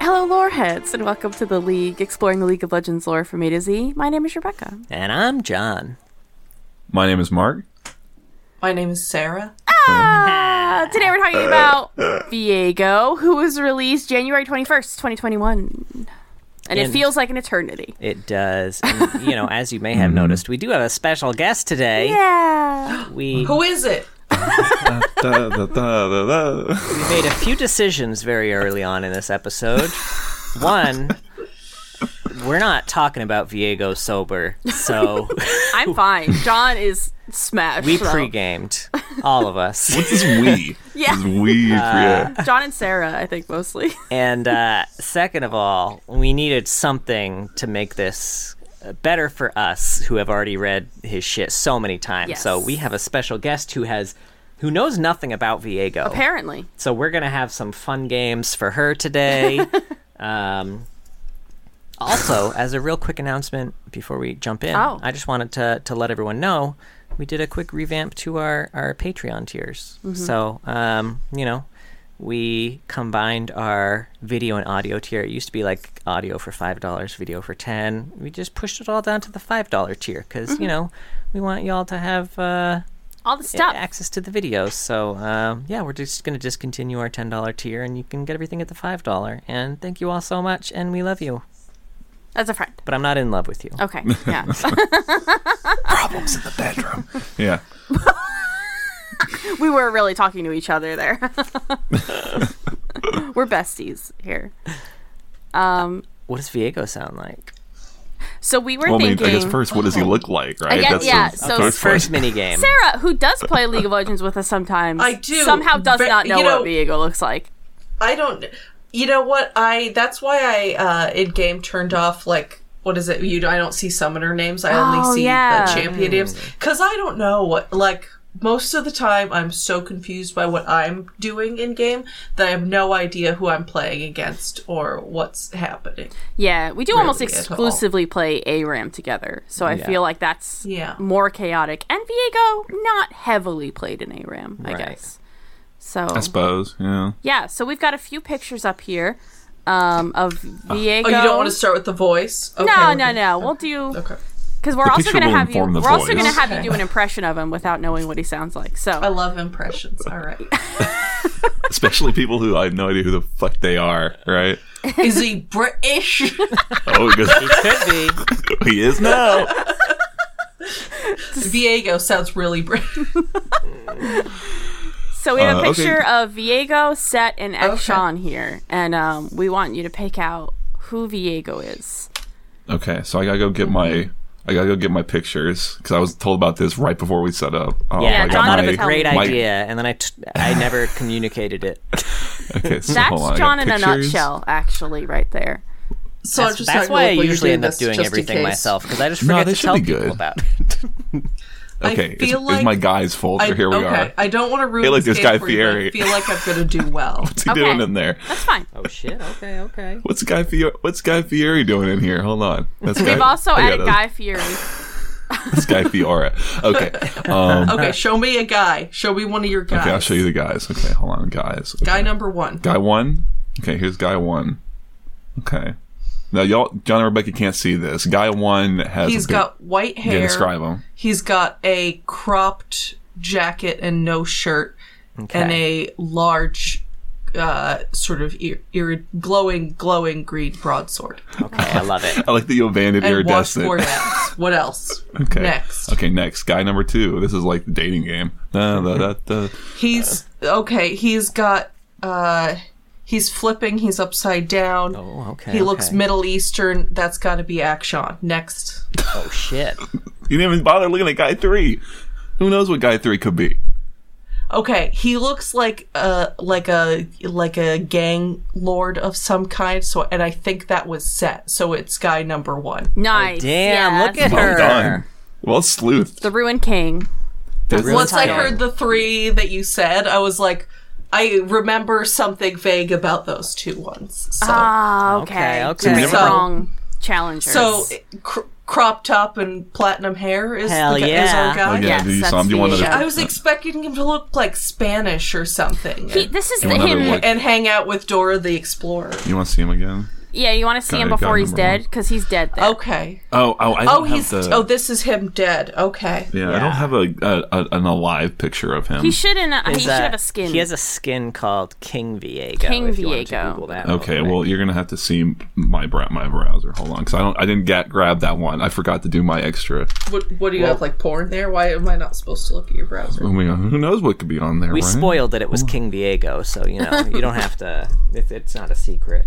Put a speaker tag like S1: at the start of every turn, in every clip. S1: Hello, loreheads, and welcome to the League, exploring the League of Legends lore from A to Z. My name is Rebecca.
S2: And I'm John.
S3: My name is Mark.
S4: My name is Sarah.
S1: Uh, today we're talking about Viego, who was released January 21st, 2021. And, it
S2: And-
S1: feels like an eternity.
S2: It does, and, you know, as you may have noticed, we do have a special guest today.
S1: Yeah.
S2: We
S4: Who is it?
S3: Da, da, da, da, da.
S2: we made a few decisions very early on in this episode. One, we're not talking about Viego sober, so
S1: I'm fine. John is smashed.
S2: we
S1: though.
S2: pre-gamed all of us,
S3: What's this we?
S1: Yeah.
S3: This we create.
S1: John and Sarah, I think mostly.
S2: and uh, second of all, we needed something to make this uh, better for us who have already read his shit so many times.
S1: Yes.
S2: So we have a special guest who has. Who knows nothing about Viego?
S1: Apparently.
S2: So we're gonna have some fun games for her today. um, also, as a real quick announcement before we jump in,
S1: Oh.
S2: I just wanted to to let everyone know we did a quick revamp to our our Patreon tiers. So um, you know. We combined our video and audio tier. It used to be like audio for five dollars, video for ten. We just pushed it all down to the five dollar tier because you know we want y'all to have uh,
S1: All the stuff.
S2: access to the videos. So um, yeah, we're just gonna discontinue our ten dollar tier, and you can get everything at the five dollar. And thank you all so much, and we love you.
S1: As a friend.
S2: But I'm not in love with you.
S1: Okay. Yeah.
S3: Problems in the Uh, bedroom. Yeah.
S1: we were really talking to each other there. we're besties here. Um,
S2: What does Viego sound like?
S1: so we were
S3: Well, I mean,
S1: thinking.
S3: I guess first, what does he look like, right?
S1: guess- yeah,
S3: the
S1: so
S3: first
S1: First
S2: First
S3: question.
S2: mini game.
S1: Sarah, who does play League of Legends with us sometimes,
S4: I do.
S1: somehow does
S4: Ve-
S1: not know,
S4: you know-
S1: what Viego looks like.
S4: I don't. You know what? I. That's why I uh, in game turned off like what is it? You. I don't see summoner names. I
S1: Oh,
S4: only see
S1: yeah.
S4: the champion names because I don't know what like. Most of the time, I'm so confused by what I'm doing in game that I have no idea who I'm playing against or what's happening.
S1: Yeah, we do almost
S4: Really at all.
S1: exclusively play ARAM together, so I feel like that's
S4: Yeah.
S1: more chaotic. And Viego, not heavily played in ARAM, I
S2: Right.
S1: guess. So
S3: I suppose. Yeah.
S1: yeah, so we've got a few pictures up here um, of
S3: Uh,
S1: Viego.
S4: Oh, you don't want to start with the voice? Okay,
S1: No,
S4: we're
S1: no,
S4: good.
S1: no. We'll do
S4: Okay.
S1: Because we're
S3: The
S1: also
S3: picture
S1: going to
S3: will
S1: have you.
S3: inform
S1: We're
S3: the
S1: also
S3: voice.
S1: going to have you
S4: Okay.
S1: do an impression of him without knowing what he sounds like.
S4: I
S1: So
S4: love impressions. All right.
S3: Especially people who I have no idea who the fuck they are, right?
S4: Is he British?
S3: Oh, because
S2: Could be. Oh.
S3: he is now.
S4: Viego sounds really British.
S1: so we have a
S3: Uh, okay.
S1: picture of Viego, Set, and Ekshon
S4: Okay.
S1: here, and um, we want you to pick out who Viego is.
S3: Okay, so I gotta go get my. I gotta go get my pictures because I was told about this right before we set up. Oh,
S2: Yeah,
S3: I
S2: I
S3: got
S1: John
S2: thought
S1: had
S2: of
S1: a
S2: a
S1: tell
S2: great
S1: me.
S3: My-
S2: idea, and then I, t- I never communicated it.
S3: okay, so
S1: That's
S3: hold on, I got
S1: John in a
S3: pictures.
S1: nutshell, actually, right there.
S2: That's,
S4: So I'm just
S2: that's
S4: talking
S2: why I
S4: about what you're
S2: usually end up
S4: this
S2: doing
S4: just in
S2: everything
S4: case.
S2: myself because I just
S3: No,
S2: forget
S3: they
S2: to
S3: should
S2: tell
S3: be
S2: people
S3: good.
S2: about.
S3: Okay, it's,
S4: feel
S3: it's
S4: like
S3: my guys folder.
S4: I,
S3: Here we
S4: okay.
S3: are.
S4: I don't want to ruin
S3: Feel like
S4: this
S3: this guy
S4: game for you, but
S3: Fieri.
S4: I feel like I'm gonna do well.
S3: What's he
S1: Okay.
S3: doing in there?
S1: That's fine.
S2: Oh shit! Okay, okay.
S3: What's Guy Fieri? What's Guy Fieri doing in here? Hold on. That's
S1: We've
S3: Guy-
S1: also
S3: oh, yeah,
S1: added
S3: that's-
S1: Guy Fury.
S3: That's Guy Fiore. Okay. Um,
S4: okay, show me a guy. Show me one of your guys.
S3: okay, I'll show you the guys. Okay, hold on, guys. Okay.
S4: Guy number one.
S3: Guy one. Okay, here's guy one. Okay. Now y'all, John and Rebecca can't see this. Guy one has.
S4: He's
S3: a big-
S4: got white
S3: Yeah,
S4: hair.
S3: describe him.
S4: He's got a cropped jacket and no shirt, and a large, uh, sort of ir- ir- glowing, glowing green broadsword
S2: Okay, I love it.
S3: I like that you abandoned
S4: and
S3: iridescent.
S4: washboard abs. What else?
S3: Okay.
S4: Next.
S3: Okay, next. Guy number two. This is like the dating game. Da, da, da, da.
S4: He's okay. He's got uh, he's flipping. He's upside down.
S2: Oh, okay.
S4: he looks
S2: okay.
S4: Middle Eastern. That's got to be Akshon. Next,
S2: Oh shit!
S3: You didn't even bother looking at guy three. Who knows what guy three could be?
S4: okay. He looks like a like a like a gang lord of some kind. So, and I think that was set. So it's guy number one.
S1: Nice.
S2: Oh, Damn!
S1: yes.
S2: Look at
S3: Well
S2: her.
S3: done. Well sleuthed.
S1: the Ruined King.
S3: This-
S4: Once I
S2: tight.
S4: heard the three that you said, I was like, I remember something vague about those two ones. So.
S1: Ah, okay.
S2: Okay, okay.
S1: Two
S4: So-
S1: wrong challengers.
S4: So, cr- crop top and platinum hair is,
S2: Hell
S4: the, gu- is
S2: yeah.
S4: our guy.
S3: Oh, yeah,
S1: Yes,
S3: do you saw
S1: that's
S3: him? Do you want
S1: the,
S3: to?
S1: uh,
S4: I was expecting him to look like Spanish or something.
S1: He,
S4: and,
S1: this is
S3: And
S1: the,
S3: one other
S1: him.
S3: one.
S4: and hang out with Dora the Explorer.
S3: you want to see him again?
S1: Yeah, you want to see him
S3: Guy- guy
S1: before he's
S3: number one.
S1: dead because he's dead. There.
S4: Okay.
S3: Oh, oh, I
S4: Oh,
S3: don't have
S4: he's.
S3: the-
S4: Oh, this is him dead. Okay.
S3: yeah, I don't have a, a, a an alive picture of him.
S1: He should in a, he
S2: Is
S1: should
S2: that-
S1: have a skin.
S2: He has a skin called King Viego.
S1: King
S2: if you wanted to
S1: Viego.
S2: Google that real
S3: okay,
S2: quick.
S3: well, you're gonna have to see my bra- my browser. Hold on, because I don't, I didn't get grab that one. I forgot to do my extra.
S4: What, what do you have like porn there? Why am I not supposed to look at your browser?
S3: Oh my God, Who knows what could be on there?
S2: we
S3: right?
S2: spoiled that it was King Viego, so you know you don't have to. It, it's not a secret.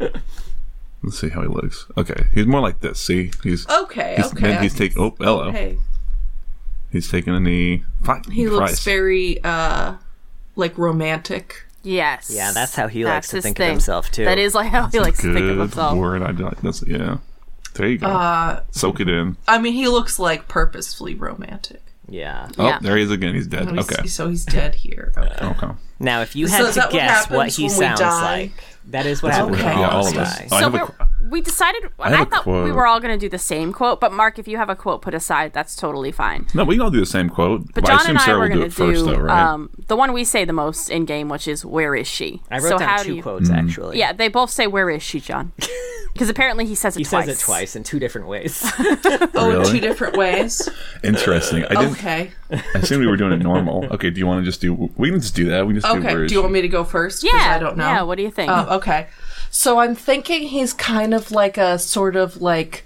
S3: Let's see how he looks. Okay, he's more like this. See, he's
S4: Okay.
S3: he's,
S4: okay.
S3: then he's taking. Oh, hello.
S4: hey,
S3: He's taking a knee. Fuck,
S4: he looks
S3: Christ.
S4: very uh, like romantic.
S1: Yes.
S2: yeah, that's how he
S1: That's
S2: likes to
S1: his
S2: think
S1: thing.
S2: of himself too.
S1: That is like how he likes to think of
S3: Good
S1: himself.
S3: word. I like this. Yeah. There you go. Soak it in.
S4: I mean, he looks like purposefully romantic.
S2: Yeah.
S3: Oh,
S1: Yeah.
S3: there he is again. He's dead.
S4: Oh, he's-
S3: Okay.
S4: So he's dead here. Okay.
S3: Okay.
S2: Now, if you
S4: So
S2: had
S4: is
S2: to
S4: that what
S2: guess what,
S4: happens
S2: he
S4: when we
S2: sounds
S4: die?
S2: like, that is what happens
S4: Okay.
S2: when
S4: Yeah,
S2: all
S4: all
S2: of
S4: of
S3: us.
S2: die.
S3: I
S1: So
S3: have a
S1: we're,
S3: qu-
S1: we decided.
S3: I
S1: I,
S3: have a
S1: thought we
S3: quote.
S1: were all going to do the same quote, but Mark, if you have a quote put aside, that's totally fine.
S3: No, we can all do the same quote.
S1: But John
S3: I assume
S1: and I
S3: Sarah
S1: were
S3: will do
S1: going to
S3: it first,
S1: do,
S3: though, right?
S1: um, the one we say the most in game, which is "Where is she?"
S2: I wrote down two quotes actually.
S1: Yeah, they both say "Where is she, John?" Because apparently he says it
S2: He
S1: twice.
S2: says it twice in two different ways.
S4: Oh, in
S3: Really?
S4: two different ways.
S3: Interesting. I didn't.
S4: Okay.
S3: I assumed we were doing it normal. Okay. Do you want to just do? We can just do that. We can just do.
S4: Okay.
S3: words.
S4: Do you want me to go first? 'Cause
S1: Yeah.
S4: I don't know.
S1: Yeah. What do you think?
S4: Oh, okay. So I'm thinking he's kind of like a sort of like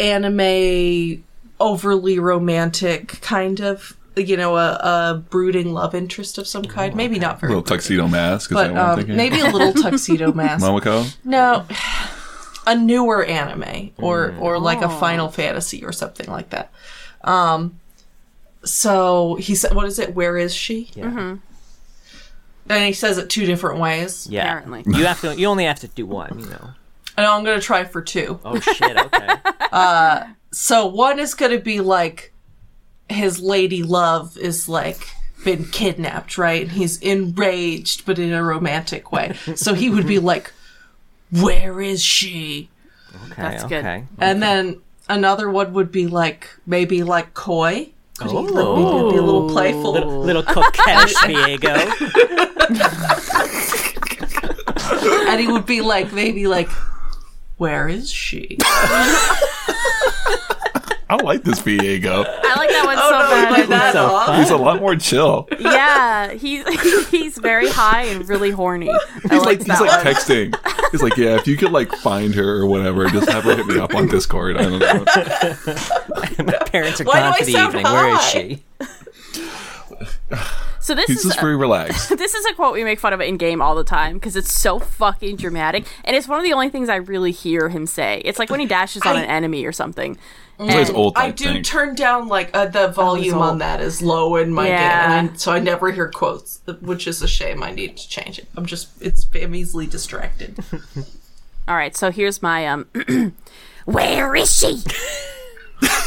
S4: anime, overly romantic kind of, you know, a, a brooding love interest of some kind. Maybe not very,
S3: little tuxedo mask? Is that
S4: but
S3: what I'm
S4: um,
S3: thinking?
S4: maybe a little tuxedo mask.
S3: Momoko.
S4: No, a newer anime or
S3: Mm.
S4: or like a Final Fantasy or something like that. Um, so he said, "What is it? Where is she?"
S2: Yeah.
S4: And he says it two different ways.
S2: Yeah.
S1: Apparently.
S2: You have to. You only have to do one. You know.
S4: And I'm gonna try for two.
S2: Oh shit. Okay.
S4: So one is gonna be like his lady love is like been kidnapped, right? And he's enraged, but in a romantic way. So he would be like, "Where is she?"
S2: Okay.
S1: That's good.
S2: okay.
S4: And then another one would be like maybe like coy.
S2: Oh.
S4: be a little playful.
S2: Little, little coquettish Diego.
S4: and he would be like, maybe like, where is she?
S3: I like this Viego.
S1: I like that one so bad.
S4: like that
S2: So
S4: off.
S3: He's a lot more chill. He's
S1: Yeah, he's he's very high and really horny. I like
S3: like
S1: that
S3: he's like
S1: one.
S3: texting. He's like, yeah, if you could like find her or whatever, just have her hit me up on Discord. I don't know.
S2: My parents are
S4: Why do
S2: gone
S4: I
S2: for the
S4: sound
S2: evening. Where is
S4: high?
S2: she?
S1: so this
S3: He's
S1: is
S3: just
S1: a-
S3: very relaxed.
S1: this is a quote we make fun of in game all the time because it's so fucking dramatic, and it's one of the only things I really hear him say. It's like when he dashes on
S4: I-
S1: an enemy or something.
S3: Plays
S1: And-
S3: old
S4: I
S3: type
S4: do
S3: thing.
S4: turn down like uh, the volume on that is low in my
S1: Yeah.
S4: game, and I- so I never hear quotes, which is a shame. I need to change it. I'm just it's I'm easily distracted.
S1: All right, so here's my um. Where is she?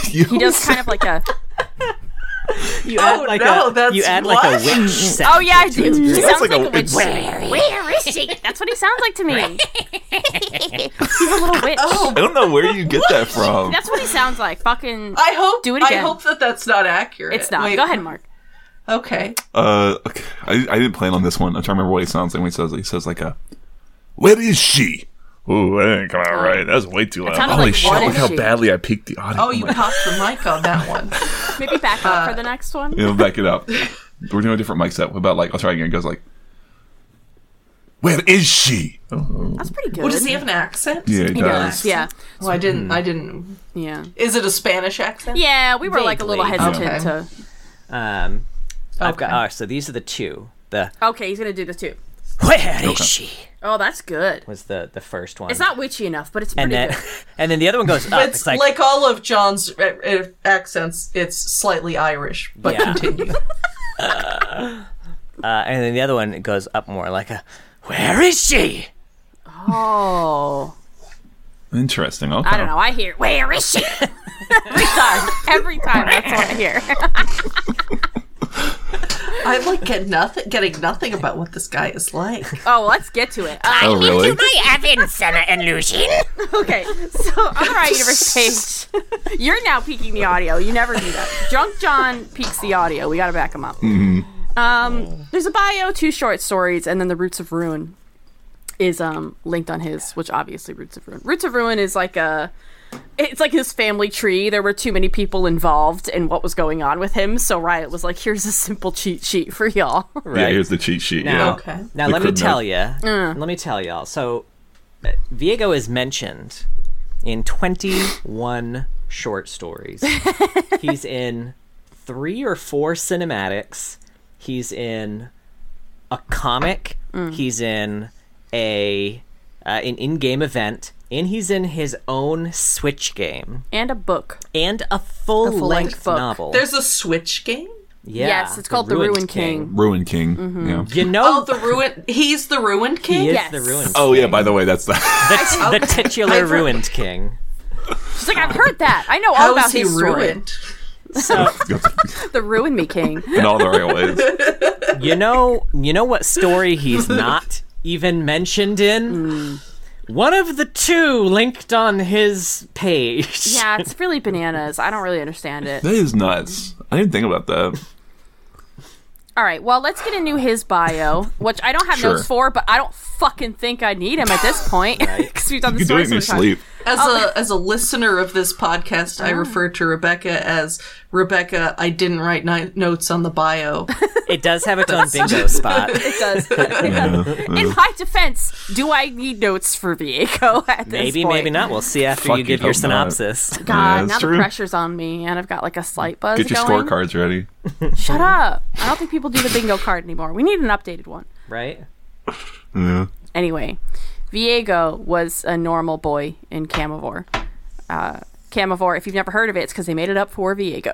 S3: You
S1: He does kind of like a.
S2: You add
S4: Oh,
S2: like
S4: no,
S2: a,
S4: that's
S2: you add
S4: what?
S2: like a witch sound.
S1: Oh yeah, I do. He sounds
S3: like
S1: like,
S3: a
S1: a witch.
S3: witch.
S1: Where is she? That's what he sounds like to me. He's a little witch.
S3: I don't know where you get that from.
S1: That's what he sounds like. Fucking.
S4: I hope
S1: Do it
S4: I
S1: again.
S4: hope that that's not accurate.
S1: it's not.
S4: Wait,
S1: Go ahead, Mark.
S4: Okay.
S3: Uh, okay. I, I didn't plan on this one. I'm trying to remember what he sounds like when he says it. He says like a, "Where is she?" Ooh, that didn't come out right. That was way too loud.
S1: sounded
S3: Holy
S1: like,
S3: shit!
S1: "What
S3: Look
S1: is
S3: how
S1: she?"
S3: badly I peaked the audio.
S4: Oh, you
S3: my-
S4: popped the mic on that one.
S1: Maybe back up for the next one.
S3: You know, back it up. We're doing a different mic set. What about like I'll try again. It goes like, "Where is she?" Oh,
S1: That's pretty good.
S4: Well, does he have an accent?
S3: yeah, it
S1: He
S3: does.
S1: does. Yeah.
S4: Well, I didn't. I didn't.
S1: Yeah.
S4: Is it a Spanish accent?
S1: Yeah, we were like a little
S2: Vaguely.
S1: hesitant
S4: Okay.
S1: to.
S2: Um, I've got.
S4: Okay.
S2: all right, so these are the two. The
S1: Okay, he's gonna do this too.
S2: where is she?
S1: Oh, that's good.
S2: Was the the first one.
S1: It's not witchy enough, but it's pretty
S2: and
S1: good.
S2: then, and then the other one goes up.
S4: It's,
S2: It's
S4: like, all of John's uh, uh, accents. It's slightly Irish, but
S2: Yeah.
S4: continue.
S2: Uh, and then the other one goes up more, like a, "Where is she?"
S1: Oh,
S3: Interesting. Okay.
S1: I don't know. I hear where is she? every time, every time. That's what I hear.
S4: I like get nothing, getting nothing about what this guy is like.
S1: Oh, let's get to it. Uh,
S3: Oh, really?
S5: my oven, Senna and Lucian.
S1: okay, so all right, Universe Page, you're now peeking the audio. You never do that. Drunk John peaks the audio. We got to back him up.
S4: Mm-hmm.
S1: Um, there's a bio, two short stories, and then the Roots of Ruin is um linked on his, which obviously Roots of Ruin. Roots of Ruin is like a it's like his family tree. There were too many people involved in what was going on with him, so Riot was like, "Here's a simple cheat sheet for y'all."
S2: Right.
S3: Yeah, here's the cheat sheet.
S2: Now,
S4: Okay.
S2: now
S3: The
S2: let me
S3: crib
S2: tell
S3: note.
S2: you.
S1: Uh.
S2: Let me tell y'all. So, uh, Viego is mentioned in 21 short stories. He's in three or four cinematics. He's in a comic.
S1: Mm.
S2: He's in a uh, an in-game event, and he's in his own Switch game
S1: and a book.
S2: and a full-length
S1: full-length book.
S2: novel.
S4: There's a Switch game.
S2: Yeah,
S1: yes, it's called The
S2: Ruined
S1: Ruined King.
S3: Yeah. Ruin King.
S1: Mm-hmm.
S3: Yeah.
S2: You know,
S4: Oh, the ruin. He's the ruined king.
S2: he is
S1: Yes.
S2: the Ruined.
S3: Oh yeah. By the way, that's the.
S2: the, the titular
S4: I've re-
S2: ruined king.
S1: She's like, "I've heard that. I know all
S4: How
S1: about
S4: Oh, is he
S1: his story.
S4: ruined?
S1: The Ruin Me King."
S3: in all the right ways.
S2: You know, you know what story he's not even mentioned in. One of the two linked on his page.
S1: Yeah, it's really bananas. I don't really understand it.
S3: That is nuts. I didn't think about that.
S1: All right, well, let's get into his bio, which I don't have
S3: Sure.
S1: notes for, but I don't fucking think I need him at this point because we've done
S3: You
S1: this
S3: do
S1: story
S3: it in
S1: so
S3: your
S1: many times.
S3: sleep.
S4: As a as a listener of this podcast, I refer to Rebecca as Rebecca. I didn't write ni- notes on the bio.
S2: It does have its own bingo spot.
S1: It does. in my defense, do I need notes for Viego at this
S2: Maybe,
S1: point?
S2: maybe not. We'll see after you
S3: Fucking
S2: give your
S3: hope not.
S2: synopsis.
S3: Yeah,
S1: God,
S3: it's
S1: now the
S3: true.
S1: pressure's on me, and I've got like a slight buzz
S3: Get your
S1: going.
S3: scorecards ready.
S1: Shut up! I don't think people do the bingo card anymore. We need an updated one.
S2: Right?
S3: Yeah.
S1: Anyway, Viego was a normal boy in Camivore. Uh, Camivore, if you've never heard of it, it's because they made it up for Viego.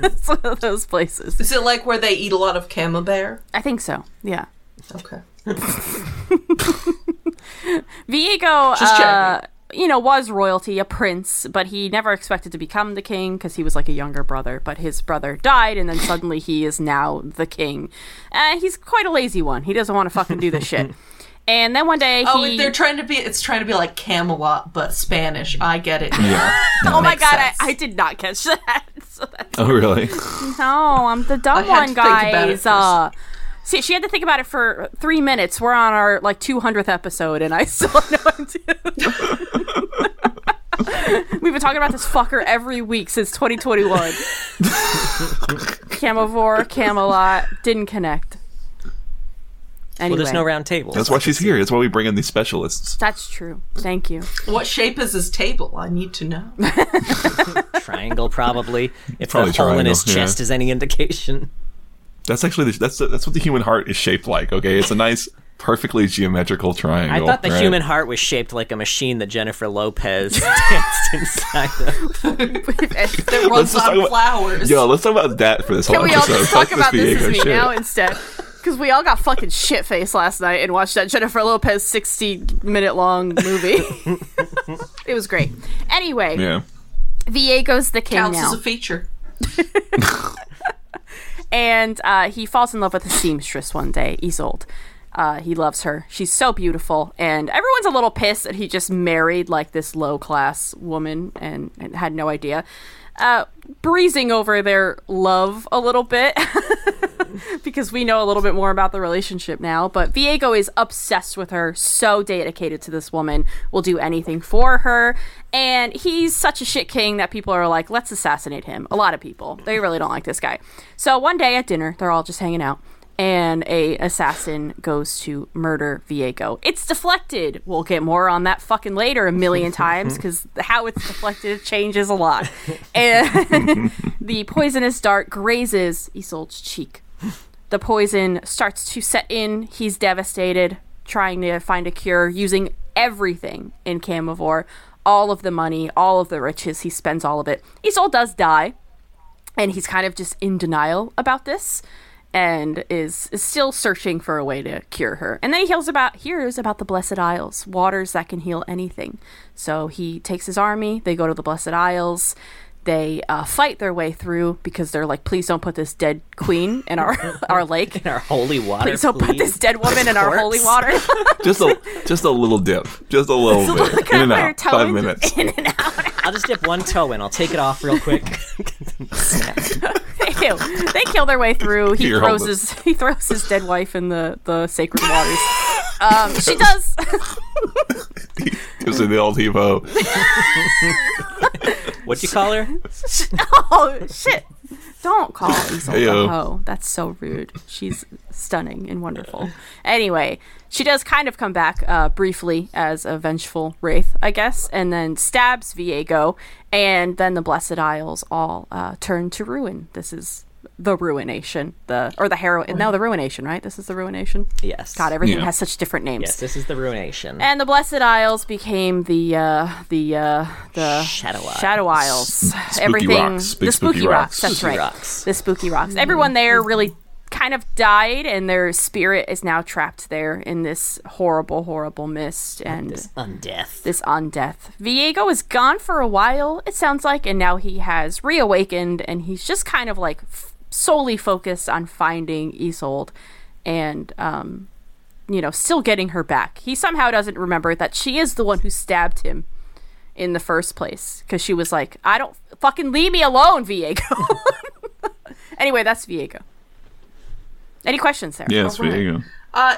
S1: it's one of those places.
S4: Is it like where they eat a lot of camembert?
S1: I think so. Yeah.
S4: Okay.
S1: Viego,
S4: Just
S1: uh, you know, was royalty, a prince, but he never expected to become the king because he was like a younger brother. But his brother died, and then suddenly he is now the king. Uh, he's quite a lazy one. He doesn't want to fucking do this shit. And then one day
S4: Oh,
S1: he.
S4: they're trying to be. It's trying to be like Camelot, but Spanish. I get it.
S1: oh my
S4: makes
S1: god, I,
S4: sense.
S1: I did not catch that. So that's
S3: Oh really?
S1: No, Oh, I'm the dumb
S4: I had
S1: one,
S4: to think about it
S1: guys.
S4: first.
S1: Uh, see, she had to think about it for three minutes. We're on our like 200th episode, and I still have no idea. We've been talking about this fucker every week since 2021. Camivore, Camelot didn't connect. Anyway,
S2: Well, there's no round table.
S3: That's why she's here. That's why we bring in these specialists.
S1: that's true. Thank you.
S4: What shape is his table? I need to know.
S2: Triangle, probably. If
S3: Probably
S2: the hole in his
S3: triangle, yeah.
S2: chest is any indication.
S3: That's actually the, that's that's what the human heart is shaped like. Okay, it's a nice, perfectly geometrical
S2: I
S3: triangle.
S2: thought the
S3: right?
S2: human heart was shaped like a machine that Jennifer Lopez danced inside of.
S4: That runs
S3: just talk
S4: on
S3: about-
S4: flowers.
S3: Yo, let's talk about that for this
S1: Can
S3: whole
S1: we all
S3: episode.
S1: just
S3: Fuck
S1: talk about this
S3: Diego
S1: as me
S3: shit.
S1: now instead? Because we all got fucking shit faced last night and watched that Jennifer Lopez 60 minute long movie. it was great. Anyway,
S3: yeah.
S1: Viego's the king
S4: counts
S1: now.
S4: as a feature.
S1: and uh, he falls in love with a seamstress one day, Isolde. Uh, he loves her. She's so beautiful, and everyone's a little pissed that he just married like this low class woman and, and had no idea. Uh, breezing over their love a little bit because we know a little bit more about the relationship now. But Viego is obsessed with her, so dedicated to this woman, will do anything for her. And he's such a shit king that people are like, let's assassinate him. A lot of people. They really don't like this guy. So one day at dinner, they're all just hanging out. And a assassin goes to murder Viego. It's deflected. We'll get more on that fucking later a million times because how it's deflected changes a lot. And the poisonous dart grazes Isolde's cheek. The poison starts to set in. He's devastated, trying to find a cure, using everything in Camivore all of the money, all of the riches. He spends all of it. Isolde does die, and he's kind of just in denial about this and is, is still searching for a way to cure her. And then he hears about hears about the Blessed Isles, waters that can heal anything. So he takes his army, they go to the Blessed Isles. They uh, fight their way through because they're like, please don't put this dead queen in our our lake.
S2: in our holy water.
S1: Please don't put this dead woman in our holy
S2: Corpse.
S1: water.
S3: Just a just a little dip, just a little bit, in and
S1: Put her
S3: out,
S1: toe
S3: five
S1: in-
S3: minutes.
S1: In and out.
S2: I'll just dip one toe in. I'll take it off real quick.
S1: Ew. They kill their way through. He
S3: Here, hold
S1: throws his he throws his dead wife in the the sacred waters. Um, she does.
S3: Gives it the old TiVo.
S2: What'd you call her?
S1: oh shit! Don't call Isolde
S3: Heyo.
S1: a hoe. That's so rude. She's stunning and wonderful. Anyway, she does kind of come back uh, briefly as a vengeful wraith, I guess, and then stabs Viego, and then the Blessed Isles all uh, turn to ruin. This is the ruination, the or the heroin. No, the ruination, right? This is the ruination.
S2: Yes.
S1: God, everything
S3: Yeah.
S1: has such different names.
S2: Yes, this is the ruination.
S1: And the Blessed Isles became the uh, the uh, the
S2: Shadow Isles.
S1: Shadow Isles. Everything
S3: rocks. Big
S1: the spooky,
S3: spooky
S1: rocks.
S3: rocks.
S1: That's
S2: Spooky
S1: right.
S2: rocks.
S1: The spooky rocks. Everyone there really kind of died, and their spirit is now trapped there in this horrible, horrible mist and
S2: This undeath.
S1: this on death. Viego is gone for a while, it sounds like, and now he has reawakened and he's just kind of like f- solely focused on finding Isolde and, um, you know, still getting her back. He somehow doesn't remember that she is the one who stabbed him in the first place because she was like, I don't fucking leave me alone, Viego. anyway, that's Viego. Any questions there?
S3: Yes, there you go.
S4: Uh,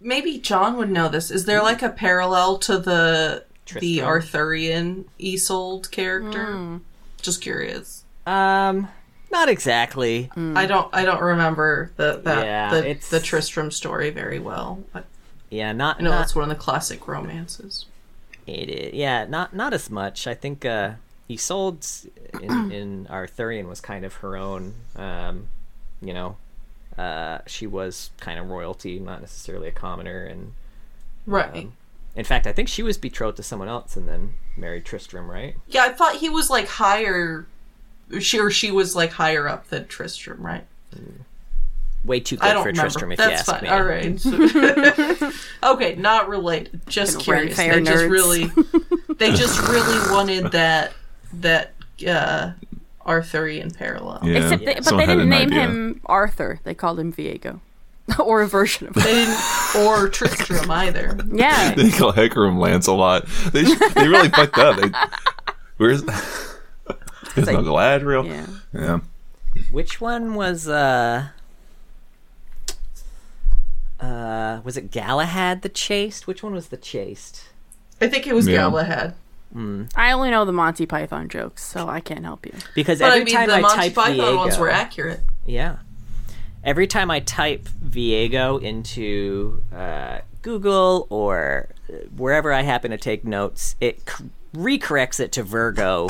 S4: maybe John would know this. Is there like a parallel to the the
S2: Tristram.
S4: Arthurian Isolde character? Just curious.
S2: Um, not exactly.
S4: I don't I don't remember the that
S2: Yeah,
S4: the,
S2: it's-
S4: the Tristram story very well. I
S2: Yeah, not.
S4: I know
S2: not
S4: that's one of the classic romances.
S2: It is, yeah, not not as much. I think uh, Isolde's in, in Arthurian was kind of her own. Um, you know, uh, she was kind of royalty, not necessarily a commoner. And
S4: Right.
S2: Um, in fact, I think she was betrothed to someone else and then married Tristram, right?
S4: yeah, I thought he was like higher she or she was like higher up than Tristram, right?
S2: Way too
S4: I
S2: good
S4: don't
S2: for
S4: remember.
S2: Tristram, if
S4: That's
S2: you ask
S4: fine.
S2: me.
S4: All right. okay, not related. Just
S1: Fucking
S4: curious. They
S1: Renfair
S4: just
S1: nerds.
S4: really, they just really wanted that that uh, Arthurian parallel.
S3: Yeah.
S1: Except they, but
S3: Someone
S1: they
S3: had
S1: didn't
S3: an
S1: name
S3: idea.
S1: him Arthur. They called him Viego. or a version of
S4: They didn't, or Tristram either.
S1: Yeah.
S3: They call Hecarim Lancelot. They they really fucked up. They, where's there's no Galadriel?
S1: yeah.
S3: Yeah.
S2: Which one was uh uh was it Galahad the chaste? Which one was the chaste?
S4: I think it was
S3: Yeah.
S4: Galahad.
S1: I only know the Monty Python jokes, so I can't help you.
S2: Because
S4: But
S2: every
S4: I mean,
S2: time
S4: the
S2: I
S4: Monty
S2: type
S4: Python
S2: Viego,
S4: ones were accurate.
S2: yeah. Every time I type Viego into uh, Google or wherever I happen to take notes, it c- recorrects it to Virgo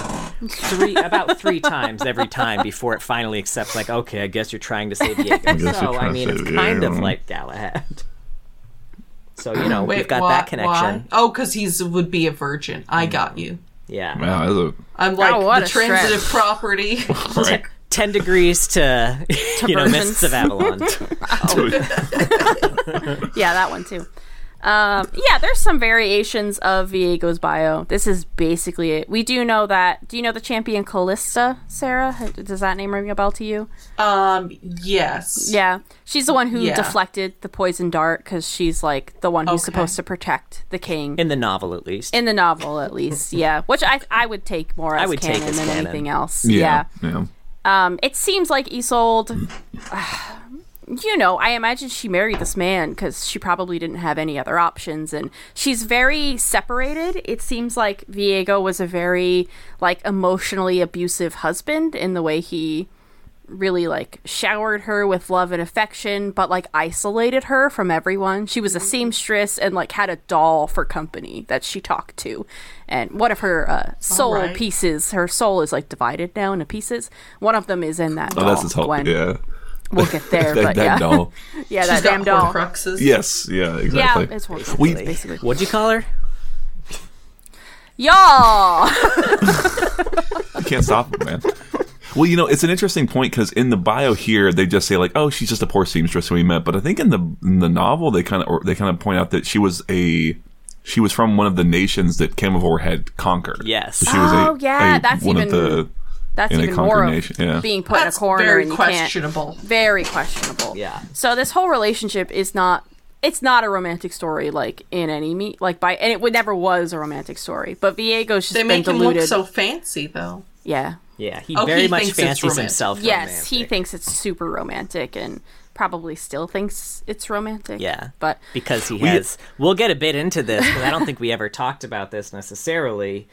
S2: three about three times every time before it finally accepts like, okay, I guess you're trying to say Viego.
S3: you're
S2: so I
S3: trying to
S2: mean,
S3: say
S2: it's kind of
S3: Viego.
S2: like Galahad. So you know
S4: Wait,
S2: we've got
S4: why,
S2: that connection. Mm.
S4: Why? Oh, because he's would be a virgin. I got you.
S2: Yeah.
S3: Wow, that's
S4: I'm like
S1: Oh, what
S4: the
S1: a stretch.
S4: transitive property.
S3: a right.
S2: 10 degrees to, you know,
S1: Versions.
S2: Mists of Avalon.
S1: Oh, Yeah, that one too. Um, yeah, there's some variations of Viego's bio. This is basically it. We do know that. Do you know the champion Callista, Sarah? Does that name ring a bell to you?
S4: um, yes.
S1: Yeah, she's the one who
S4: Yeah.
S1: deflected the poison dart because she's like the one who's
S4: Okay.
S1: supposed to protect the king.
S2: In the novel, at least.
S1: in the novel, at least, yeah. Which I I would take more as
S2: would take
S1: canon
S2: as
S1: than
S2: canon.
S1: anything else.
S3: yeah,
S1: yeah.
S3: yeah. Oh,
S1: Um, it seems like Isolde, you know, I imagine she married this man because she probably didn't have any other options, and she's very separated. It seems like Viego was a very like emotionally abusive husband in the way he really like showered her with love and affection but like isolated her from everyone she was a
S3: Mm-hmm.
S1: seamstress and like had a doll for company that she talked to and one of her uh, soul
S4: right.
S1: pieces her soul is like divided now into pieces one of them is in that
S3: Oh,
S1: doll
S3: that's his whole
S1: Gwen.
S3: yeah.
S1: we'll get there
S3: That,
S1: but
S3: that
S1: yeah
S3: doll.
S1: yeah that
S4: She's got
S1: damn doll
S4: Horcruxes.
S3: Yes, yeah,
S1: yeah
S3: exactly.
S1: it's Horcrux,
S3: We-
S1: basically
S2: What'd you call her?
S1: y'all
S3: You can't stop him, man. Well, you know, it's an interesting point because in the bio here they just say like, "Oh, she's just a poor seamstress we met," but I think in the in the novel they kind of or they kind of point out that she was a she was from one of the nations that Camivore had conquered.
S2: Yes.
S3: So she was a-
S1: Oh, yeah,
S3: a-
S1: that's
S3: one
S1: even-
S3: of the
S1: That's
S3: In a
S1: even more of
S3: congregation, yeah.
S1: being put
S4: That's
S1: in a corner
S4: very
S1: and you can't
S4: questionable.
S1: very questionable.
S2: Yeah.
S1: So this whole relationship is not it's not a romantic story like in any meat like by and it would never was a romantic story. But Viego's just
S4: They
S1: been
S4: make him
S1: diluted.
S4: look so fancy, though.
S1: yeah.
S2: Yeah, he
S4: Oh,
S2: very
S4: he
S2: much
S4: thinks it's
S2: fancies
S4: romantic.
S2: himself.
S1: Yes, he
S2: romantic.
S1: thinks it's super romantic and probably still thinks it's romantic.
S2: Yeah.
S1: But
S2: because he has. We'll get a bit into this because I don't think we ever talked about this necessarily.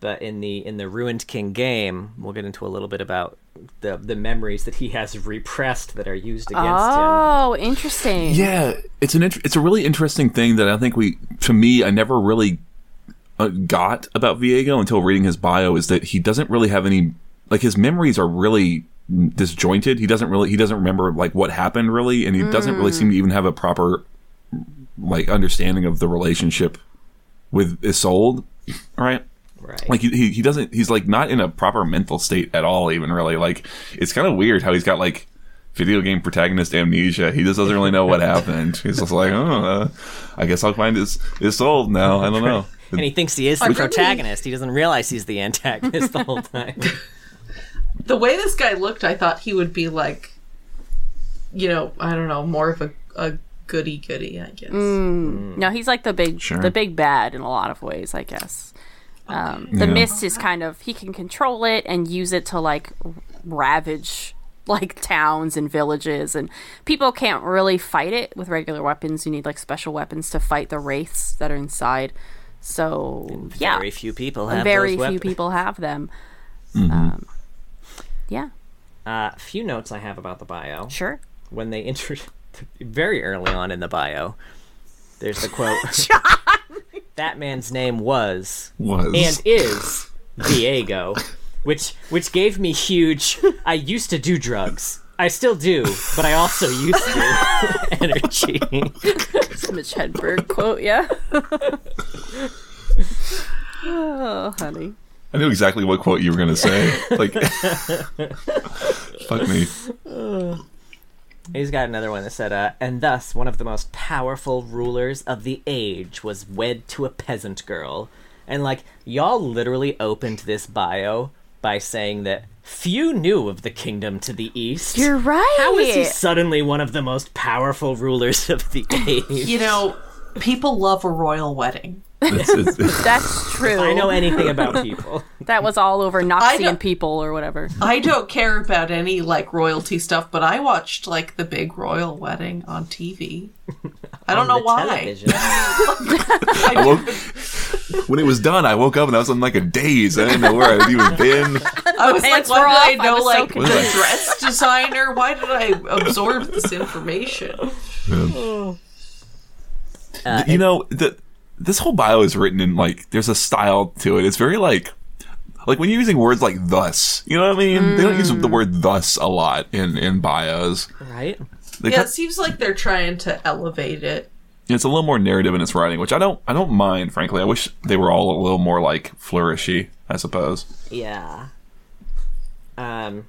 S2: But in the in the ruined king game, we'll get into a little bit about the the memories that he has repressed that are used against him.
S1: Oh, interesting.
S3: Yeah, it's an int- it's a really interesting thing that I think we to me I never really uh, got about Viego until reading his bio is that he doesn't really have any like his memories are really disjointed. He doesn't really he doesn't remember like what happened really and he doesn't really seem to even have a proper like understanding of the relationship with Isolde, right?
S2: Right.
S3: like he, he, he doesn't he's like not in a proper mental state at all even really like it's kind of weird how he's got like video game protagonist amnesia he just doesn't really know what happened he's just like oh uh, i guess i'll find his his old now i don't know
S2: and he thinks he is the
S4: Really?
S2: protagonist. He doesn't realize he's the antagonist the whole time.
S4: The way this guy looked, I thought he would be like, you know, I don't know, more of a, a goody goody, I guess.
S1: Mm. No, he's like the big
S3: Sure.
S1: the big bad in a lot of ways, I guess. Um, the
S3: Yeah.
S1: mist is kind of he can control it and use it to like ravage like towns and villages and people can't really fight it with regular weapons. You need like special weapons to fight the wraiths that are inside. So yeah,
S2: Very few people have
S1: And very
S2: those
S1: few
S2: weapons.
S1: people have them.
S3: Mm-hmm.
S1: Um, yeah,
S2: Uh, few notes I have about the bio.
S1: sure.
S2: when they inter very early on in the bio, there's the quote That man's name was
S3: was
S2: and is Diego, which which gave me huge I used to do drugs. I still do, but I also used to energy.
S1: Mitch Hedberg quote, yeah. oh, honey.
S3: i knew exactly what quote you were gonna say like fuck me
S2: He's got another one that said, uh, and thus one of the most powerful rulers of the age was wed to a peasant girl. And like, y'all literally opened this bio by saying that few knew of the kingdom to the east.
S1: You're right.
S2: How is he suddenly one of the most powerful rulers of the age?
S4: You know, people love a royal wedding.
S3: It's- it's-
S1: That's true.
S2: I know anything about people.
S1: That was all over
S4: don't-
S1: Noxian people or whatever.
S4: I don't care about any like royalty stuff, but I watched like the big royal wedding on TV. I don't know
S2: The
S4: why.
S2: television.
S3: I woke, when it was done i woke up and i was in like a daze i didn't know where i'd even been
S4: I was like,
S1: pants
S4: why
S1: were
S4: did
S1: off.
S4: I
S1: I
S4: know
S1: was so
S4: like the
S3: confused.
S4: dress designer? Why did I absorb this information?
S3: you know the this whole bio is written in like there's a style to it it's very like like when you're using words like thus you know what i mean they don't use the
S2: Mm.
S3: word thus a lot in in bios
S2: right?
S3: They
S4: Yeah,
S3: cut-
S4: it seems like they're trying to elevate it.
S3: it's a little more narrative in its writing which i don't i don't mind frankly i wish they were all a little more like flourishy i suppose
S2: Yeah. Um,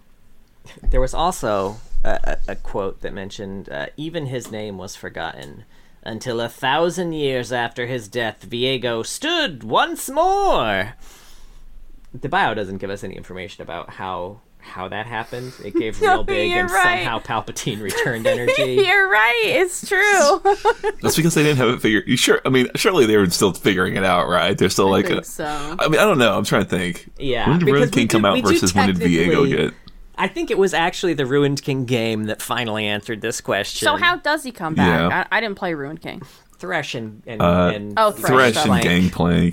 S2: there was also a, a, a quote that mentioned uh, even his name was forgotten until a thousand years after his death, Viego stood once more. The bio doesn't give us any information about how how that happened. It gave real big,
S1: you're
S2: and
S1: right.
S2: somehow Palpatine returned energy.
S1: You're right. It's true.
S3: that's because they didn't have it figured you sure i mean surely they were still figuring it out right they're still like
S1: think so.
S3: I mean, I don't know. I'm trying to think.
S2: Yeah,
S3: When did
S2: because
S3: Ruin
S2: we
S3: King
S2: do-
S3: come out
S2: we do
S3: versus when did Viego
S2: technically-
S3: get?
S2: I think it was actually the Ruined King game that finally answered this question.
S1: So how does he come back?
S3: Yeah.
S1: I, I didn't play Ruined King.
S2: Thresh and and, and
S1: Oh, Thresh.
S3: Uh, Thresh
S1: Thresh
S3: and
S2: Flank.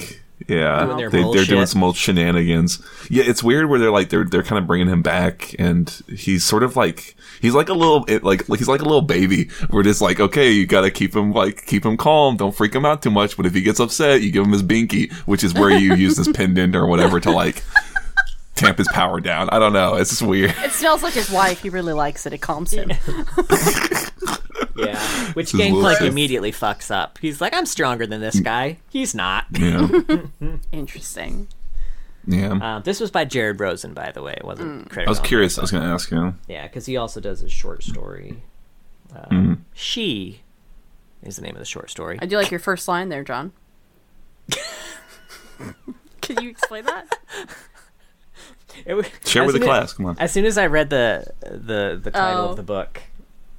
S3: Gangplank. Yeah,
S2: Doing their
S3: they, they're doing
S2: bullshit.
S3: some old shenanigans. Yeah, it's weird where they're like they're they're kind of bringing him back, and he's sort of like he's like a little it, like like- he's like a little baby. We're just like, okay, you got to keep him like keep him calm, don't freak him out too much. But if he gets upset, you give him his binky, which is where you use this pendant or whatever to like tamp his power down. I don't know. It's just weird.
S1: It smells like his wife. He really likes it. It calms him.
S2: Yeah, which
S3: is
S2: Gangplank
S3: bullshit.
S2: immediately fucks up. He's like, "I'm stronger than
S3: Mm.
S2: this guy." He's not.
S3: Yeah,
S1: Interesting.
S3: yeah.
S2: Uh, this was by Jared Rosen, by the way. It wasn't.
S1: Mm.
S3: I was curious. I was going to ask you.
S2: Yeah, because he also does a short story. Um,
S3: Mm-hmm.
S2: She is the name of the short story.
S1: I do like your first line there, John. Can you explain that?
S2: It w-
S3: Share
S2: as
S3: with
S2: soon
S3: the
S2: as-
S3: class, come on.
S2: As soon as I read the the the title
S1: Oh.
S2: of the book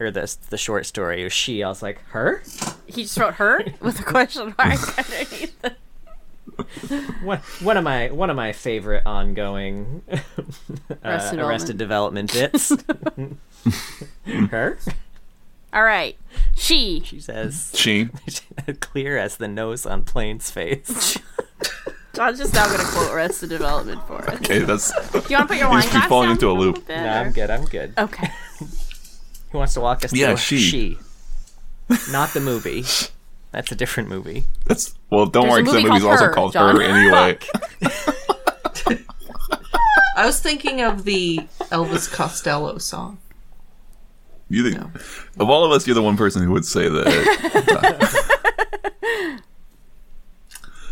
S2: or the the short story, it was she. I was like, her?
S1: He just wrote her with a question mark underneath. it.
S2: One one of my one of my favorite ongoing uh,
S1: Arrested Development.
S2: Arrested Development bits. her?
S1: All right, she.
S2: She says,
S3: She.
S2: clear as the nose on Plane's face.
S1: John's just now gonna quote Arrested Development for us.
S3: Okay, that's
S1: Do you want to put your
S3: You
S1: wine
S3: just keep
S1: glass
S3: falling
S1: down
S3: into a loop.
S1: little bit,
S2: no,
S1: or-
S2: I'm good. I'm good.
S1: Okay.
S2: Who wants to walk us
S3: Yeah,
S2: through
S3: she.
S2: Not the movie. That's a different movie.
S3: that's well. Don't
S1: There's a
S3: worry, 'cause that
S1: movie
S3: movie's
S1: called
S3: also
S1: Her,
S3: called
S1: John.
S3: her anyway.
S4: I was thinking of the Elvis Costello song.
S3: You think of all of us, you're the one person who would say that.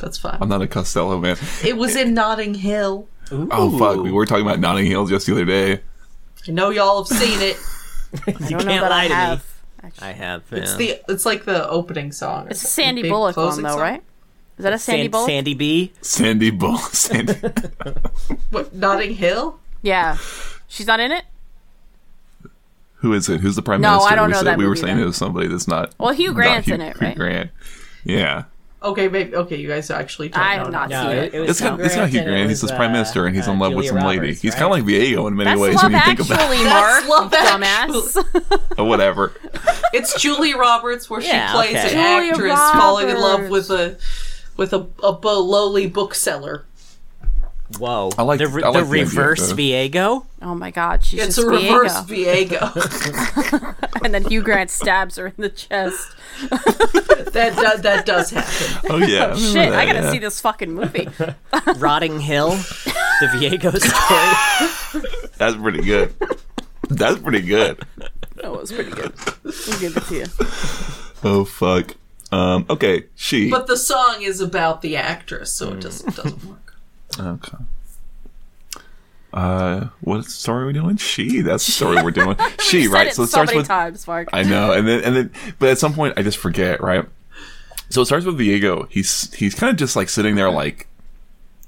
S4: That's fine.
S3: I'm not a Costello man.
S4: It was in Notting Hill.
S3: Oh fuck, we were talking about Notting Hill just the other day.
S4: I know y'all have seen it.
S2: You
S1: I don't know
S2: can't
S1: that
S2: lie
S1: I
S2: to
S1: have.
S2: me. I have.
S4: It's
S2: yeah.
S4: the it's like the opening song. or
S1: It's a
S4: something.
S1: Sandy
S4: Big
S1: Bullock one
S4: closing
S1: though,
S4: song.
S1: right? Is that a Sandy
S2: San-
S1: Bullock?
S2: Sandy B.
S3: Sandy Bull. Sandy.
S4: What, Notting Hill?
S1: Yeah. She's not in it.
S3: who is it? Who's the prime
S1: No,
S3: minister?
S1: I don't
S3: we
S1: know
S3: said,
S1: that
S3: we were
S1: movie,
S3: saying
S1: though.
S3: it was somebody that's not.
S1: Well, Hugh
S3: not
S1: Grant's
S3: Hugh-
S1: in it,
S3: Hugh
S1: right?
S3: Grant. Yeah.
S4: Okay, maybe okay, you guys actually don't
S1: I
S4: know
S1: have not
S4: Notting
S1: seen
S4: Hill.
S1: it.
S2: Uh, was
S3: It's not, it's not Hugh Grant. He's his
S2: uh,
S3: prime minister, and he's in love with some lady. He's kind of like Diego in many
S1: That's
S3: ways
S1: Love
S3: when you think
S1: Actually,
S3: about
S1: Mark.
S4: That's Love
S1: you dumbass.
S4: Actually.
S3: it. whatever.
S4: It's Julie Roberts where
S2: Yeah,
S4: she plays
S2: okay.
S4: an
S1: Julia
S4: actress falling in love
S1: Roberts.
S4: with a with a, a bo- lowly bookseller.
S2: Whoa!
S3: I like-
S2: the, re-
S3: I like
S2: the
S3: the idea,
S2: reverse
S3: though.
S2: Viego.
S1: Oh my god, she's
S4: It's
S1: just
S4: a reverse
S1: Viego.
S4: Viego.
S1: and then Hugh Grant stabs her in the chest.
S4: that do, that does happen.
S3: Oh yeah. remember
S1: Shit, I
S3: that,
S1: gotta
S3: yeah.
S1: see this fucking movie.
S2: Rotting Hill, the Viego story.
S3: That's pretty good. That's pretty good.
S1: That was pretty good. I'll give it to you.
S3: Oh fuck. Um. Okay. She.
S4: But the song is about the actress, so
S3: Mm.
S4: it doesn't doesn't work.
S3: Okay. Uh, what story are we doing? She. That's the story we're doing. She,
S1: Said
S3: right?
S1: it so, many times, Mark.
S3: I know, and then and then, but at some point I just forget, right? So it starts with Diego. He's he's kind of just like sitting there, like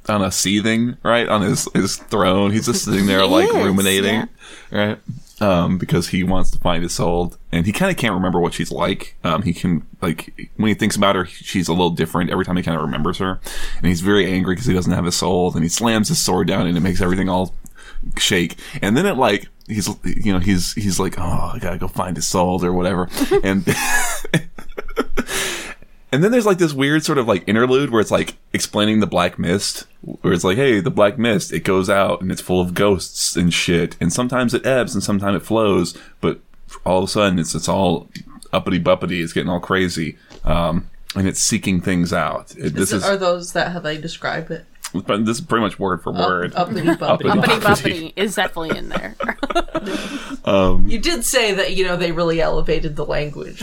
S3: on a seething, right, on his his throne. He's just sitting there, like ruminating, right? Um, because he wants to find his soul, and he kind of can't remember what she's like. Um, he can like when he thinks about her, she's a little different every time he kind of remembers her, and he's very angry because he doesn't have his soul, and he slams his sword down, and it makes everything all shake and then it like he's you know he's he's like oh i gotta go find his soul or whatever and and then there's like this weird sort of like interlude where it's like explaining the black mist where it's like hey the black mist it goes out and it's full of ghosts and shit and sometimes it ebbs and sometimes it flows but all of a sudden it's it's all uppity buppity it's getting all crazy um and it's seeking things out It- this is,
S4: are those that how they describe it?
S3: but this is pretty much word for word
S4: Up, uppity bumpity.
S1: Bumpity
S3: Uppity
S1: Bumpity is definitely in there.
S4: You did say that you know they really elevated the language.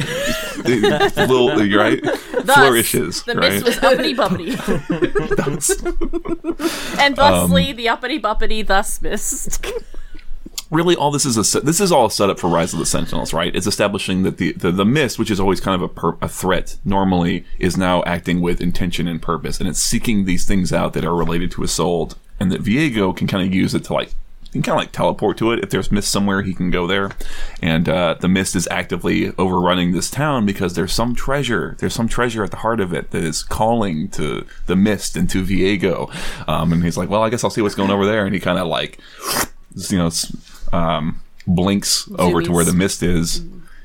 S3: little right
S1: Thus,
S3: flourishes
S1: The
S3: right
S1: mist was uppity bumpity. and thusly,
S3: Um,
S1: the uppity bumpity thus missed.
S3: really all this is a se- this is all set up for Rise of the Sentinels, right? It's establishing that the the, the mist, which is always kind of a, per- a threat, normally is now acting with intention and purpose, and it's seeking these things out that are related to his soul, and that Viego can kind of use it to like he can kind of like teleport to it. If there's mist somewhere, he can go there, and uh, the mist is actively overrunning this town because there's some treasure. There's some treasure at the heart of it that is calling to the mist and to Viego, um, and he's like, "Well, I guess I'll see what's going over there," and he kind of like you know, s- um, blinks over to
S1: Zoomies.
S3: where the mist is.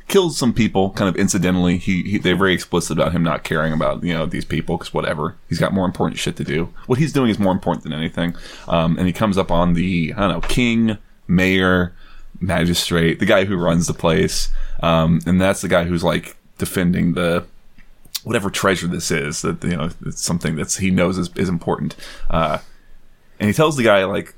S3: Kills some people, kind of incidentally. He, he they're very explicit about him not caring about you know these people because whatever. He's got more important shit to do. What he's doing is more important than anything. Um, and he comes up on the I don't know king, mayor, magistrate, the guy who runs the place. Um, and that's the guy who's like defending the whatever treasure this is that you know it's something that's he knows is, is important. Uh, and he tells the guy like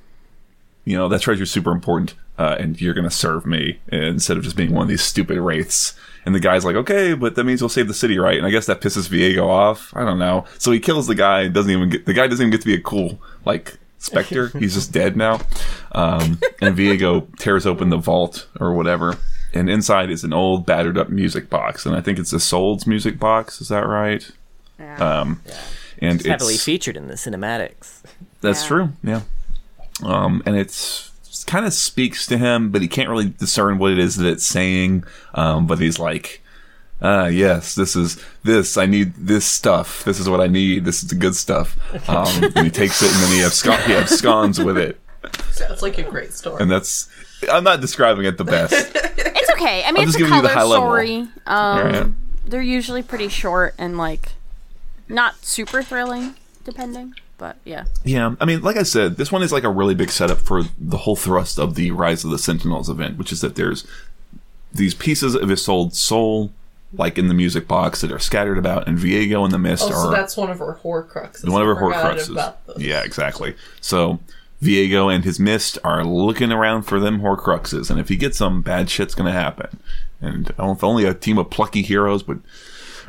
S3: you know that treasure's super important uh, and you're gonna serve me instead of just being one of these stupid wraiths and the guy's like okay but that means we'll save the city right and i guess that pisses viego off i don't know so he kills the guy and doesn't even get the guy doesn't even get to be a cool like specter he's just dead now um, and viego tears open the vault or whatever and inside is an old battered up music box and i think it's the soul's music box is that right um, and
S2: Heavily
S3: it's
S2: featured in the cinematics.
S3: that's
S1: Yeah.
S3: true. Yeah. um, and it's kind of speaks to him, but he can't really discern what it is that it's saying. Um, but he's like, ah, yes, this is this. I need this stuff. This is what I need. This is the good stuff. Um, and he takes it, and then he absco- he absconds with it.
S4: Sounds like a great story.
S3: And that's I'm not describing it the best.
S1: It's okay. I mean,
S3: I'm
S1: it's
S3: just
S1: a
S3: giving you the
S1: color
S3: high level.
S1: story. Um,
S3: right.
S1: They're usually pretty short and like not super thrilling, depending. But yeah,
S3: Yeah, I mean, like I said, this one is like a really big setup for the whole thrust of the Rise of the Sentinels event, which is that there's these pieces of his soul, soul, like in the music box, that are scattered about, and Viego and the Mist
S4: oh,
S3: are
S4: so that's one of her horcruxes.
S3: one of her
S4: I forgot
S3: Horcruxes.
S4: about those.
S3: Yeah, exactly. So Viego and his Mist are looking around for them Horcruxes, and if he gets them, bad shit's gonna happen. And oh, if only a team of plucky heroes would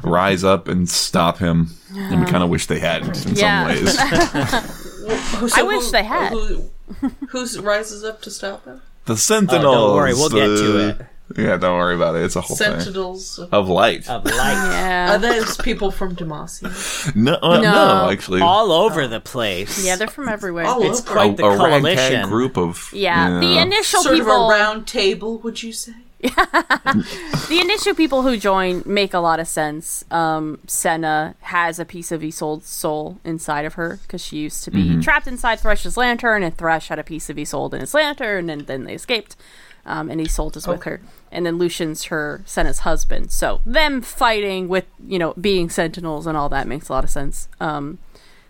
S3: rise up and stop him. And we kind of wish they hadn't in
S1: Yeah.
S3: some ways.
S4: Oh, so
S1: I wish they had.
S4: Who, who rises up to stop him?
S3: The Sentinels.
S2: Oh, don't worry, we'll get to
S3: the- Yeah, don't worry about it. It's a whole thing
S4: Sentinels. Of-
S3: of light.
S2: of light
S4: are
S1: yeah,
S4: those people from Demacia?
S3: no, uh, no,
S1: No.
S3: actually,
S2: all over the place.
S1: yeah, they're from everywhere.
S4: All
S2: it's
S4: over.
S3: a,
S2: quite the
S3: a ragtag
S2: coalition.
S3: group of
S1: yeah, the initial
S4: Sort of
S1: people,
S4: a round table, would you say?
S1: the initial people who join make a lot of sense. Um, Senna has a piece of Isolde's soul inside of her because she used to be trapped inside Thresh's lantern, and Thresh had a piece of Isolde in his lantern, and then they escaped. Um, and Isolde is with her, and then Lucian's her Senna's husband. So them fighting with you know being Sentinels and all that makes a lot of sense. Um,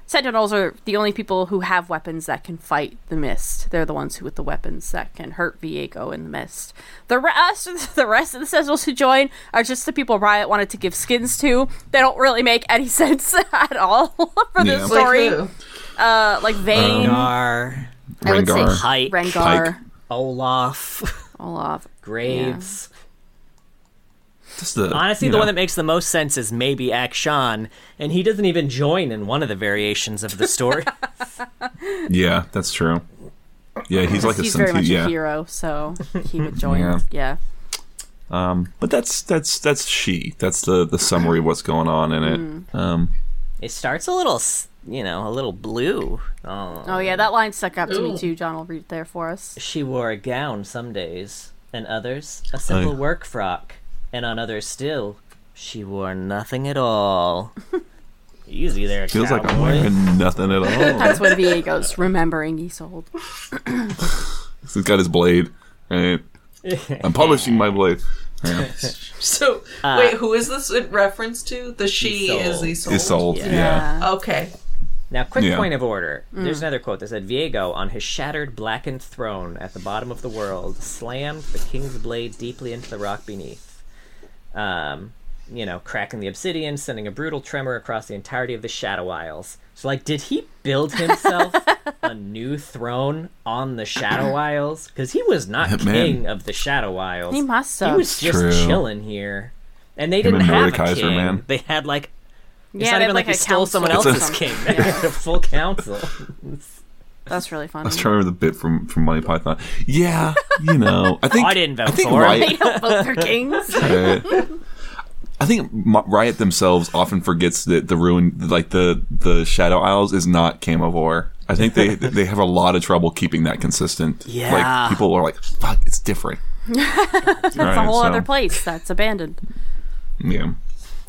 S1: Sentinels are the only people who have weapons that can fight the mist. They're the ones who with the weapons that can hurt Viego in the mist. The rest, the rest of the Sentinels who join are just the people Riot wanted to give skins to. They don't really make any sense at all for
S3: Yeah.
S1: this
S3: Like
S1: story.
S4: Like who?
S1: uh, like Vayne,
S2: Are
S1: I would say
S3: Rengar.
S2: Pike,
S1: Rengar,
S3: Pike.
S2: Olaf,
S1: Olaf.
S2: Graves.
S3: Just the,
S2: Honestly,
S3: you
S2: the
S3: know,
S2: one that makes the most sense is maybe Akshan, and he doesn't even join in one of the variations of the story.
S3: yeah, that's true. Yeah, he's like a
S1: He's very
S3: sentient.
S1: much a
S3: Yeah,
S1: hero, so he would join.
S3: Yeah.
S1: yeah.
S3: um, but that's that's that's she. That's the the summary of what's going on in it.
S1: Mm.
S3: Um,
S2: it starts a little, s- you know, a little blue. Oh.
S1: Oh yeah, that line stuck out to
S4: Ooh.
S1: me too. John will read it there for us.
S2: She wore a gown some days, and others a simple
S3: Aye.
S2: work frock, and on others still, she wore nothing at all. Easy there,
S3: feels like I'm
S2: cowboy.
S3: wearing nothing at all.
S1: That's when Viego's remembering Isolde.
S3: he's got his blade. Right. I'm publishing my blade. Yeah.
S4: So,
S1: Uh,
S4: wait, who is this in reference to? The she is
S2: Isolde.
S4: Isolde.
S3: It's sold. Yeah.
S1: Uh,
S4: Okay.
S2: Now, quick
S3: Yeah.
S2: point of order.
S1: Mm.
S2: There's another quote that said Viego, on his shattered, blackened throne at the bottom of the world, slammed the king's blade deeply into the rock beneath. Um, you know, cracking the obsidian, sending a brutal tremor across the entirety of the Shadow Isles. So, like, did he build himself a new throne on the Shadow Isles? Because he was not
S3: Man.
S2: king of the Shadow Isles.
S1: He must
S2: He
S1: have.
S2: was just
S3: True.
S2: chilling here, and they didn't
S3: and
S2: have a
S3: Mordekaiser,
S2: king.
S3: man.
S2: They had like it's
S1: Yeah,
S2: not
S1: they
S2: even
S1: have,
S2: like,
S1: like,
S2: they
S1: a
S2: stole someone
S1: council or
S2: else's king.
S1: something.
S2: They had a full council.
S1: That's really funny.
S3: Let's remember the bit from from Monty Python. Yeah, you know, I think
S2: I didn't vote
S3: I think
S2: for it.
S3: Riot,
S1: They don't vote for kings.
S3: Uh, I think M- Riot themselves often forgets that the ruin, like the the Shadow Isles, is not Camivore. I think they they have a lot of trouble keeping that consistent.
S2: Yeah.
S3: like people are like, "Fuck, it's different."
S1: That's a whole other place that's abandoned.
S3: Yeah,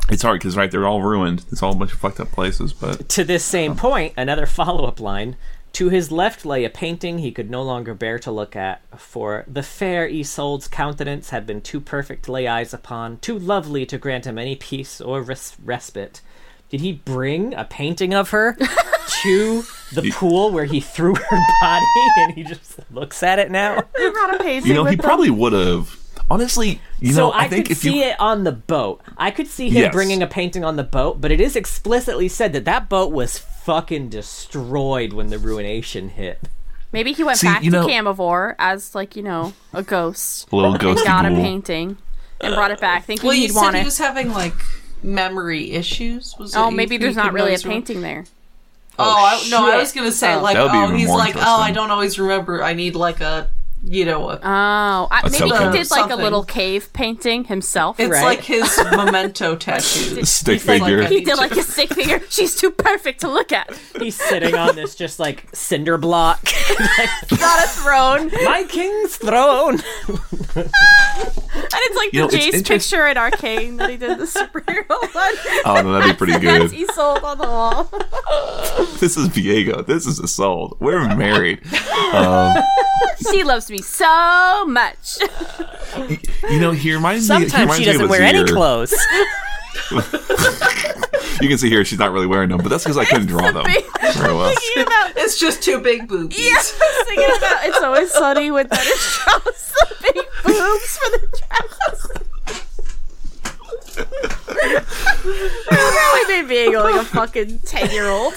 S3: it's hard because right, they're all ruined. It's all a bunch of fucked up places. But
S2: to this same point, another follow up line. To his left lay a painting he could no longer bear to look at, for the fair Isolde's countenance had been too perfect to lay eyes upon, too lovely to grant him any peace or res- respite. Did he bring a painting of her to the pool where he threw her body and he just looks at it now?
S1: They brought a pacing
S3: you know, he
S1: with them.
S3: probably would have. Honestly, you
S2: so
S3: know,
S2: I,
S3: I, think
S2: could
S3: if
S2: see
S3: you
S2: it on the boat. I could see him
S3: Yes.
S2: bringing a painting on the boat, but it is explicitly said that that boat was fucking destroyed when the ruination hit.
S1: Maybe he went
S3: See,
S1: back
S3: you know-
S1: to Camivore as like you know a ghost.
S3: Little
S1: and
S3: ghosty
S1: got a
S3: ghoul.
S1: painting and brought it back, thinking
S4: Well, you
S1: he'd
S4: said
S1: want
S4: he
S1: it.
S4: was having like memory issues. Was
S1: oh,
S4: it?
S1: maybe
S4: You-
S1: there's
S4: you
S1: not
S4: couldn't
S1: really a
S4: always remember-
S1: painting there.
S4: Oh, I, no, I
S1: shit.
S4: was gonna say
S1: Oh.
S4: like,
S3: That would be
S4: oh,
S3: even
S4: he's
S3: more
S4: like, oh,
S3: interesting.
S4: I don't always remember. I need like a you know what?
S1: Oh, I, maybe
S3: something.
S1: he did like a
S4: Something.
S1: little cave painting himself.
S4: it's
S2: right.
S4: like his memento tattoo.
S3: Stick
S2: He's like-
S3: figure.
S1: he did like a stick figure. She's too perfect to look at.
S2: He's sitting on this just like cinder block.
S1: Got a throne, and
S2: My king's throne.
S1: it's like
S3: You know,
S1: the
S3: it's
S1: Jace
S3: interest-
S1: picture in Arcane that he did the superhero one.
S3: Oh, no, that'd be pretty
S1: That's
S3: good.
S1: Isolde on the wall.
S3: This is Viego. This is Assault. We're married. Um,
S1: She loves me so much.
S3: You know, he reminds me. he
S2: Sometimes
S3: reminds
S2: she
S3: me of
S2: doesn't wear any
S3: Azir.
S2: clothes.
S3: You can see here she's not really wearing them, but that's because I couldn't draw them
S1: big-
S3: very well.
S1: Thinking about
S4: It's just two big boobies.
S1: yeah, I was thinking about it's always sunny with that it shows the big boobs for the dress. Probably made being like a fucking ten year old.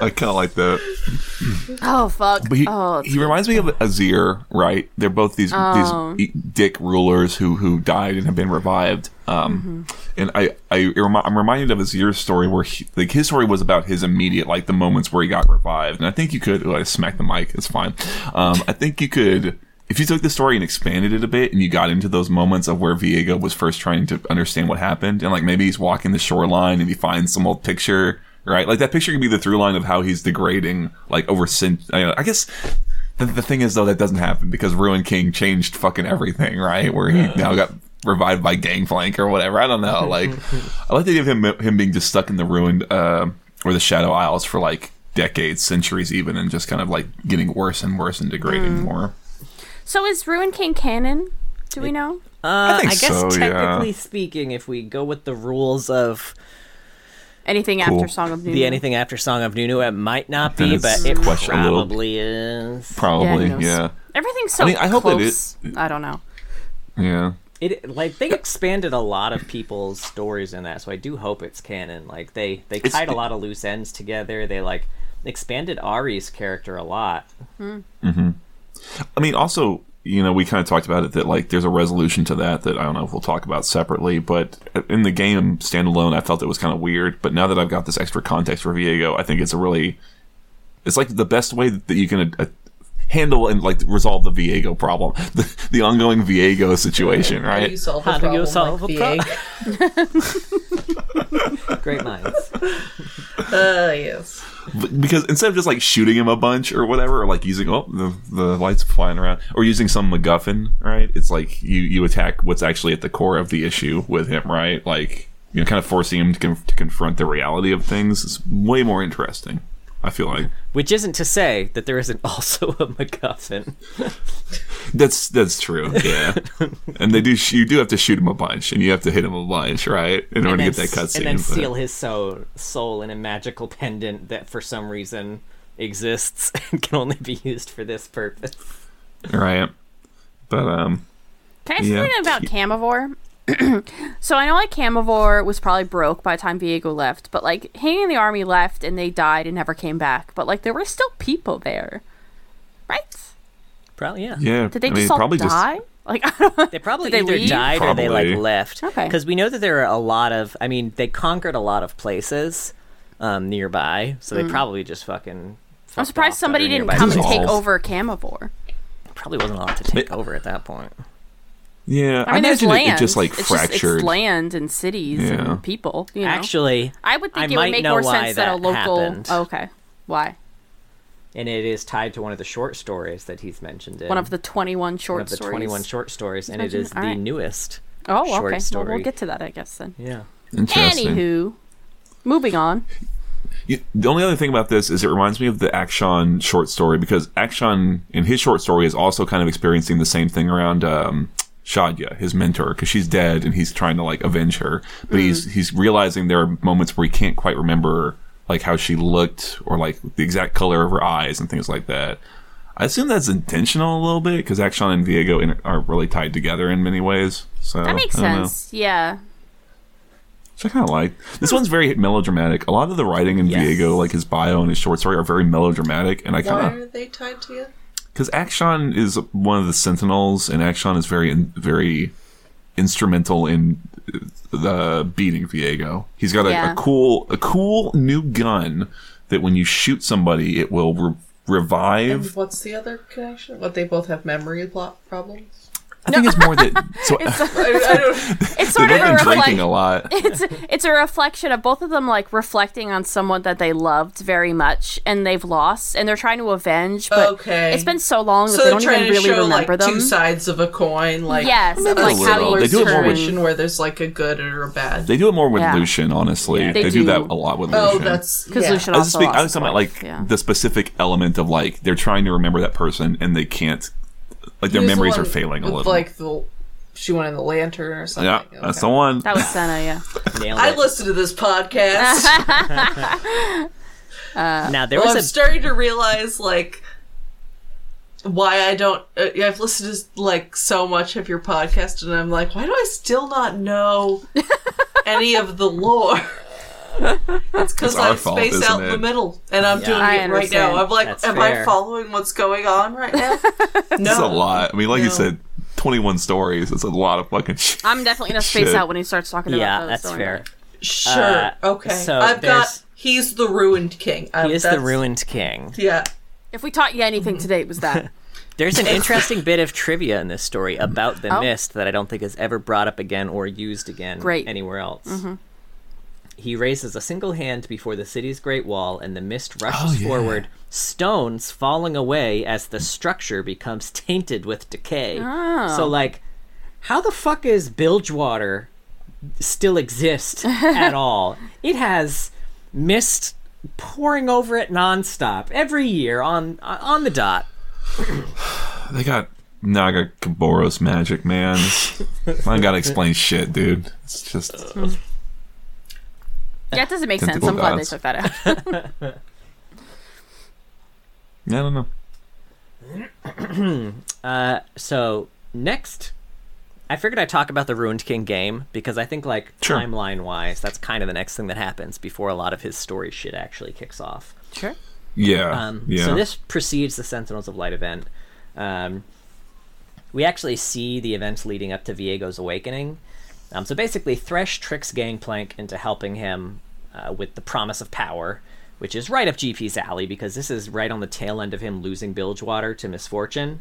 S3: I kind of like that.
S1: Oh fuck.
S3: But he,
S1: oh,
S3: he reminds me of Azir, right? They're both these these e- dick rulers who who died and have been revived. Um, and I I it remi- I'm reminded of Azir's story where he, like his story was about his immediate like the moments where he got revived. And I think you could oh, I smack the mic. It's fine. Um, I think you could. If you took the story and expanded it a bit, and you got into those moments of where Viego was first trying to understand what happened, and like maybe he's walking the shoreline and he finds some old picture right? Like that picture can be the through line of how he's degrading, like over sin. I I guess the, the thing is though that doesn't happen because Ruin King changed fucking everything, right? Where he now got revived by Gangplank or whatever. I don't know. Like I like to give him him being just stuck in the ruined uh, or the Shadow Isles for like decades, centuries, even, and just kind of like getting worse and worse and degrading more.
S1: so is Ruin King canon? Do we know?
S2: Uh, I,
S3: think
S2: guess
S3: so, yeah.
S2: technically speaking, if we go with the rules of
S1: Anything
S3: Cool.
S1: after Song of New
S2: the anything after Song of Nunu, it might not be,
S3: Then it's
S2: but it
S3: question- a little-
S2: probably is.
S3: Probably,
S1: Yeah, who knows?
S3: yeah,
S1: Everything's so
S3: I mean, I hope it
S1: close. I don't know.
S3: yeah.
S2: It like they expanded a lot of people's stories in that, so I do hope it's canon. Like they they tied a lot of loose ends together. They like expanded Ari's character a lot.
S3: I mean, also, you know, we kind of talked about it that like there's a resolution to that that I don't know if we'll talk about separately, but in the game standalone, I felt it was kind of weird. But now that I've got this extra context for Viego, I think it's a really, it's like the best way that you can. Uh, handle and like resolve the Viego problem, the, the ongoing Viego situation,
S4: How
S3: right?
S4: do you solve a
S2: How do
S4: problem
S2: you solve
S4: like
S2: a
S4: the
S2: pro-
S4: egg?
S2: Great minds.
S4: Uh, yes.
S3: because instead of just like shooting him a bunch or whatever, or like using oh the the lights flying around, or using some MacGuffin, right? It's like you you attack what's actually at the core of the issue with him, right? Like you know, kind of forcing him to, con- to confront the reality of things is way more interesting. I feel like
S2: Which isn't to say that there isn't also a MacGuffin.
S3: that's that's true, yeah. and they do sh- you do have to shoot him a bunch, and you have to hit him a bunch, right? In order to get that
S2: then s-
S3: cutscene,
S2: and then
S3: but-
S2: seal his soul, soul in a magical pendant that for some reason exists and can only be used for this purpose.
S3: right? But um,
S1: Can I say
S3: Yeah.
S1: something about Camivore? so I know like Camivore was probably broke by the time Viego left, but like he and the army left and they died and never came back. But like there were still people there, right?
S2: Probably yeah.
S3: yeah,
S1: Did they
S3: I
S1: just
S3: mean,
S1: all
S3: probably
S1: die? Like I don't.
S2: They probably
S1: Did they
S2: either
S1: leave?
S2: died or they
S3: Probably.
S2: like left.
S1: Okay.
S2: Because we know that there are a lot of. I mean, they conquered a lot of places um, nearby, so they probably just fucking.
S1: Mm. I'm surprised somebody didn't come
S3: places.
S1: and take
S3: Dissolved.
S1: over Camivore.
S2: Probably wasn't allowed to take over at that point.
S3: yeah.
S1: I mean, there's
S3: imagine
S1: land.
S3: it, it just like
S1: it's
S3: fractured.
S1: Just, it's land and cities
S3: Yeah.
S1: and people. You know?
S2: Actually,
S1: I would think
S2: I
S1: it would
S2: might
S1: make
S2: know
S1: more
S2: why
S1: sense that, a
S2: that
S1: local.
S2: happened.
S1: Oh, okay, why?
S2: and it is tied to one of the short stories that he's mentioned in
S1: One of the 21 short
S2: one of the
S1: stories.
S2: 21 short stories, and it
S1: mentioned-
S2: is
S1: all
S2: the
S1: right.
S2: newest.
S1: Oh, okay.
S2: short
S1: Well, we'll
S2: story.
S1: get to that, I guess then.
S2: Yeah.
S3: Interesting.
S1: Anywho, moving on.
S3: You, the only other thing about this is it reminds me of the Action short story because Action in his short story is also kind of experiencing the same thing around um, Shadya, his mentor, because she's dead and he's trying to like avenge her, but
S1: Hmm.
S3: he's he's realizing there are moments where he can't quite remember like how she looked or like the exact color of her eyes and things like that. I assume that's intentional a little bit because Action and Viego in, are really tied together in many ways. So
S1: That makes
S3: I don't know.
S1: sense. Yeah.
S3: Which I kind of like. This one's very melodramatic. A lot of the writing in
S2: Yes.
S3: Diego, like his bio and his short story, are very melodramatic, and I
S4: Why
S3: kind of
S4: are they tied to you?
S3: because Action is one of the Sentinels, and Action is very very instrumental in the beating Diego. He's got a,
S1: Yeah.
S3: a cool a cool new gun that when you shoot somebody, it will re-
S4: And
S3: revive.
S4: what's the other connection? What they both have memory plot problems.
S3: I think it's more that so, they've
S4: I, I don't.
S1: It's sort of
S3: been
S1: a
S3: drinking
S1: reflection.
S3: a lot.
S1: It's it's a reflection of both of them like reflecting on someone that they loved very much and they've lost and they're trying to avenge. But
S4: Okay.
S1: it's been so long that
S4: So
S1: they
S4: they're
S1: don't
S4: trying
S1: even
S4: to
S1: really
S4: show like
S1: remember them.
S4: two sides of a coin, like
S1: Yes,
S4: a
S1: of, like,
S3: how
S4: similar
S3: you They do it more with-
S4: situation where there's like a good or a bad.
S3: They do it more with
S1: Yeah.
S3: Lucian, honestly.
S2: Yeah.
S3: they,
S1: They
S3: do.
S1: do.
S3: that a lot with
S4: oh,
S3: Lucian.
S4: that's
S1: because
S4: yeah.
S1: Lucian
S3: I was,
S1: also
S3: speak, I
S1: lost
S3: was
S1: his
S3: talking about
S1: wife,
S3: like
S1: yeah.
S3: the specific element of like they're trying to remember that person and they can't. Like their
S4: Who's the
S3: memories
S4: one
S3: are failing a
S4: with,
S3: little.
S4: Like the she went in the lantern or something.
S3: yeah, that's the
S4: Okay.
S3: one.
S1: that was Senna. Yeah,
S2: Nailed
S4: I
S2: it.
S4: listen to this podcast.
S2: now
S1: Oh,
S2: there
S4: Well, I'm
S2: was a
S4: starting to realize like why I don't. Uh, I've listened to like so much of your podcast, and I'm like, why do I still not know any of the lore? it's because
S3: It's our
S4: I
S3: fault,
S4: space
S3: isn't
S4: out in
S3: it?
S4: the middle, and I'm doing
S1: I
S4: it right
S1: understand.
S4: now. I'm like,
S2: That's
S4: am I
S2: fair.
S4: following what's going on right now? no,
S3: That's a lot. I mean, like you
S4: No.
S3: said, 21 stories. It's a lot of fucking shit.
S1: I'm definitely gonna space
S3: Shit.
S1: out when he starts talking
S2: yeah,
S1: about those.
S2: that's
S1: don't
S2: fair.
S4: Sure.
S2: Uh,
S4: okay.
S2: so
S4: I've got.
S2: there's-
S4: He's the ruined king. Um,
S2: He is the
S4: that's-
S2: ruined king.
S4: Yeah.
S1: If we taught you anything today, it was that.
S2: There's an interesting bit of trivia in this story about the mist that I don't think is ever brought up again or used again
S1: Great.
S2: anywhere else. He raises a single hand before the city's great wall, and the mist rushes
S3: yeah.
S2: forward, stones falling away as the structure becomes tainted with decay. So, like, how the fuck is Bilgewater still exist at all? It has mist pouring over it nonstop every year on on the dot.
S3: They got Naga Kaboros magic, man. I gotta explain shit, dude. It's just
S1: Mm-hmm. Yeah, it doesn't make sense.
S3: Tentacle
S1: I'm glad they
S3: gods.
S1: took that out.
S3: I don't know.
S2: So next, I figured I'd talk about the Ruined King game because I think, like
S3: Sure.
S2: timeline wise, that's kind of the next thing that happens before a lot of his story shit actually kicks off.
S1: Sure.
S3: Yeah,
S2: Um,
S3: yeah.
S2: So this precedes the Sentinels of Light event. Um, we actually see the events leading up to Viego's awakening. Um, so basically, Thresh tricks Gangplank into helping him uh, with the promise of power, which is right up GP's alley because this is right on the tail end of him losing Bilgewater to misfortune.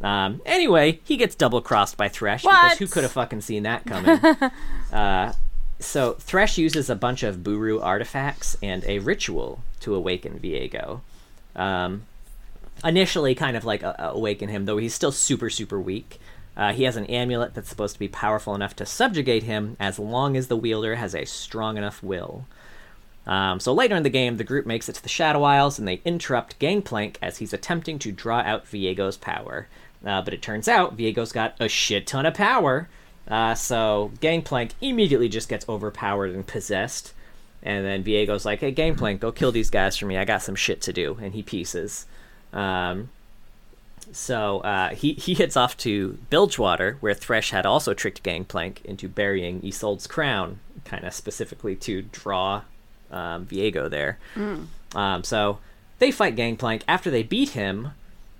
S2: Um, anyway, he gets double crossed by Thresh because
S1: What?
S2: who could have fucking seen that coming? Uh, So Thresh uses a bunch of Buru artifacts and a ritual to awaken Viego. Um, initially, kind of like uh, uh, awaken him, though he's still super, super weak. Uh, he has an amulet that's supposed to be powerful enough to subjugate him as long as the wielder has a strong enough will. Um, so later in the game, the group makes it to the Shadow Isles and they interrupt Gangplank as he's attempting to draw out Viego's power. Uh, but it turns out Viego's got a shit ton of power, uh, so Gangplank immediately just gets overpowered and possessed. And then Viego's like, "Hey, Gangplank, go kill these guys for me. I got some shit to do." And he pieces. Um, so uh, he he heads off to Bilgewater, where Thresh had also tricked Gangplank into burying Isolde's crown, kind of specifically to draw um, Viego there. Um, so they fight Gangplank. After they beat him,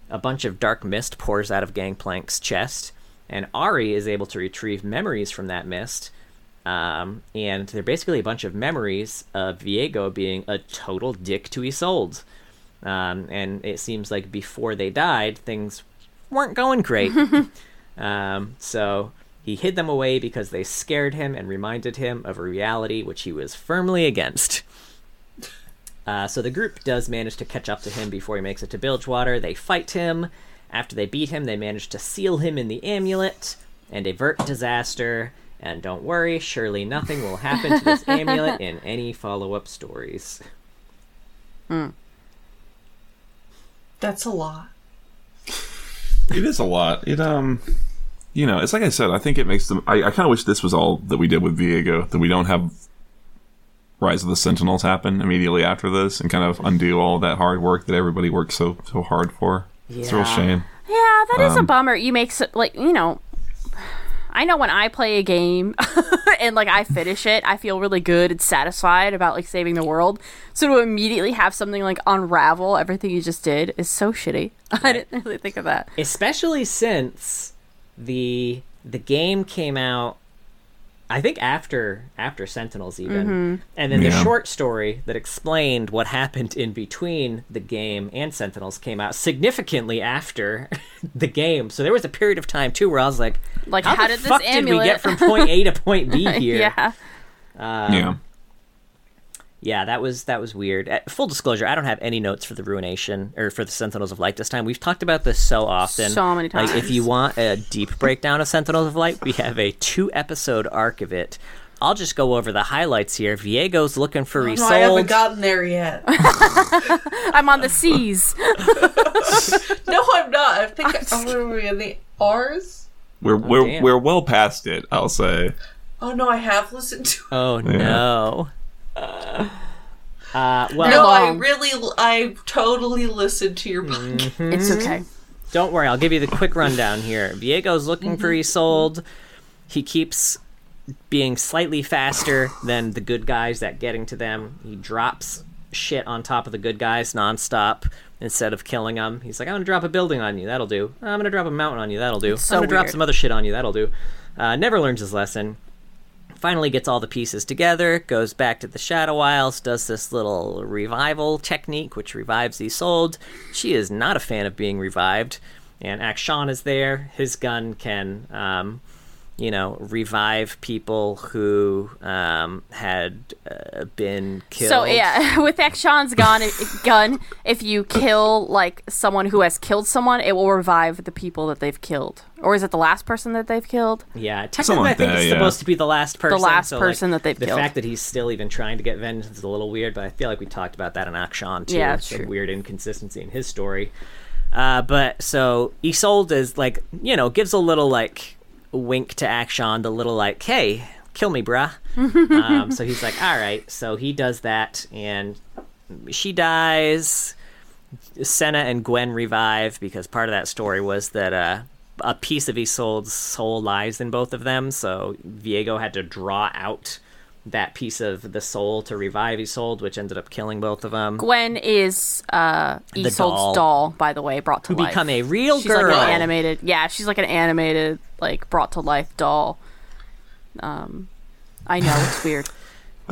S2: a bunch of dark mist pours out of Gangplank's chest, and Ari is able to retrieve memories from that mist. Um, and they're basically a bunch of memories of Viego being a total dick to Isolde. Um, and it seems like before they died, things weren't going great. um, so he hid them away because they scared him and reminded him of a reality which he was firmly against. Uh, so the group does manage to catch up to him before he makes it to Bilgewater. They fight him. After they beat him, they manage to seal him in the amulet and avert disaster. And don't worry, surely nothing will happen to this amulet in any follow up stories.
S4: That's a lot.
S3: it is a lot. It um, you know, it's like I said. I think it makes them. I, I kind of wish this was all that we did with Viego. That we don't have Rise of the Sentinels happen immediately after this and kind of undo all that hard work that everybody worked so so hard for. It's a real
S2: Yeah.
S3: shame.
S1: Yeah, that is
S2: Um,
S1: a bummer. You make so, like you know. I know when I play a game and like I finish it, I feel really good and satisfied about like saving the world. So to immediately have something like unravel everything you just did is so shitty. I didn't really think of that.
S2: especially since the the game came out I think after after Sentinels even,
S1: Mm-hmm.
S2: and then the
S3: Yeah.
S2: short story that explained what happened in between the game and Sentinels came out significantly after the game. So there was a period of time too where I was like,
S1: Like,
S2: how,
S1: how
S2: the
S1: did this
S2: fuck did we
S1: amulet-
S2: get from point A to point B here?"
S1: Yeah.
S3: yeah.
S2: Yeah, that was that was weird. Uh, full disclosure, I don't have any notes for the ruination or for the Sentinels of Light this time. We've talked about this so often,
S1: So many
S2: Like, if
S1: times.
S2: you want a deep breakdown of Sentinels of Light, we have a two episode arc of it. I'll just go over the highlights here. Viego's looking for
S4: No, I haven't
S2: Isolde.
S4: gotten there yet.
S1: I'm on the seas.
S4: no, I'm not. I oh, think I'm we in the R's.
S3: We're we're
S2: damn.
S3: we're well past it. I'll say.
S4: Oh no, I have listened to.
S2: oh no. Uh, well,
S4: No, I
S1: long.
S4: really, I totally listened to
S1: Mm.
S4: your podcast.
S1: It's okay.
S2: Mm-hmm. Don't worry, I'll give you the quick rundown here. Viego's looking
S1: Mm-hmm.
S2: for Isolde. He keeps being slightly faster than the good guys at getting to them. He drops shit on top of the good guys nonstop instead of killing them. He's like, I'm gonna drop a building on you, that'll do. I'm gonna drop a mountain on you, that'll do.
S1: so
S2: I'm gonna drop
S1: weird.
S2: some other shit on you, that'll do. Uh, never learns his lesson. Finally gets all the pieces together, goes back to the Shadow Isles, does this little revival technique, which revives Isolde. She is not a fan of being revived, and Akshon is there. His gun can um, you know, revive people who um, had uh, been killed.
S1: So yeah, with Akshon's gun, gun, if you kill like someone who has killed someone, it will revive the people that they've killed. Or is it the last person that they've killed?
S2: yeah. Technically,
S3: Something
S2: I
S3: like
S2: think
S3: that,
S2: it's
S3: yeah.
S2: supposed to be the last person.
S1: last
S2: so,
S1: person
S2: like,
S1: that they've
S2: the
S1: killed.
S2: fact that he's still even trying to get vengeance is a little weird, but I feel like we talked about that in Akshon too.
S1: Yeah,
S2: It's a
S1: true.
S2: weird inconsistency in his story. Uh, but so Isolde is like, you know, gives a little like wink to Akshon, the little like, hey, kill me, bruh. um, so he's like, all right. So he does that, and she dies. Senna and Gwen revive because part of that story was that uh, a piece of Isolde's soul lies in both of them. So Viego had to draw out that piece of the soul to revive Isolde, which ended up killing both of them.
S1: Gwen is uh, Isolde's
S2: doll.
S1: doll. by the way, brought to life.
S2: Become a real
S1: she's
S2: girl.
S1: like an animated. Yeah, she's like an animated, like brought to life doll. Um, I know it's weird.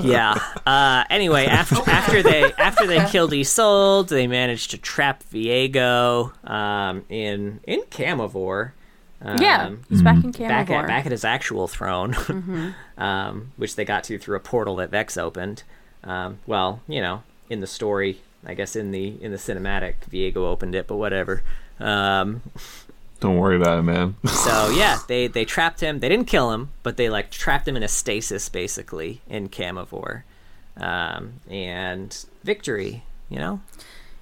S2: yeah. Uh, anyway, after after they after they killed Isolde, they managed to trap Viego um, in in Camivore. Um,
S1: yeah, he's back in Camivore.
S2: back at back at his actual throne, um, which they got to through a portal that Vex opened. Um, well, you know, in the story, I guess in the in the cinematic, Viego opened it, but whatever. Um,
S3: Don't worry about it, man.
S2: so yeah, they they trapped him. They didn't kill him, but they like trapped him in a stasis, basically in Camivore, um, and victory. You know,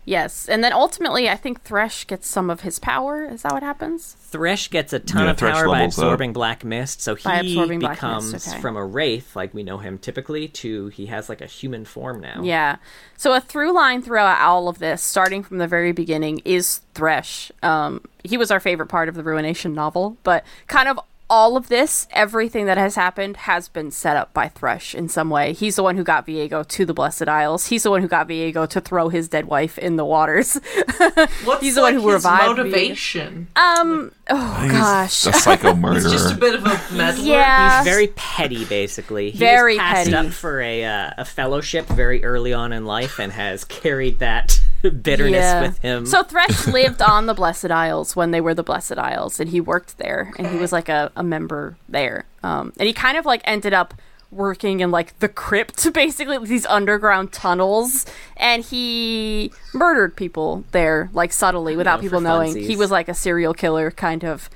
S1: Yes, and then ultimately, I think Thresh gets some of his power. Is that what happens?
S2: Thresh gets a ton
S3: Yeah,
S2: of
S3: Thresh
S2: power by
S3: levels up.
S2: absorbing black mist, so
S1: By
S2: he
S1: absorbing black
S2: becomes
S1: mist, okay.
S2: from a wraith, like we know him typically, to he has like a human form now.
S1: Yeah. So a through line throughout all of this, starting from the very beginning, is Thresh. Um, he was our favorite part of the Ruination novel, but kind of all of this, everything that has happened, has been set up by Thresh in some way. He's the one who got Viego to the Blessed Isles. He's the one who got Viego to throw his dead wife in the waters.
S4: What's
S1: He's the one
S4: like,
S1: who
S4: his
S1: revived me.
S4: motivation?
S1: Um. Oh gosh.
S3: a psycho
S4: He's
S3: murderer.
S4: just a bit of a meddler.
S1: Yeah.
S2: He's very petty, basically. He
S1: Very
S2: was passed
S1: petty.
S2: up for a uh, a fellowship very early on in life and has carried that bitterness
S1: Yeah.
S2: with him.
S1: So Thresh lived on the Blessed Isles when they were the Blessed Isles, and he worked there, and he was like a, a member there. Um, and he kind of like ended up working in like the crypt, basically like, these underground tunnels, and he murdered people there, like subtly, without
S2: for
S1: people knowing. He
S2: funsies.
S1: was like a serial killer, kind of.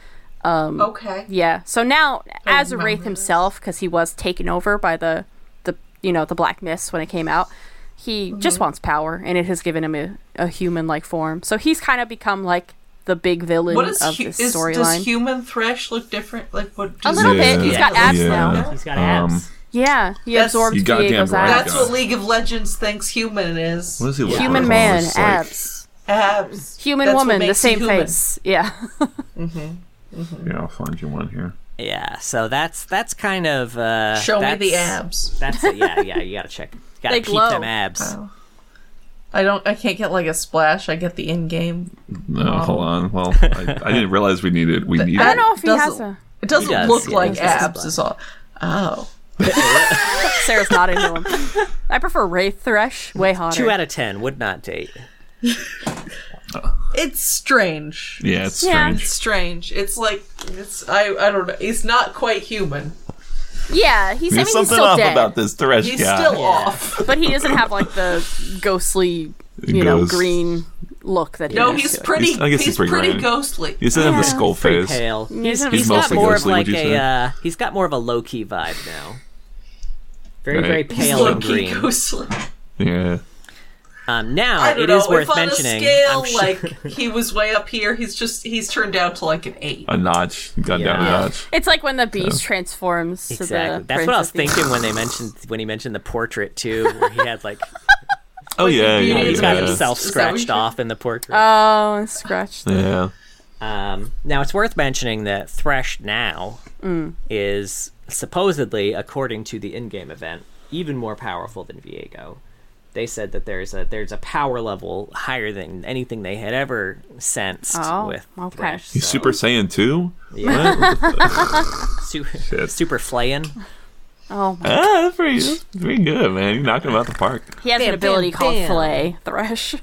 S4: Okay.
S1: Yeah. So now,
S4: Oh,
S1: as a
S4: remember
S1: wraith
S4: this.
S1: himself, because he was taken over by the, the you know the black mist when it came out, he just
S4: Mm-hmm.
S1: wants power, and it has given him a, a human like form. So he's kind of become like the big villain
S4: What is,
S1: of
S4: hu-
S1: this
S4: is does
S1: storyline.
S4: human thresh look different? Like what?
S1: a
S4: does-
S1: little bit.
S3: Yeah.
S1: He's got
S2: Yeah.
S1: abs
S3: Yeah.
S1: now.
S2: He's got
S3: Um,
S2: abs.
S1: Yeah, he
S4: That's-
S1: absorbs
S3: You goddamn
S1: Diego's
S3: right,
S1: abs.
S4: That's
S3: God.
S4: what League of Legends thinks human is.
S3: What does he look
S1: Human
S3: like?
S1: man,
S3: Almost like-
S1: abs.
S4: Abs.
S1: Human
S4: That's what
S1: woman, the
S4: makes
S1: same
S4: you human.
S1: face. Yeah.
S3: Yeah, I'll find you one here.
S2: Yeah. So that's that's kind of uh,
S4: Show me
S2: that's-
S4: the abs.
S2: That's yeah yeah. You gotta check. You gotta
S1: They
S2: peep
S1: glow.
S2: them abs.
S4: Oh, I don't. I can't get like a splash. I get the in-game.
S3: No, hold on. Well, I, I didn't realize we needed we needed.
S1: I don't know if he
S4: Doesn't-
S1: has a.
S4: It doesn't
S2: He does,
S4: look
S2: yeah,
S4: like
S2: he does.
S4: abs. Is all. Oh.
S1: Sarah's not into him. I prefer Wraith Thresh. Way hotter.
S2: Two out of ten would not date.
S4: It's strange.
S3: Yeah, it's
S1: Yeah.
S3: strange.
S4: It's strange. It's like it's I I don't know. He's not quite human.
S1: yeah, he's, I mean,
S3: There's
S1: he's
S3: something
S1: still
S3: off
S1: dead,
S3: about this Thresh
S4: He's
S3: guy.
S4: still off.
S1: but he doesn't have like the ghostly, you know,
S3: Ghost.
S1: green look that he
S4: No,
S1: used
S4: he's
S1: to.
S4: pretty
S3: He's- I guess he's
S4: he's
S3: pretty
S4: pretty,
S3: grand.
S4: ghostly.
S3: he doesn't have the skull
S2: Pretty
S3: face.
S2: pale. He's,
S1: He's
S2: he's got
S3: mostly
S2: more
S3: ghostly,
S2: of like
S3: would you
S2: a
S3: say?
S2: uh, he's got more of a low key vibe now. Very
S3: Right.
S2: very
S3: He's
S2: pale and
S4: Low-key
S2: green.
S4: ghostly.
S3: Yeah.
S2: Um, now
S4: I don't
S2: it
S4: know.
S2: is worth
S4: if on
S2: mentioning.
S4: a scale
S2: I'm sure-
S4: like he was way up here, he's just he's turned down to like an eight.
S3: A notch. He Got down a
S2: Yeah.
S3: notch.
S1: It's like when the beast transforms to
S2: exactly.
S1: the
S2: That's what I was
S1: princess.
S2: thinking when they mentioned when he mentioned the portrait too, where he had like
S3: Oh yeah, yeah,
S4: Beauty and
S2: he's
S4: the
S2: got
S4: Beast.
S3: yeah.
S2: himself
S4: Is that what
S2: scratched
S4: you're-
S2: off in the portrait.
S1: Oh, scratched.
S3: Yeah.
S2: Um, now, it's worth mentioning that Thresh now is supposedly, according to the in-game event, even more powerful than Viego. They said that there's a there's a power level higher than anything they had ever sensed
S1: Oh,
S2: with
S1: okay.
S2: Thresh.
S3: He's
S2: so-
S3: Super Saiyan two.
S2: Yeah.
S3: What?
S2: su- super flaying.
S1: Oh, my.
S3: ah, that's pretty, that's pretty good, man. You knocked him out the park.
S1: he has an
S4: Bam,
S1: ability
S4: bam,
S1: called
S4: bam.
S1: Flay Thresh.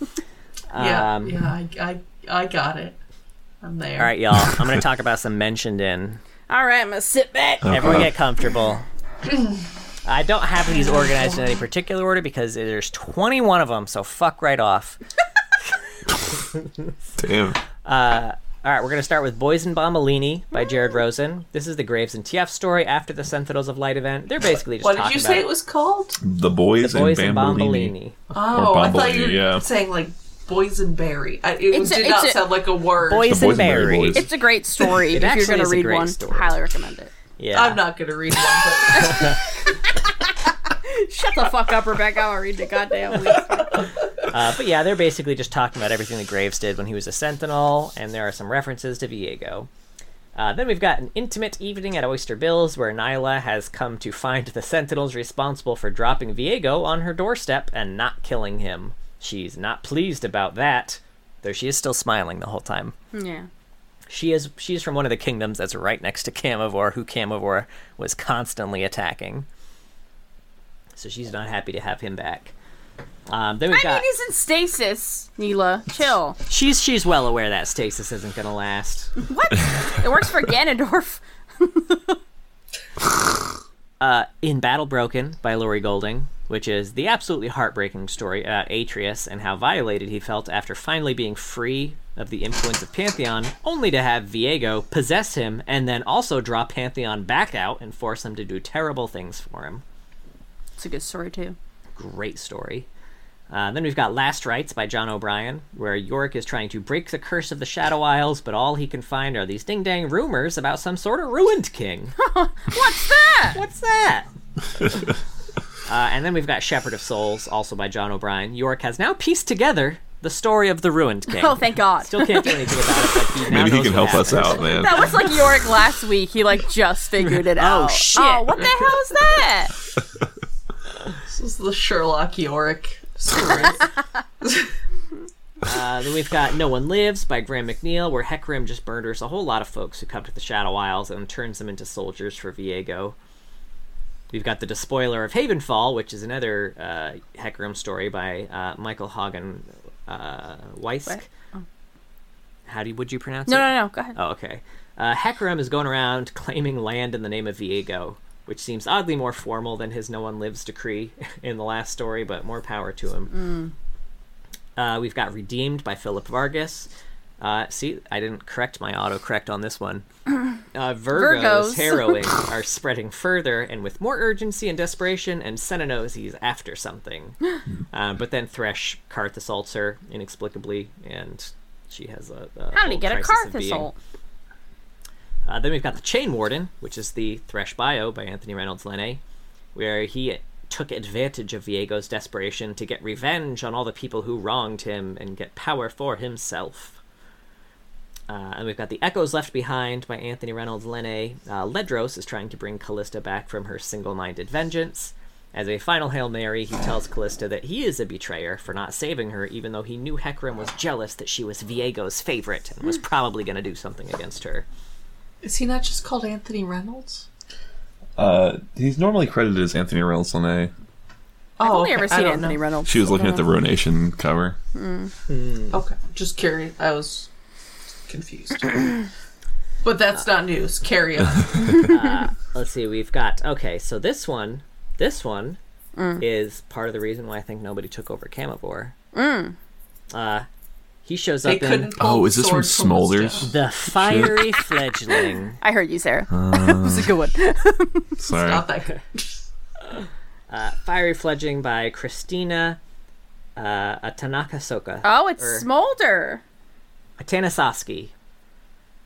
S3: Uh,
S4: yeah,
S2: Um,
S4: yeah, I, I I got it. I'm there.
S2: All right, y'all. I'm gonna talk about some mentioned in.
S1: All right, I'm gonna sit back.
S2: Everyone
S3: Okay.
S2: get comfortable. I don't have these organized in any particular order because there's 21 of them, so fuck right off.
S3: Damn.
S2: All right, we're going to start with Boys and Bombolini by Jared Rosen. This is the Graves and TF story after the Sentinels of Light event. They're basically just
S4: What did
S2: talking
S4: you say
S2: about
S4: it was called?
S3: The boys,
S2: it. Boys and Bombolini.
S3: Bambolini.
S4: Oh, I thought you were
S3: Bumblebee, yeah.
S4: saying like boysenberry. I, it
S1: It's a-
S4: did not
S1: it's a-
S4: sound like a word.
S2: Boys
S3: The
S2: and
S3: Boysenberry
S2: Berry.
S3: Boys.
S1: It's a great story. if
S2: actually
S1: you're gonna
S2: is a
S1: read
S2: great
S1: one,
S2: story.
S1: highly recommend it.
S2: Yeah.
S4: I'm not gonna read one. But
S1: Shut the fuck up, Rebecca. I'll read the goddamn week.
S2: Uh, but yeah, they're basically just talking about everything that Graves did when he was a Sentinel, and there are some references to Viego. Uh, then we've got an intimate evening at Oyster Bill's where Nyla has come to find the Sentinels responsible for dropping Viego on her doorstep and not killing him. She's not pleased about that, though she is still smiling the whole time.
S1: Yeah.
S2: She is she is from one of the kingdoms that's right next to Camivore, who Camivore was constantly attacking. So she's not happy to have him back. Um, then we've
S1: I
S2: got
S1: mean, he's in stasis. Neela, chill.
S2: she's she's well aware that stasis isn't gonna last.
S1: What? it works for Ganondorf.
S2: In Battle Broken by Laurie Golding, which is the absolutely heartbreaking story about Atreus and how violated he felt after finally being free of the influence of Pantheon, only to have Viego possess him and then also draw Pantheon back out and force him to do terrible things for him.
S1: It's a good story too.
S2: great story. Uh, then we've got Last Rites by John O'Brien, where Yorick is trying to break the curse of the Shadow Isles, but all he can find are these ding dang rumors about some sort of ruined king.
S1: What's that?
S2: What's that? uh, and then we've got Shepherd of Souls, also by John O'Brien. Yorick has now pieced together the story of the ruined king.
S1: Oh, thank God.
S2: Still can't do anything about it, but he now
S3: Maybe he
S2: knows
S3: can
S2: what
S3: help us
S2: happened.
S3: out, man.
S1: That was like Yorick last week. He like just figured it out.
S2: shit.
S1: Oh, what the hell is that?
S4: this is the Sherlock Yorick story.
S2: Uh, then we've got No One Lives by Graham McNeil, where Hecarim just murders a whole lot of folks who come to the Shadow Isles and turns them into soldiers for Viego. We've got The Despoiler of Havenfall, which is another uh, Hecarim story by uh, Michael Hagen uh, Weisk.
S1: What? Oh.
S2: How do you, would you pronounce
S1: No,
S2: it?
S1: no, no. Go ahead.
S2: Oh, okay. Uh, Hecarim is going around claiming land in the name of Viego, which seems oddly more formal than his No One Lives decree in the last story, but more power to him.
S1: Mm.
S2: Uh, we've got Redeemed by Philip Vargas. Uh, see, I didn't correct my autocorrect on this one. Uh, Virgo's
S1: Virgos.
S2: harrowing are spreading further, and with more urgency and desperation, and Senna knows he's after something. Uh, but then Thresh Carth assaults her inexplicably, and she has a. a
S1: How did he
S2: whole
S1: get a
S2: crisis of
S1: Karth
S2: being.
S1: assault?
S2: Uh, then we've got The Chain Warden, which is the Thresh bio by Anthony Reynolds Lene, where he took advantage of Viego's desperation to get revenge on all the people who wronged him and get power for himself. Uh, and we've got The Echoes Left Behind by Anthony Reynolds Lene. Uh, Ledros is trying to bring Callista back from her single minded vengeance. As a final Hail Mary, he tells Callista that he is a betrayer for not saving her, even though he knew Hecarim was jealous that she was Viego's favorite and was probably going to do something against her.
S4: is he not just called Anthony Reynolds?
S3: Uh, he's normally credited as Anthony Reynolds Lene.
S1: I've
S4: Oh,
S1: only
S4: okay.
S1: ever
S4: I
S1: seen
S4: don't
S1: Anthony
S4: know.
S1: Reynolds.
S3: She was
S1: I
S3: looking
S1: don't
S3: at the
S1: know.
S3: Ruination cover.
S4: Okay, just curious. I was confused. but that's not news. Carry on.
S2: Let's see, we've got okay. So this one, this one is part of the reason why I think nobody took over Camivore. Uh, he shows
S4: They
S2: up in
S4: couldn't.
S3: Oh,
S4: pull
S3: is this from
S4: sword the
S3: Smolders?
S4: stone.
S2: the fiery fledgling.
S1: I heard you, Sarah. It was a good one.
S3: Sorry.
S4: Not that good.
S2: Fiery Fledging by Christina uh, uh, Tanaka Soka.
S1: Oh, it's
S2: Or-
S1: Smolder.
S2: Tanasaski.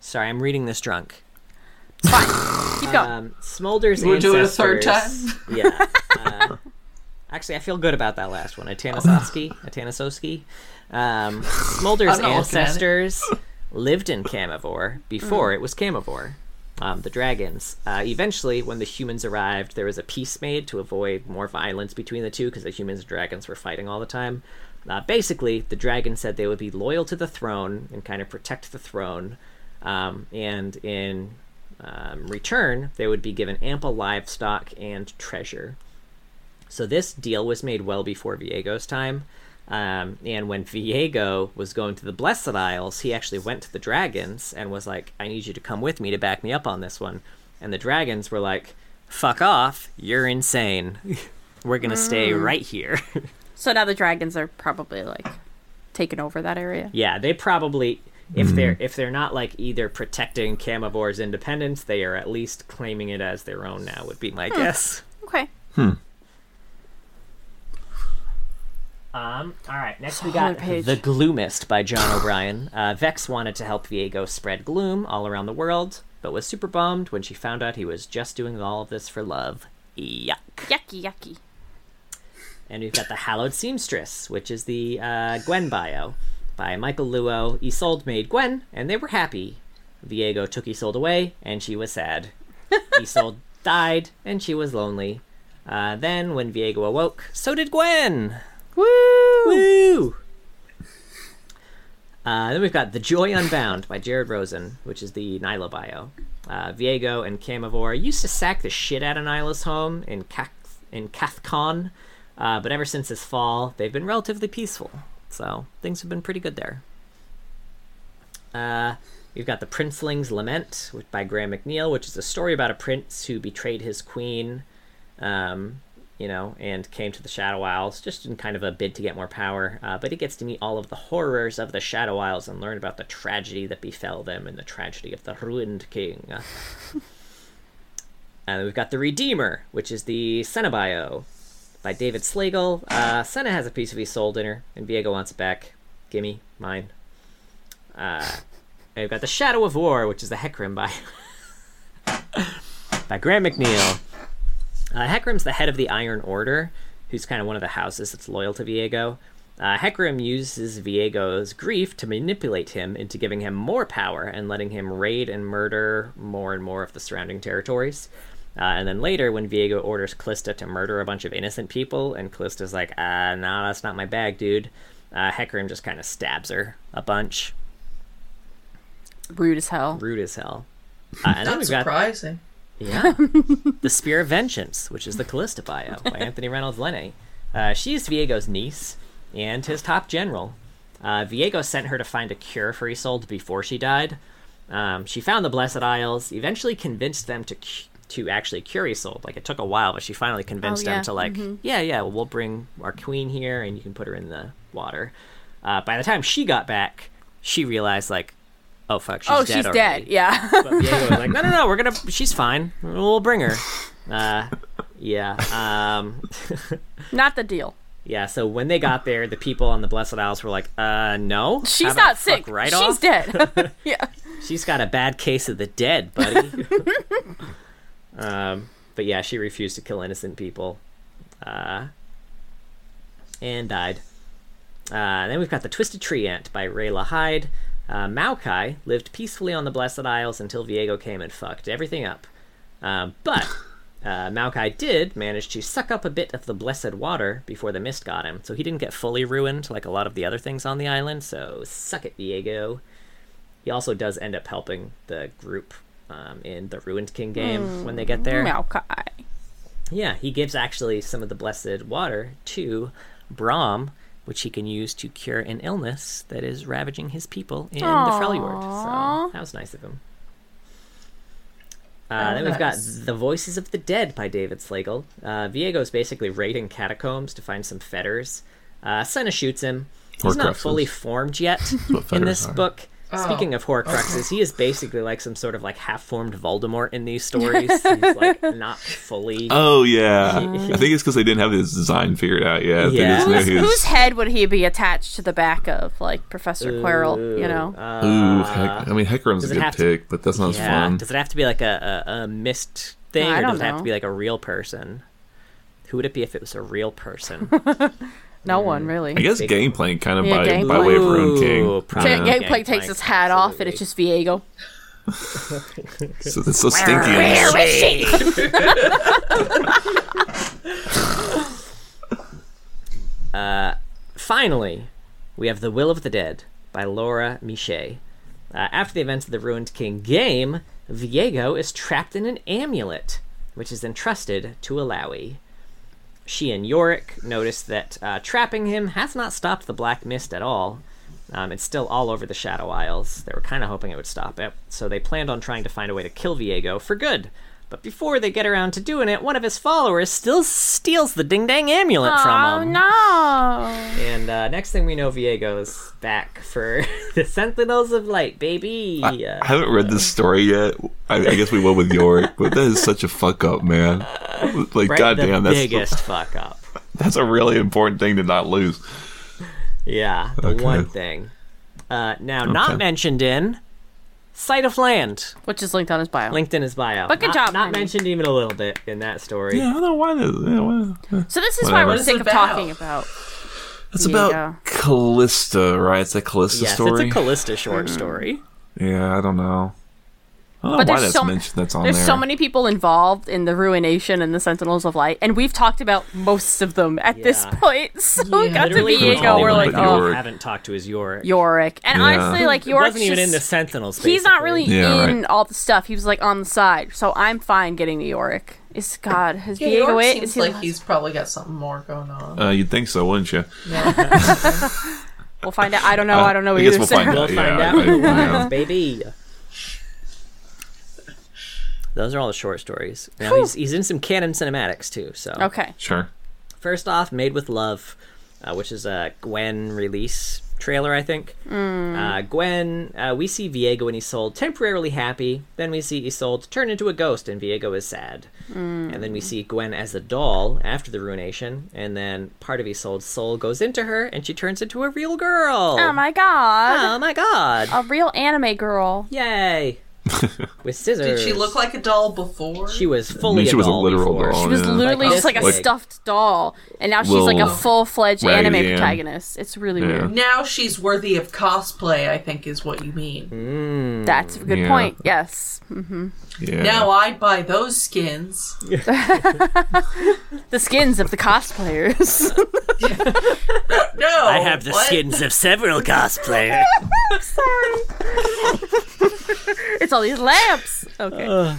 S2: Sorry, I'm reading this drunk.
S1: Keep going.
S2: Um, Smolder's
S4: We're doing a
S2: ancestors.
S4: third
S2: yeah. Uh, actually, I feel good about that last one. A Tanasaski. A Tanasoski. Um, Smolder's
S4: I'm not looking at it.
S2: ancestors lived in Camivore before it was Camivore. Um, the dragons. Uh, eventually, when the humans arrived, there was a peace made to avoid more violence between the two because the humans and dragons were fighting all the time. Uh, basically, the dragon said they would be loyal to the throne and kind of protect the throne. Um, and in um, return, they would be given ample livestock and treasure. So this deal was made well before Viego's time. Um, and when Viego was going to the Blessed Isles, he actually went to the dragons and was like, I need you to come with me to back me up on this one. And the dragons were like, fuck off, you're insane. We're going to stay right here.
S1: So now the dragons are probably like taking over that area.
S2: yeah, they probably. If they're if they're not like either protecting Camivore's independence, they are at least claiming it as their own now. Would be my guess.
S1: Okay.
S2: Um, all right, next we
S1: Solid
S2: got
S1: page.
S2: The Gloomist by John O'Brien. Uh, Vex wanted to help Viego spread gloom all around the world, but was super bummed when she found out he was just doing all of this for love. Yuck.
S1: Yucky, yucky.
S2: And we've got The Hallowed Seamstress, which is the uh, Gwen bio by Michael Luo. Isolde made Gwen, and they were happy. Viego took Isolde away, and she was sad. Isolde died, and she was lonely. Uh, then, when Viego awoke, so did Gwen. Woo! Woo! Uh, then we've got The Joy Unbound by Jared Rosen, which is the Nyla bio. Uh, Viego and Camivore used to sack the shit out of Nyla's home in, Cath- in Cathcon, uh, but ever since his fall, they've been relatively peaceful. So things have been pretty good there. Uh, we've got The Princeling's Lament which, by Graham McNeil, which is a story about a prince who betrayed his queen um, you know, and came to the Shadow Isles just in kind of a bid to get more power. Uh, but he gets to meet all of the horrors of the Shadow Isles and learn about the tragedy that befell them and the tragedy of the ruined king. and we've got The Redeemer, which is the Cenobio by David Slagle. Uh, Senna has a piece of his soul dinner, and Viego wants it back. Gimme, mine. Uh, I've got The Shadow of War, which is the Hecarim by, by Graham McNeil. Uh, Hecarim's the head of the Iron Order, who's kind of one of the houses that's loyal to Viego. Uh, Hecarim uses Viego's grief to manipulate him into giving him more power and letting him raid and murder more and more of the surrounding territories. Uh, and then later, when Viego orders Callista to murder a bunch of innocent people, and Callista's like, uh, nah, that's not my bag, dude, uh, Hecarim just kind of stabs her a bunch.
S1: Rude as hell.
S2: Rude as hell. Uh, and then
S4: Not
S2: we've got
S4: surprising.
S2: Yeah. the Spear of Vengeance, which is the Callista bio by Anthony Reynolds Lene. Uh, she's Viego's niece and his top general. Uh, Viego sent her to find a cure for Isolde before she died. Um, she found the Blessed Isles, eventually convinced them to cu- to actually cure Isolde. Like, it took a while, but she finally convinced
S1: Oh, yeah. Mm-hmm.
S2: them to, like, yeah, yeah, we'll bring our queen here and you can put her in the water. Uh, by the time she got back, she realized, like, oh, fuck, she's
S1: oh,
S2: dead
S1: she's
S2: already.
S1: dead. Yeah.
S2: But Diego was like, no, no, no, we're gonna. She's fine. We'll bring her. Uh, yeah. Um,
S1: Not the deal.
S2: yeah. So when they got there, the people on the Blessed Isles were like, uh, no, How
S1: She's
S2: about
S1: not
S2: fuck
S1: sick.
S2: Right
S1: She's
S2: off.
S1: dead. yeah.
S2: She's got a bad case of the dead, buddy. um, but yeah, she refused to kill innocent people, uh, and died. Uh, then we've got the Twisted Tree Ant by Rayla Hyde. Uh, Maokai lived peacefully on the Blessed Isles until Viego came and fucked everything up. Um, but uh, Maokai did manage to suck up a bit of the blessed water before the mist got him, so he didn't get fully ruined like a lot of the other things on the island. So suck it, Viego he also does end up helping the group um, in the Ruined King game when they get there.
S1: Hmm, Maokai.
S2: Yeah, he gives actually some of the blessed water to Brahm, which he can use to cure an illness that is ravaging his people in the Freljord. So that was nice of him. Uh, then we've got
S4: nice.
S2: The Voices of the Dead by David Slagle. Uh, Viego's basically raiding catacombs to find some fetters. Uh, Senna shoots him. He's not
S3: Horcruxes.
S2: fully formed yet
S3: what
S2: in
S3: fetters
S2: this
S3: are.
S2: book. Speaking of Horcruxes, he is basically like some sort of like half-formed Voldemort in these stories. He's like not fully
S3: Oh yeah, I think it's because they didn't have his design figured out yet.
S2: Yeah.
S3: They
S1: Whose,
S3: just knew he
S1: whose
S3: was.
S1: head would he be attached to the back of, like Professor Quirrell? You know,
S3: Ooh, heck, I mean, Hecarim's a
S2: does it
S3: good
S2: have to-
S3: pick, but that's not as
S2: yeah.
S3: fun.
S2: Does it have to be like a, a, a mist thing,
S1: I
S2: or
S1: don't
S2: does it have
S1: know.
S2: to be like a real person? Who would it be if it was a real person?
S1: no one really.
S3: Mm. I guess
S2: Big-
S3: game playing kind of
S1: Yeah,
S3: by,
S1: game
S3: by way of Rune
S2: Ooh,
S3: King.
S2: probably.
S3: Yeah.
S2: Yeah.
S1: Gangplank takes his hat off, and it's just Viego.
S3: So it's so stinky. in this.
S5: Where is she?
S2: Finally, we have The Will of the Dead by Laura Miche. Uh, after the events of the Ruined King game, Viego is trapped in an amulet, which is entrusted to Alawi. She and Yorick notice that uh, trapping him has not stopped the Black Mist at all. Um, it's still all over the Shadow Isles. They were kind of hoping it would stop it, so they planned on trying to find a way to kill Viego for good. But before they get around to doing it, one of his followers still steals the ding dang amulet from
S1: Oh
S2: him.
S3: um,
S1: no!
S2: And uh, next thing we know, Viego's back for the Sentinels of Light, baby. Uh,
S3: I haven't read this story yet. I, I guess we will with Yorick, but that is such a fuck up, man. Like,
S2: right,
S3: goddamn,
S2: the
S3: that's
S2: biggest fuck up.
S3: that's a really important thing to not lose.
S2: Yeah, the
S3: Okay.
S2: one thing. Uh, now, not
S3: Okay.
S2: mentioned in Sight of Land,
S1: Which is linked on his bio.
S2: linked in his bio.
S1: But good
S2: not,
S1: job,
S2: Not
S1: Penny.
S2: mentioned even a little bit in that story.
S3: Yeah, I don't know why. This, yeah, why
S1: So this is
S3: Whatever.
S1: why
S3: What
S1: we're
S3: is
S1: sick
S4: it
S1: of
S4: about?
S1: talking about.
S3: It's
S1: There you go.
S3: about Callista, right? It's a Callista
S2: yes,
S3: story.
S2: it's a Callista
S3: Hmm.
S2: short story.
S3: yeah, I don't know. I don't
S1: But
S3: know why
S1: there's
S3: that's
S1: so
S3: mentioned. That's on
S1: There's
S3: there.
S1: so many people involved in the Ruination and the Sentinels of Light, and we've talked about most of them at this
S2: Yeah.
S1: point. So we
S4: Yeah.
S1: got to
S2: Literally,
S3: Pretty much all
S1: Viego, we're
S3: of
S1: like,
S3: them, but
S1: oh,
S3: Yorick.
S2: haven't talked to his Yorick.
S1: Yorick. And
S3: Yeah.
S1: honestly, like
S2: He
S1: Yorik's
S2: wasn't even
S1: just,
S2: in the Sentinels.
S1: he's not
S2: basically.
S1: really
S3: Yeah,
S1: in
S3: right.
S1: all the stuff. He was like on the side, so I'm fine getting the Yorick. Is God has
S4: Yeah,
S1: Viego
S4: York
S1: it?
S4: seems
S1: Is he
S4: like he's probably got something more going on.
S3: Uh, you'd think so, wouldn't you?
S1: We'll find out. I don't know. I don't know
S3: Uh, I
S1: either.
S3: guess we'll
S1: so-
S3: find out.
S2: We'll
S3: yeah,
S2: find out
S3: I-
S2: when it
S3: yeah.
S2: lands, baby. Those are all the short stories. Now he's, he's in some canon cinematics too. So
S1: Okay.
S3: Sure.
S2: first off, Made with Love, uh, which is a Gwen release trailer, I think.
S1: Mm.
S2: Uh, Gwen, uh, we see Viego and Isolde temporarily happy. Then we see Isolde turn into a ghost, and Viego is sad.
S1: Mm.
S2: And then we see Gwen as a doll after the ruination, and then part of Isolde's soul goes into her, and she turns into a real girl.
S1: Oh my God!
S2: Oh my god!
S1: A real anime girl.
S2: Yay! With
S4: Did
S2: scissors.
S4: she look like a doll before?
S2: she was fully?
S3: I mean, she
S2: a
S3: was a
S2: doll
S3: literal
S2: before.
S3: doll.
S1: She was
S3: yeah.
S1: literally
S2: Like
S1: just like a
S2: this?
S1: stuffed doll, and now she's like a
S3: Little
S1: full fledged
S3: Raggedy
S1: anime
S3: Ann.
S1: protagonist. It's really weird.
S4: now she's worthy of cosplay, I think is what you mean.
S1: That's a good
S3: Yeah.
S1: point. Yes,
S3: Yeah.
S4: Now I'd buy those skins.
S1: the skins of the cosplayers.
S4: No,
S2: I have the
S4: what?
S2: skins of several cosplayers.
S1: it's all these lamps. Okay.
S2: Uh,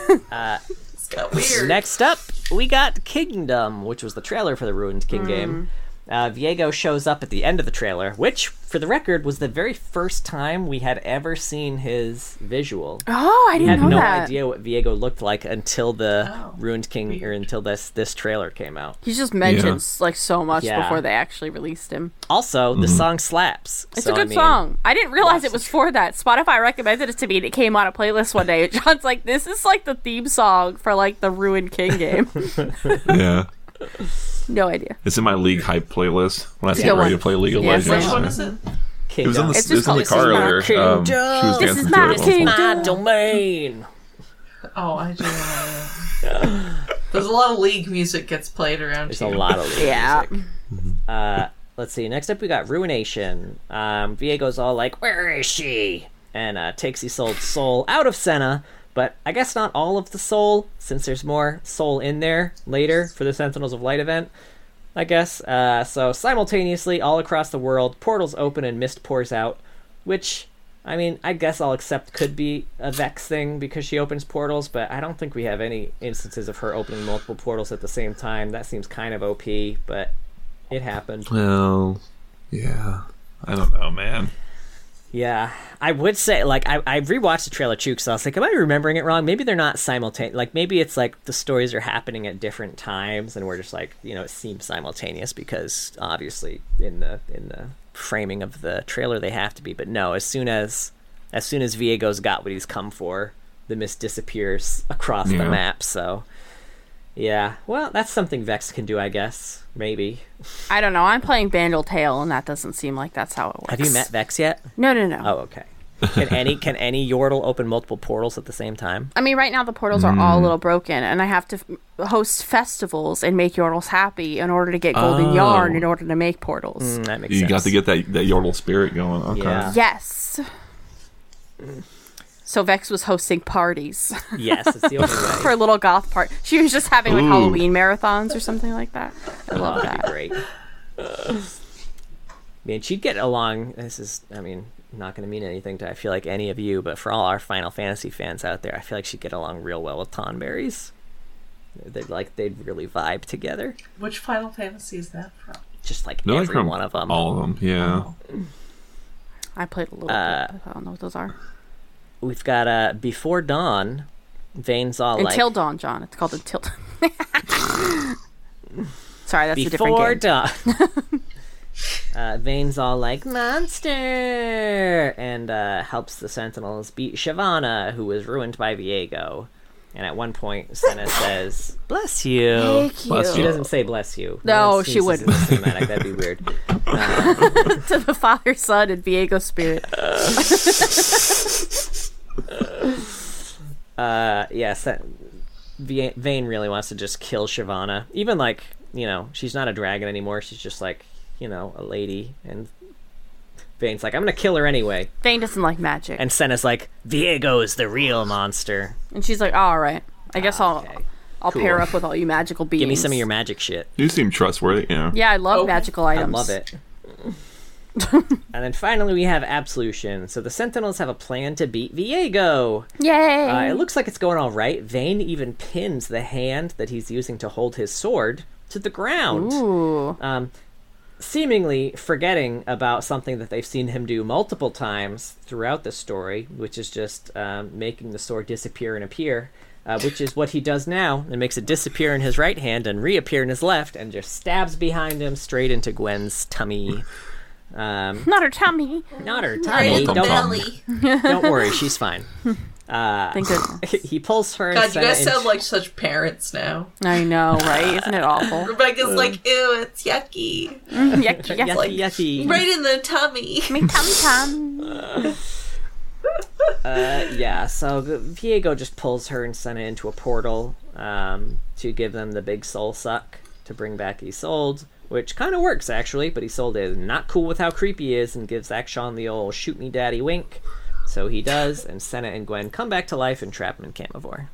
S4: It's got weird.
S2: Next up, we got Kingdom, which was the trailer for the Ruined
S1: Mm.
S2: King game. Uh, Viego shows up at the end of the trailer, which, for the record, was the very first time we had ever seen his visual.
S1: oh, I
S2: I
S1: didn't
S2: had
S1: know
S2: no
S1: that.
S2: idea what Viego looked like until the
S4: Oh,
S2: Ruined King, or until this this trailer came out.
S1: He just mentions like so much
S2: Yeah.
S1: before they actually released him.
S2: Also,
S3: Mm-hmm.
S2: the song slaps.
S1: It's a good song. I didn't realize it was for that. Spotify recommended it to me, and it came on a playlist one day. And John's like, "This is like the theme song for like the Ruined King game."
S3: yeah.
S1: no idea.
S3: It's in my League Hype playlist when I
S1: Yeah,
S3: get ready to
S1: what-
S3: play League of
S1: yeah,
S4: Which
S3: Legends.
S4: one is it?
S3: It was in
S2: Kingdom.
S3: the,
S1: It's
S3: it
S1: just
S3: was in the
S1: called-
S3: car
S1: This is
S3: earlier.
S2: my
S3: Um, she
S2: kingdom.
S3: was
S1: This
S3: dancing
S1: is my
S3: to it at one point.
S1: kingdom.
S2: domain.
S4: Oh, I do. remember that. There's a lot of league music gets played around
S2: There's a
S4: here.
S2: lot of leaks.
S1: Yeah.
S2: Uh, let's see. Next up, we got Ruination. Um, Viego's all like, "Where is she?" and uh, takes Isolde's soul out of Senna. But I guess not all of the soul, since there's more soul in there later for the Sentinels of Light event. I guess. Uh, so simultaneously, all across the world, portals open and mist pours out, which I mean, I guess I'll accept could be a Vex thing because she opens portals, but I don't think we have any instances of her opening multiple portals at the same time. That seems kind of OP, but it happened.
S3: Well, yeah. I don't know, man.
S2: Yeah, I would say like I, I rewatched the trailer too because I was like, am I remembering it wrong? Maybe they're not simultaneous. Like maybe it's like the stories are happening at different times, and we're just like you know it seems simultaneous because obviously in the in the framing of the trailer they have to be. But no, as soon as as soon as Viego's got what he's come for, the mist disappears across the
S3: Yeah.
S2: map. So yeah, well that's something Vex can do, I guess. Maybe
S1: I don't know. I'm playing Vandal Tale, and that doesn't seem like that's how it works.
S2: have you met Vex yet?
S1: No, no, no.
S2: Oh, okay. Can any can any Yordle open multiple portals at the same time?
S1: I mean, right now the portals are
S2: Hmm.
S1: all a little broken, and I have to f- host festivals and make Yordles happy in order to get golden
S3: Oh.
S1: yarn in order to make portals.
S2: Mm, That makes
S3: You
S2: sense.
S3: got to get that, that Yordle spirit going. Okay.
S2: Yeah.
S1: Yes. So Vex was hosting parties
S2: yes, it's the only way.
S1: for little goth part. She was just having like
S3: Ooh.
S1: Halloween marathons or something like that. I love
S2: That'd be
S1: that.
S2: great. Man, she'd get along. This is, I mean, not going to mean anything to I feel like any of you, but for all our Final Fantasy fans out there, I feel like she'd get along real well with Tonberries. They'd like they'd really vibe together.
S4: Which Final Fantasy is that from?
S2: Just like
S3: They're like
S2: every
S3: from
S2: one of them.
S3: All of them, yeah.
S1: Oh. I played a little
S2: Uh,
S1: bit. But I don't know what those are.
S2: We've got uh before dawn. Veins all like
S1: Until Dawn, John. It's called Until. Sorry, that's a different
S2: before
S1: game.
S2: dawn. uh, Vane's all like monster, and uh, helps the Sentinels beat Shyvana, who was ruined by Viego. And at one point, Senna says, "Bless you."
S3: Bless
S2: She
S3: you.
S2: doesn't say "bless you."
S1: No,
S2: one
S1: she
S2: sneezes in the
S1: wouldn't.
S2: Cinematic. That'd be weird.
S1: to the Father, Son, and Diego Spirit.
S2: Uh, yeah, Sen- V- Vane really wants to just kill Shyvana. Even like you know, she's not a dragon anymore. She's just like you know a lady, and Vane's like, "I'm gonna kill her anyway."
S1: Vane doesn't like magic.
S2: And Senna's like, Diego is the real monster.
S1: And she's like, all right. I guess I'll
S2: okay.
S1: I'll pair
S2: Cool.
S1: up with all you magical beings.
S2: Give me some of your magic shit.
S3: You seem trustworthy, you know.
S1: Yeah, I love
S4: Okay.
S1: magical
S2: I
S1: items.
S2: love it. and then finally, we have Absolution. So the Sentinels have a plan to beat Viego.
S1: Yay!
S2: Uh, it looks like it's going all right. Vane even pins the hand that he's using to hold his sword to the ground.
S1: Ooh.
S2: um, seemingly forgetting about something that they've seen him do multiple times throughout the story, which is just um, making the sword disappear and appear, uh, which is what he does now and makes it disappear in his right hand and reappear in his left and just stabs behind him straight into Gwen's tummy. Um,
S1: Not her tummy.
S2: not her
S3: in
S2: tummy.
S3: the
S2: Don't,
S3: belly.
S2: don't worry, she's fine.
S1: Thank goodness.
S2: He pulls her. and
S4: God, you
S2: Senna
S4: guys
S2: and
S4: sound like such parents now.
S1: I know, right? Isn't it awful?
S4: Rebecca's
S2: Uh.
S4: like, ew, it's yucky.
S1: yucky,
S2: yucky,
S1: yucky.
S2: yucky.
S4: Right in the tummy.
S1: Mm. Me tum tum.
S2: Yeah, so the- Viego just pulls her and Senna into a portal um, to give them the big soul suck to bring back Isolde, which kind of works actually, but Isolde is not cool with how creepy he is and gives Akshon the old shoot me daddy wink. So he does, and Senna and Gwen come back to life and trap him in Camivore.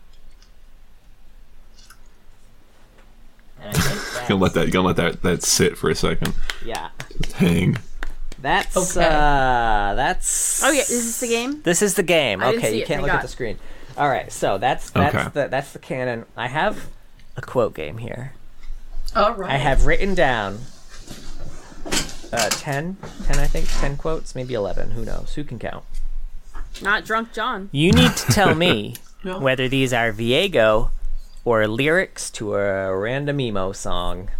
S2: And I think that-
S3: Gonna let that gonna let that, that sit for a second.
S2: yeah,
S3: Hang.
S2: that's
S4: Okay.
S2: uh, that's.
S1: Oh, yeah. Is this the game?
S2: This is the game.
S1: didn't
S2: okay,
S1: see
S2: you
S1: it,
S2: can't
S1: thank
S2: look at
S1: God.
S2: the screen. All right, so that's that's
S3: Okay.
S2: the that's the canon. I have a quote game here.
S4: All right.
S2: I have written down uh, 10, 10, I think, 10 quotes, maybe 11, who knows, who can count.
S1: Not Drunk John.
S2: You need to tell me
S4: No.
S2: whether these are Viego or lyrics to a random emo song.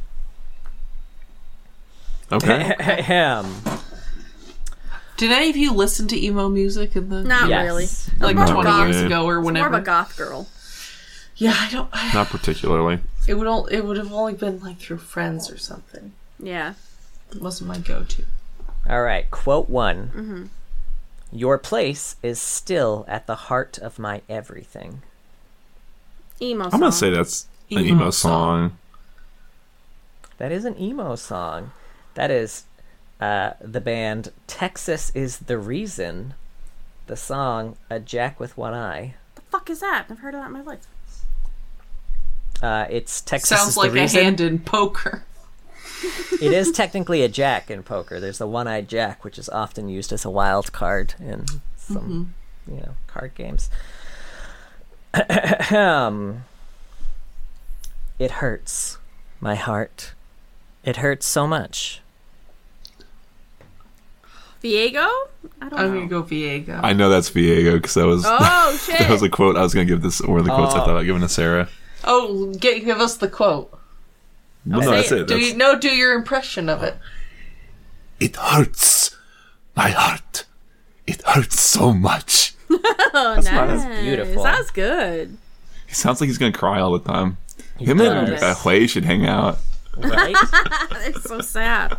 S3: Okay.
S2: Ahem.
S4: Did any of you listen to emo music in the
S1: Not
S2: Yes.
S1: really.
S4: like
S3: Not
S4: twenty
S1: really.
S4: years ago or
S1: More of a
S4: whenever?
S1: goth girl.
S4: Yeah, I don't. I,
S3: Not particularly.
S4: it would all. It would have only been like through friends or something.
S1: Yeah.
S4: It wasn't my go-to.
S2: All right, quote one.
S1: Mm-hmm.
S2: Your place is still at the heart of my everything.
S1: Emo song.
S3: I'm gonna say that's an
S4: Emo
S3: emo, song.
S2: That is an emo song. That is uh, the band Texas is the Reason. The song A Jack with One Eye.
S1: the fuck is that? I've heard of that in my life.
S2: Uh, it's Texas is
S4: Sounds like
S2: the
S4: a
S2: Reason.
S4: hand in poker.
S2: it is technically a jack in poker. There's the one eyed jack, which is often used as a wild card in some
S4: Mm-hmm.
S2: you know card games. it hurts my heart. It hurts so much.
S1: Viego? I
S2: Oh,
S1: don't
S3: Oh,
S4: I'm
S1: know.
S4: gonna go Viego.
S3: I know that's Viego because that was
S1: Oh shit!
S3: that was a quote I was going to give this one of the quotes I
S2: Oh.
S3: thought about giving to Sarah.
S4: oh, get, give us the quote.
S3: Well, no,
S1: say
S3: that's
S1: it.
S3: it.
S4: Do
S3: That's-
S4: you no? Do your impression of it.
S3: It hurts my heart. It hurts so much.
S1: oh, nice.
S3: not as
S2: beautiful.
S1: That's good.
S3: He sounds like he's going to cry all the time. Him and
S1: does.
S3: uh, Hui should hang out.
S2: Right?
S1: That's so sad.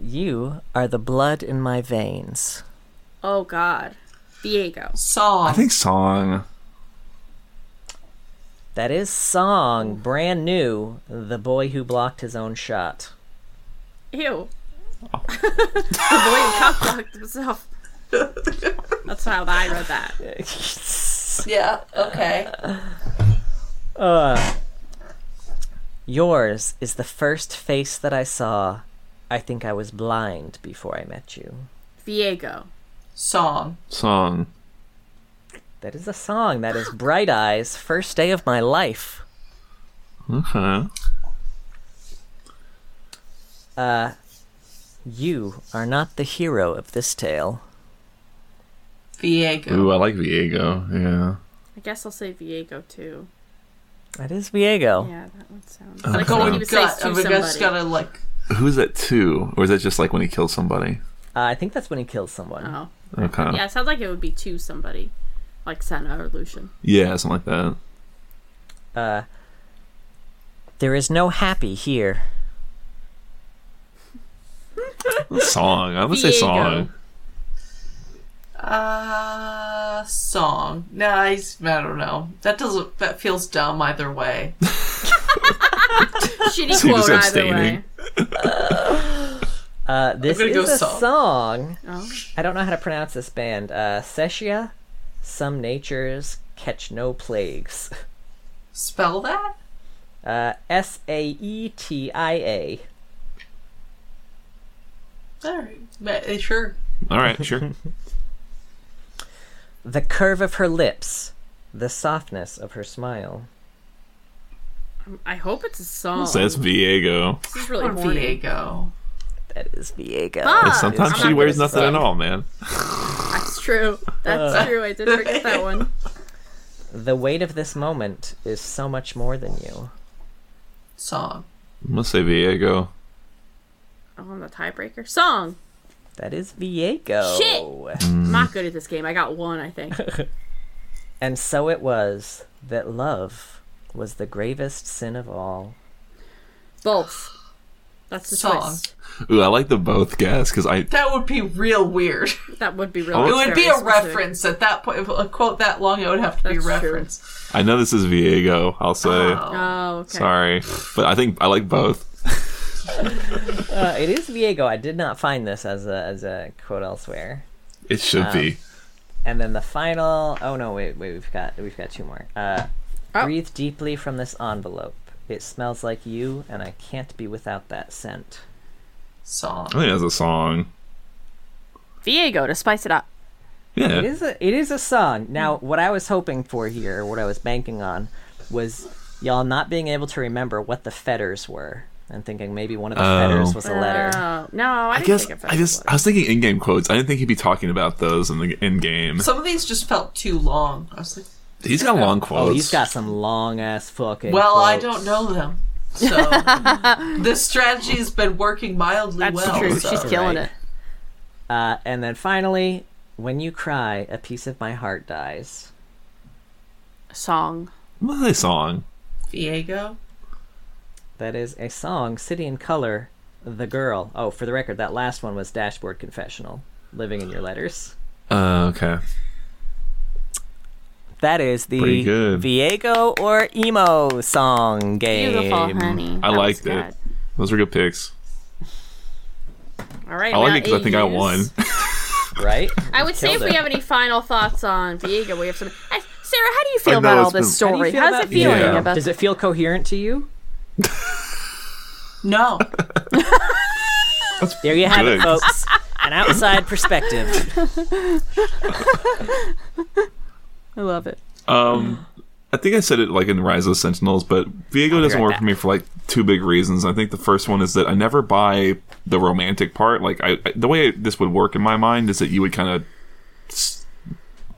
S2: you are the blood in my veins.
S1: Oh god, Diego.
S3: I
S4: Song.
S3: think song.
S2: That is song brand new. The boy who blocked his own shot.
S1: Ew. the boy who cock blocked himself. That's how I read that.
S4: Yeah. Okay.
S2: Yours is the first face that I saw. I think I was blind before I met you.
S1: Diego.
S4: Song.
S3: Song.
S2: That is a song. That is Bright Eyes, First Day of My Life.
S3: Okay.
S2: You are not the hero of this tale.
S4: Viego.
S3: Ooh, I like Viego. Yeah.
S1: I guess I'll say Diego too.
S2: That is Viego.
S1: Yeah, that one sounds
S4: Uh,
S1: like
S3: Go
S1: something
S3: with
S1: he would say
S4: Gut.
S1: to
S4: I guess
S1: somebody.
S4: gotta like.
S3: Who's that to? Or is that just like when he kills somebody?
S2: Uh, I think that's when he kills someone.
S1: Oh,
S3: Okay.
S1: yeah. It sounds like it would be to somebody, like Senna or Lucian.
S3: Yeah, something like that.
S2: There is no happy here.
S3: Song. I would say
S1: Viego.
S3: song.
S4: Uh, song. No, I, s- I don't know. That doesn't. That feels dumb either way.
S1: Shitty
S3: So you're just
S1: quote either
S3: abstaining.
S1: way.
S2: Uh, this
S4: gonna
S2: is
S4: go
S2: a
S4: song.
S2: song.
S1: Oh.
S2: I don't know how to pronounce this band. Uh, Sessia, Some Natures Catch No Plagues.
S4: Spell that.
S2: Uh, S A E T I A.
S4: All right. But, uh, sure.
S3: All right, sure.
S2: The curve of her lips, the softness of her smile.
S1: I hope it's a song.
S3: so that's Viego.
S1: This is really
S4: Or
S1: horny.
S4: Viego.
S2: That is Viego.
S1: Fuck!
S3: Sometimes
S2: I'm
S3: she
S2: not
S3: wears
S2: gonna
S3: nothing
S2: say.
S3: at all, man.
S1: That's true. That's true. I did forget that one.
S2: The weight of this moment is so much more than you.
S4: Song.
S3: I'm gonna say Viego.
S1: Oh, I'm the tiebreaker. Song.
S2: That is Viego.
S1: Shit. I'm not good at this game. I got one, I think.
S2: And so it was that love was the gravest sin of all.
S1: Both. That's the
S4: Song.
S1: choice.
S3: Ooh, I like the both guess because I
S4: That would be real weird.
S1: That would be really.
S3: Oh.
S4: It would be
S1: very
S4: a
S1: specific.
S4: reference at that point. If A quote that long, it would have to be
S1: That's true.
S4: reference.
S3: I know this is Viego. I'll say
S1: Oh, okay.
S3: sorry, but I think I like both.
S2: Uh, it is Viego. I did not find this as a as a quote elsewhere.
S3: It should be.
S2: And then the final. Oh no! Wait, wait. We've got we've got two more. Uh,
S1: Oh.
S2: Breathe deeply from this envelope. It smells like you, and I can't be without that scent.
S4: Song.
S3: I think that's a song.
S1: Viego to spice it up.
S3: Yeah,
S2: It is a it is a song. Now, what I was hoping for here, what I was banking on, was y'all not being able to remember what the fetters were, and thinking maybe one of the
S3: Oh.
S2: fetters was a letter.
S1: Oh, no, I,
S3: I
S1: didn't
S3: guess
S1: think of
S3: I just I was thinking in-game quotes. I didn't think he'd be talking about those in the in-game.
S4: Some of these just felt too long. I was like,
S3: He's got long quotes.
S2: Oh, he's got some long ass fucking.
S4: well, I
S2: quotes.
S4: don't know them. So this strategy has been working mildly
S1: That's
S4: well.
S1: true.
S4: so-
S1: She's killing
S2: right.
S1: it.
S2: Uh, and then finally, when you cry, a piece of my heart dies.
S1: Song.
S3: I'm gonna say song.
S4: Viego.
S2: That is a song, City in Color, The Girl. Oh, for the record, that last one was Dashboard Confessional, Living in Your Letters.
S3: Uh, okay.
S2: That is the
S3: Pretty good.
S2: Viego or Emo song game.
S1: Beautiful, honey.
S3: I
S1: That
S3: liked
S1: was
S3: it. Those were good picks.
S1: good. All right.
S3: I
S1: now
S3: like it because I think I
S1: AUs.
S3: won.
S2: Right?
S1: I would say if we
S2: Killed it.
S1: have any final thoughts on Viego, we have some. I, Sarah, how do you feel
S3: I know,
S1: about all
S3: it's
S1: this
S3: been-
S2: How do
S1: story?
S2: you feel
S1: How's
S2: about
S1: it feeling
S3: Viego?
S1: about
S2: Does it feel coherent to you?
S4: No.
S2: There you have it,
S3: Good.
S2: folks. an outside perspective.
S1: I love it.
S3: Um, I think I said it like in Rise of the Sentinels, but Viego doesn't
S2: right
S3: work
S2: back.
S3: for me for like two big reasons. I think the first one is that I never buy the romantic part. Like I, I- the way this would work in my mind is that you would kind of.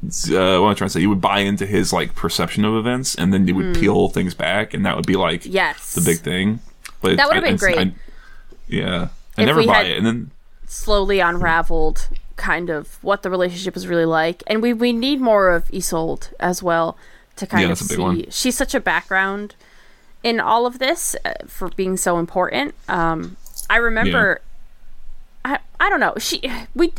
S3: Uh, what am I trying to say? You would buy into his like perception of events, and then you would peel things back, and that would be like
S1: Hmm. Yes.
S3: the big thing. But
S1: That would've
S3: I-
S1: been
S3: I- I-
S1: great.
S3: yeah, I
S1: If
S3: never
S1: we
S3: buy
S1: had-
S3: it, and then
S1: slowly unraveled kind of what the relationship is really like and we, we need more of Isolde as well to kind
S3: Yeah,
S1: of
S3: that's a big
S1: see
S3: one.
S1: she's such a background in all of this uh, for being so important um i remember i i don't know she we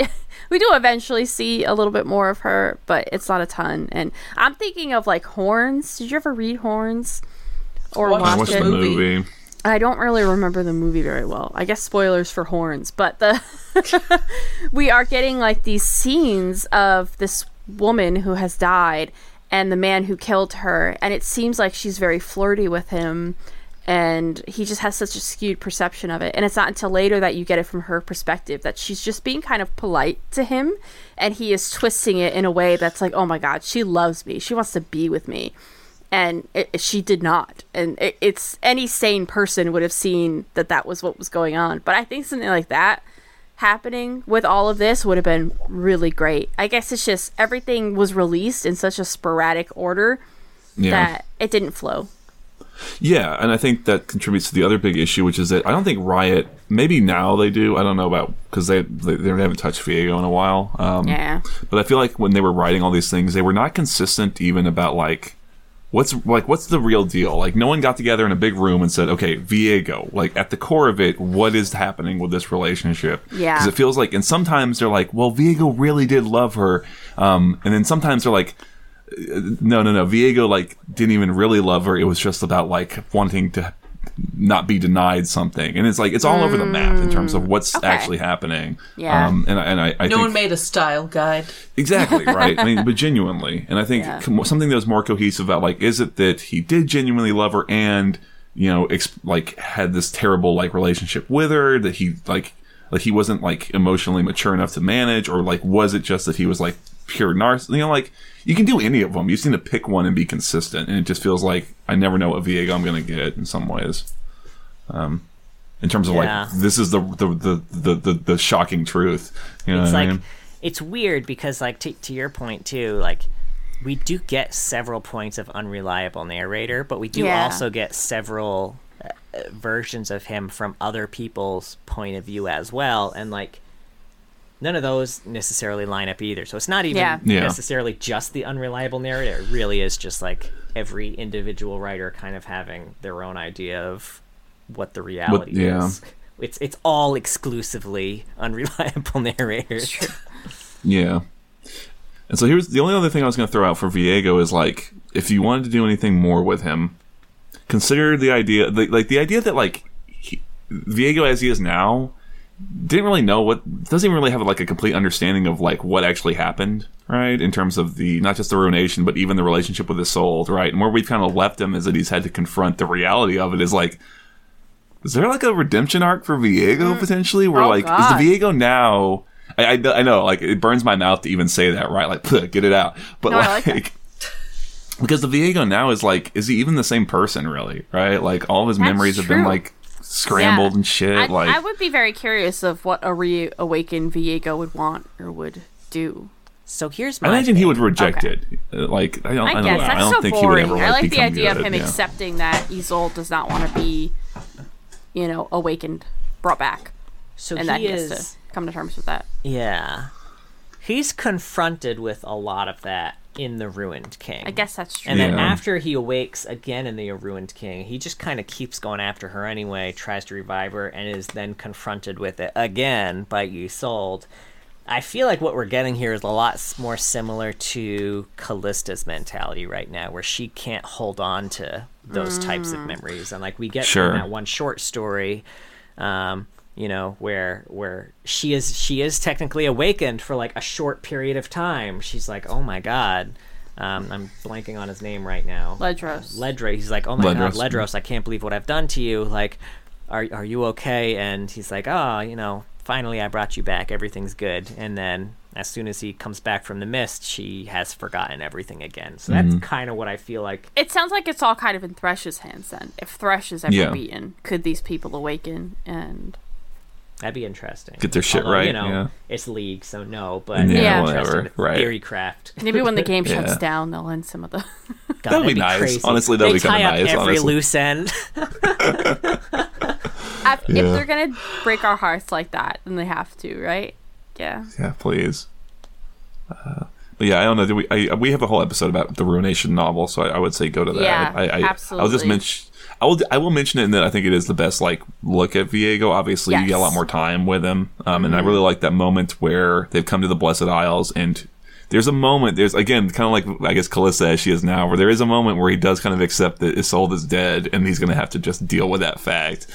S1: we do eventually see a little bit more of her but it's not a ton and i'm thinking of like horns did you ever read horns or
S3: I
S4: Watched
S1: watch
S4: Watched
S3: watched
S1: it
S3: the
S4: movie.
S3: movie.
S1: I don't really remember the movie very well. I guess spoilers for horns, but the we are getting like these scenes of this woman who has died and the man who killed her, and it seems like she's very flirty with him and he just has such a skewed perception of it. And it's not until later that you get it from her perspective that she's just being kind of polite to him and he is twisting it in a way that's like, "Oh my god, she loves me. She wants to be with me." and it, it- she did not and it, it's any sane person would have seen that that was what was going on but i think something like that happening with all of this would have been really great i guess it's just everything was released in such a sporadic order
S3: Yeah.
S1: that it didn't flow
S3: Yeah, and I think that contributes to the other big issue, which is that I don't think Riot. Maybe now they do. I don't know about because they, they they haven't touched Viego in a while. Um,
S1: Yeah.
S3: But I feel like when they were writing all these things, they were not consistent even about like what's like what's the real deal. Like no one got together in a big room and said, "Okay, Viego." Like at the core of it, what is happening with this relationship?
S1: Yeah.
S3: Because it feels like, and sometimes they're like, "Well, Viego really did love her," um, and then sometimes they're like no, no, no. Viego like didn't even really love her. It was just about like wanting to not be denied something, and it's like it's all over the map in terms of what's actually happening.
S1: Yeah.
S3: um, and I, and I, I
S4: No
S3: think,
S4: one made a style guide.
S3: exactly right. I mean, but genuinely, and I think com- something that was more cohesive about like, is it that he did genuinely love her, and you know, ex- like had this terrible like relationship with her that he like like he wasn't like emotionally mature enough to manage, or like was it just that he was like pure narcissist? You know, like you can do any of them. You just need to pick one and be consistent, and it just feels like I never know what Viego I'm going to get in some ways. Um. In terms of
S2: Yeah.
S3: like, this is the the, the, the, the the shocking truth. You know
S2: It's
S3: what I
S2: like
S3: mean?
S2: it's weird because like to to your point too, like we do get several points of unreliable narrator, but we do
S1: Yeah.
S2: also get several uh, uh, versions of him from other people's point of view as well, and like none of those necessarily line up either. So it's not even
S1: Yeah.
S3: Yeah.
S2: necessarily just the unreliable narrator. It really is just like every individual writer kind of having their own idea of what the reality
S3: yeah.
S2: is. It's it's all exclusively unreliable narrators.
S3: Yeah. And so here's the only other thing I was going to throw out for Viego is like, if you wanted to do anything more with him, consider the idea, the, like the idea that like he, Viego as he is now didn't really know what doesn't even really have like a complete understanding of like what actually happened, right? In terms of the not just the ruination, but even the relationship with his soul, right? And where we've kind of left him is that he's had to confront the reality of it. Is like, is there like a redemption arc for Viego potentially? Where
S1: Oh,
S3: like
S1: God.
S3: is the Viego now? I, I I know like it burns my mouth to even say that, right? Like get it out, but
S1: No, I like
S3: like.
S1: that.
S3: because the Viego now is like, is he even the same person, really? Right? Like all of his
S1: That's
S3: memories have been
S1: true.
S3: like scrambled
S1: Yeah.
S3: and shit.
S1: I,
S3: like
S1: I would be very curious of what a reawakened viego would want or would do
S2: So here's
S3: I
S2: my
S3: imagine he
S2: thing.
S3: would reject
S1: Okay.
S3: it. Uh, Like I don't, I,
S1: i,
S3: don't
S1: guess
S3: know.
S1: that's
S3: I don't
S1: so
S3: think
S1: boring
S3: he would ever.
S1: i
S3: Like,
S1: like the
S3: become
S1: idea
S3: good,
S1: of him
S3: yeah.
S1: accepting that isolde does not want to be you know awakened brought back
S2: so
S1: and
S2: he
S1: that he
S2: is
S1: has to come to terms with that.
S2: yeah. He's confronted with a lot of that in the Ruined King.
S1: I guess that's true.
S2: And then
S3: Yeah.
S2: after he awakes again in the Ruined King, he just kind of keeps going after her anyway, tries to revive her, and is then confronted with it again by Isolde. I feel like what we're getting here is a lot s- more similar to Callista's mentality right now, where she can't hold on to those types
S1: Mm.
S2: of memories. And like we get
S3: Sure.
S2: in that one short story, um, you know, where where she is she is technically awakened for like a short period of time. She's like, oh my god, um, I'm blanking on his name right now.
S1: Ledros.
S2: Ledros. He's like, oh my
S3: Ledros.
S2: god, Ledros, I can't believe what I've done to you. Like, are are you okay? And he's like, oh, you know, finally I brought you back. Everything's good. And then as soon as he comes back from the mist, she has forgotten everything again. So that's kind of what I feel like.
S1: It sounds like it's all kind of in Thresh's hands then. If Thresh is ever
S3: Yeah.
S1: beaten, could these people awaken? And
S2: That'd be interesting.
S3: Get their shit
S2: Although,
S3: right,
S2: You know,
S3: yeah.
S2: it's league, so no. But
S3: Yeah,
S1: Yeah.
S3: whatever,
S2: interesting to
S3: right.
S2: Theory craft.
S1: maybe when the game
S3: Yeah.
S1: shuts down, they'll end some of the.
S2: God,
S3: That'd be
S2: that'd
S3: nice.
S2: crazy.
S3: Honestly,
S2: they
S3: that'd be kinda
S2: tie up
S3: nice,
S2: every
S3: honestly.
S2: loose end.
S1: If,
S3: Yeah.
S1: if they're gonna break our hearts like that, then they have to, right? Yeah.
S3: Yeah, please. Uh, but yeah, I don't know. Do we I, we have a whole episode about the Ruination novel, so I, I would say go to that.
S1: Yeah,
S3: I, I, I'll just
S1: absolutely.
S3: mention. I will. I will mention it, and then I think it is the best like look at Viego. Obviously, you get a lot
S1: Yes. Mm-hmm.
S3: more time with him, um, and I really like that moment where they've come to the Blessed Isles, and there's a moment. There's again kind of like I guess Calissa as she is now, where there is a moment where he does kind of accept that Isolde is dead, and he's going to have to just deal with that fact.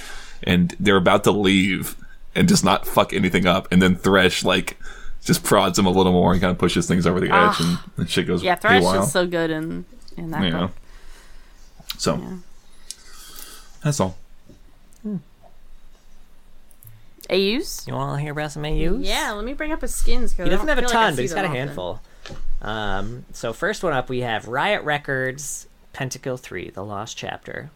S3: And they're about to leave, and just not fuck anything up, and then Thresh like just prods him a little more and kind of pushes things over the edge, and, and shit goes
S1: Ah. Yeah, Thresh
S3: haywire.
S1: is so good in in that
S3: you know.
S1: book.
S3: So that's all.
S1: AUs?
S2: you want to hear about some AUs?
S1: Yeah, let me bring up his skins.
S2: He doesn't have a ton, but he's got a handful. Um, so first one up, we have Riot Records, Pentacle Three: The Lost Chapter.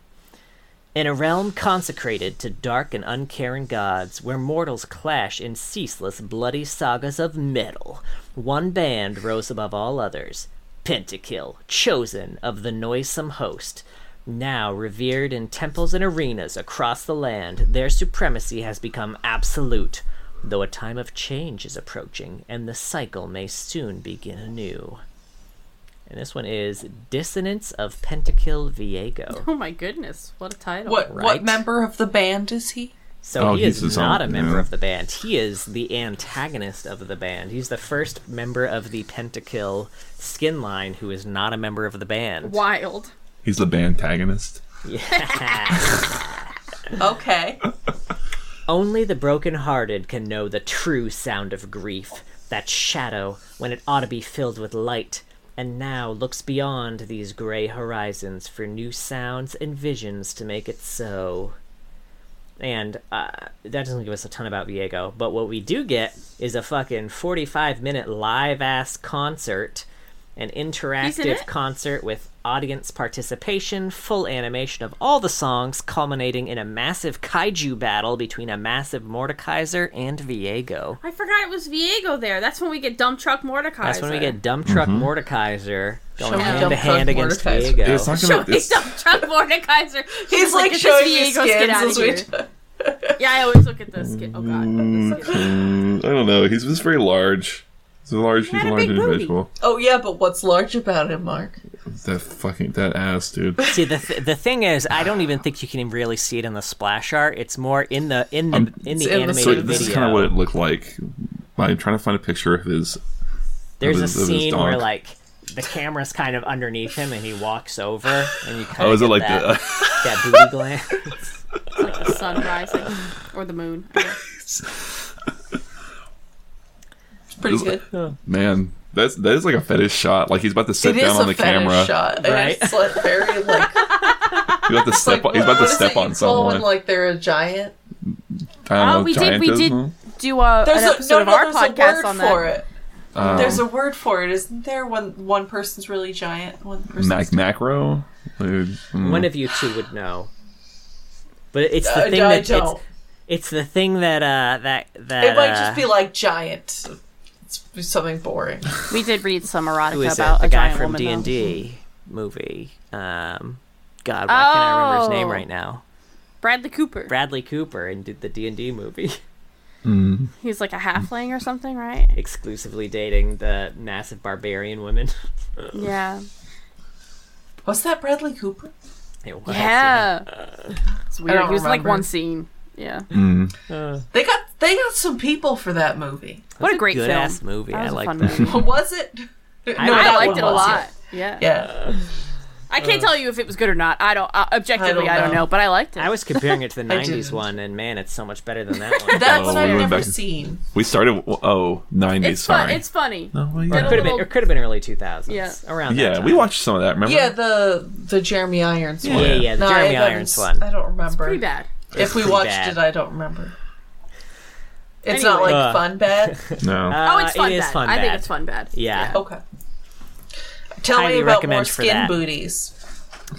S2: In a realm consecrated to dark and uncaring gods, where mortals clash in ceaseless bloody sagas of metal, one band rose above all others Pentakill, chosen of the noisome host. Now revered in temples and arenas across the land, their supremacy has become absolute, though a time of change is approaching, and the cycle may soon begin anew. And this one is Dissonance of Pentakill Viego.
S1: Oh my goodness, what a title.
S4: What
S2: Right.
S4: what member of the band is he?
S2: So
S3: Oh,
S2: he
S3: he's
S2: is
S3: his
S2: not
S3: own-
S2: a member
S3: yeah.
S2: of the band. He is the antagonist of the band. He's the first member of the Pentakill skin line who is not a member of the band.
S1: Wild.
S3: He's the antagonist.
S4: Okay.
S2: Only the broken-hearted can know the true sound of grief, that shadow when it ought to be filled with light, and now looks beyond these gray horizons for new sounds and visions to make it so. And uh, that doesn't give us a ton about Viego, but what we do get is a fucking 45 minute live ass concert, an interactive
S1: it?
S2: concert with audience participation, full animation of all the songs, culminating in a massive kaiju battle between a massive Mordekaiser and Viego.
S1: I forgot it was Viego there. That's when we get dump truck Mordecai.
S2: That's when we get Dump Truck
S3: Mm-hmm.
S2: Mordekaiser
S4: Show
S2: going
S4: me
S2: hand
S4: Dump
S2: to
S4: Truck
S2: hand against
S4: Mordekaiser.
S2: Viego.
S3: It's talking about this.
S1: dump truck Mordekaiser.
S4: He's like
S1: "Get this
S4: showing me
S1: Viego skin out of
S4: skins as we
S1: here." Yeah, I always look at the skin. Oh god. The skin.
S3: Mm, I don't know. He's just very large. He's a large. He's
S1: had a
S3: a
S1: big
S3: large
S1: booty.
S3: individual.
S4: Oh yeah, but what's large about him, Mark?
S3: That fucking that ass, dude.
S2: See the th- the thing is, I don't even think you can really see it in the splash art. It's more in the in the
S3: Um,
S2: in
S4: It's
S2: the
S4: in the
S2: animated
S3: So
S4: Made a
S3: this
S2: video.
S3: is kind of what it looked like. I'm trying to find a picture of his.
S2: There's
S3: of his-
S2: a
S3: of his
S2: scene where
S3: dog.
S2: like the camera's kind of underneath him, and he walks over, and you kind
S3: Oh,
S2: of
S3: is it like
S2: that,
S3: the?
S2: that booty glance.
S1: Like the sun rising. Or the moon. Yeah.
S4: It's pretty
S3: It's-
S4: good.
S3: man, that's that is like a fetish shot. Like he's about to sit
S4: It is
S3: down
S4: a
S3: on the
S4: fetish
S3: camera.
S4: shot. and
S2: Right?
S4: It's like very like
S3: He's about to step. on, he's about to
S4: what is
S3: step
S4: it you
S3: on
S4: call
S3: someone.
S4: When, like they're a giant.
S3: I don't
S1: Oh,
S3: know,
S1: we did. We did
S3: giantism?
S1: do a, an
S4: a-
S1: episode of our
S4: there's a
S1: podcast
S4: word
S1: on
S4: for
S1: that.
S4: it.
S3: Um,
S4: There's a word for it, isn't there? When one person's really giant, one person's
S3: Mac Macro. Dude, mm.
S2: One of you two would know, but it's the
S4: I-
S2: thing
S4: Uh, I
S2: that it's,
S4: don't.
S2: it's the thing that uh that that
S4: It might
S2: uh,
S4: just be like giant. It's something boring.
S1: We did read some
S2: who
S1: erotica
S2: is it?
S1: about
S2: the
S1: a
S2: guy
S1: giant
S2: from
S1: woman.
S2: D
S1: though.
S2: and D Hmm. movie. Um, God, why can't I remember his name
S1: Oh.
S2: right now?
S1: Bradley Cooper.
S2: Bradley Cooper in d- the D and D movie.
S1: He's like a halfling or something, right?
S2: exclusively dating the massive barbarian women.
S1: Yeah.
S4: Was that Bradley Cooper?
S2: It was,
S1: Yeah. It's weird.
S4: don't
S1: He was in, like
S4: remember.
S1: one scene. Yeah.
S4: They got they got some people for that movie.
S1: What a great
S2: Good
S1: film.
S2: ass movie.
S1: That
S2: I
S1: was a
S2: like
S1: fun
S2: that.
S1: movie.
S4: Was it? No,
S1: I
S4: that
S1: liked
S4: one
S1: it a
S4: was,
S1: lot. Yeah.
S4: Yeah.
S1: I can't tell you if it was good or not. I don't uh, objectively. I
S4: I
S1: don't,
S4: don't
S1: know.
S4: know.
S1: but I liked it.
S2: I was comparing it to the '90s
S4: didn't.
S2: one, and man, it's so much better than that one.
S4: That one
S3: Uh, oh, we
S4: I've
S3: went
S4: never
S3: back-
S4: seen.
S3: we started. Oh, 90s.
S1: it's fun.
S3: sorry.
S1: It's funny.
S3: oh, well,
S2: Or it
S3: yeah.
S2: could have been. It could have been early 2000s.
S1: Yeah.
S2: Around. that
S3: Yeah,
S2: time.
S3: we watched some of that. Remember?
S4: Yeah, the the Jeremy Irons
S2: Yeah,
S4: one.
S2: yeah, yeah, the
S4: No, I
S2: Jeremy
S4: haven't
S2: Irons
S4: s-
S2: one.
S4: I don't remember.
S1: Pretty bad.
S4: If we
S2: pretty
S4: watched
S2: bad.
S4: it, I don't remember. It's not like
S1: Anyway.
S4: fun bad.
S3: No.
S1: Oh,
S2: Uh,
S1: it's fun
S2: it is
S1: bad.
S2: fun
S1: I think
S2: bad.
S1: it's fun bad.
S2: Yeah.
S4: Okay. Tell
S2: Highly
S4: me about
S2: recommend
S4: more
S2: for
S4: skin
S2: that.
S4: booties.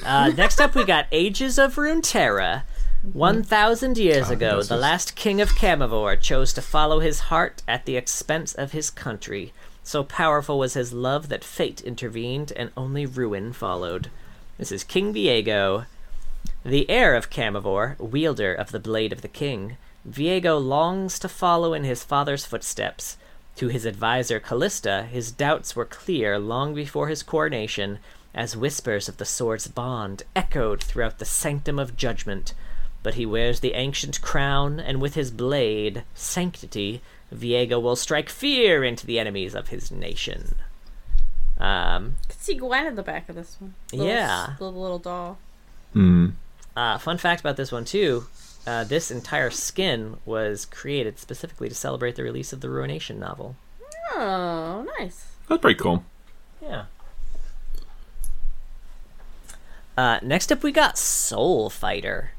S2: Uh, next up, we got Ages of Runeterra. 1,000 years ago, the last king of Camivore chose to follow his heart at the expense of his country. So powerful was his love that fate intervened and only ruin followed. This is King Viego. The heir of Camivore, wielder of the blade of the king, Viego longs to follow in his father's footsteps. To his advisor Callista, his doubts were clear long before his coronation, as whispers of the sword's bond echoed throughout the sanctum of judgment. But he wears the ancient crown, and with his blade, sanctity, Viego will strike fear into the enemies of his nation. Um,
S1: I could see Gwen in the back of this one. Little,
S2: Yeah.
S1: s- Little, little doll.
S2: Uh, fun fact about this one too: uh, this entire skin was created specifically to celebrate the release of the Ruination novel.
S1: Oh, nice.
S3: That's pretty cool.
S2: Yeah. Uh, next up, we got Soul Fighter.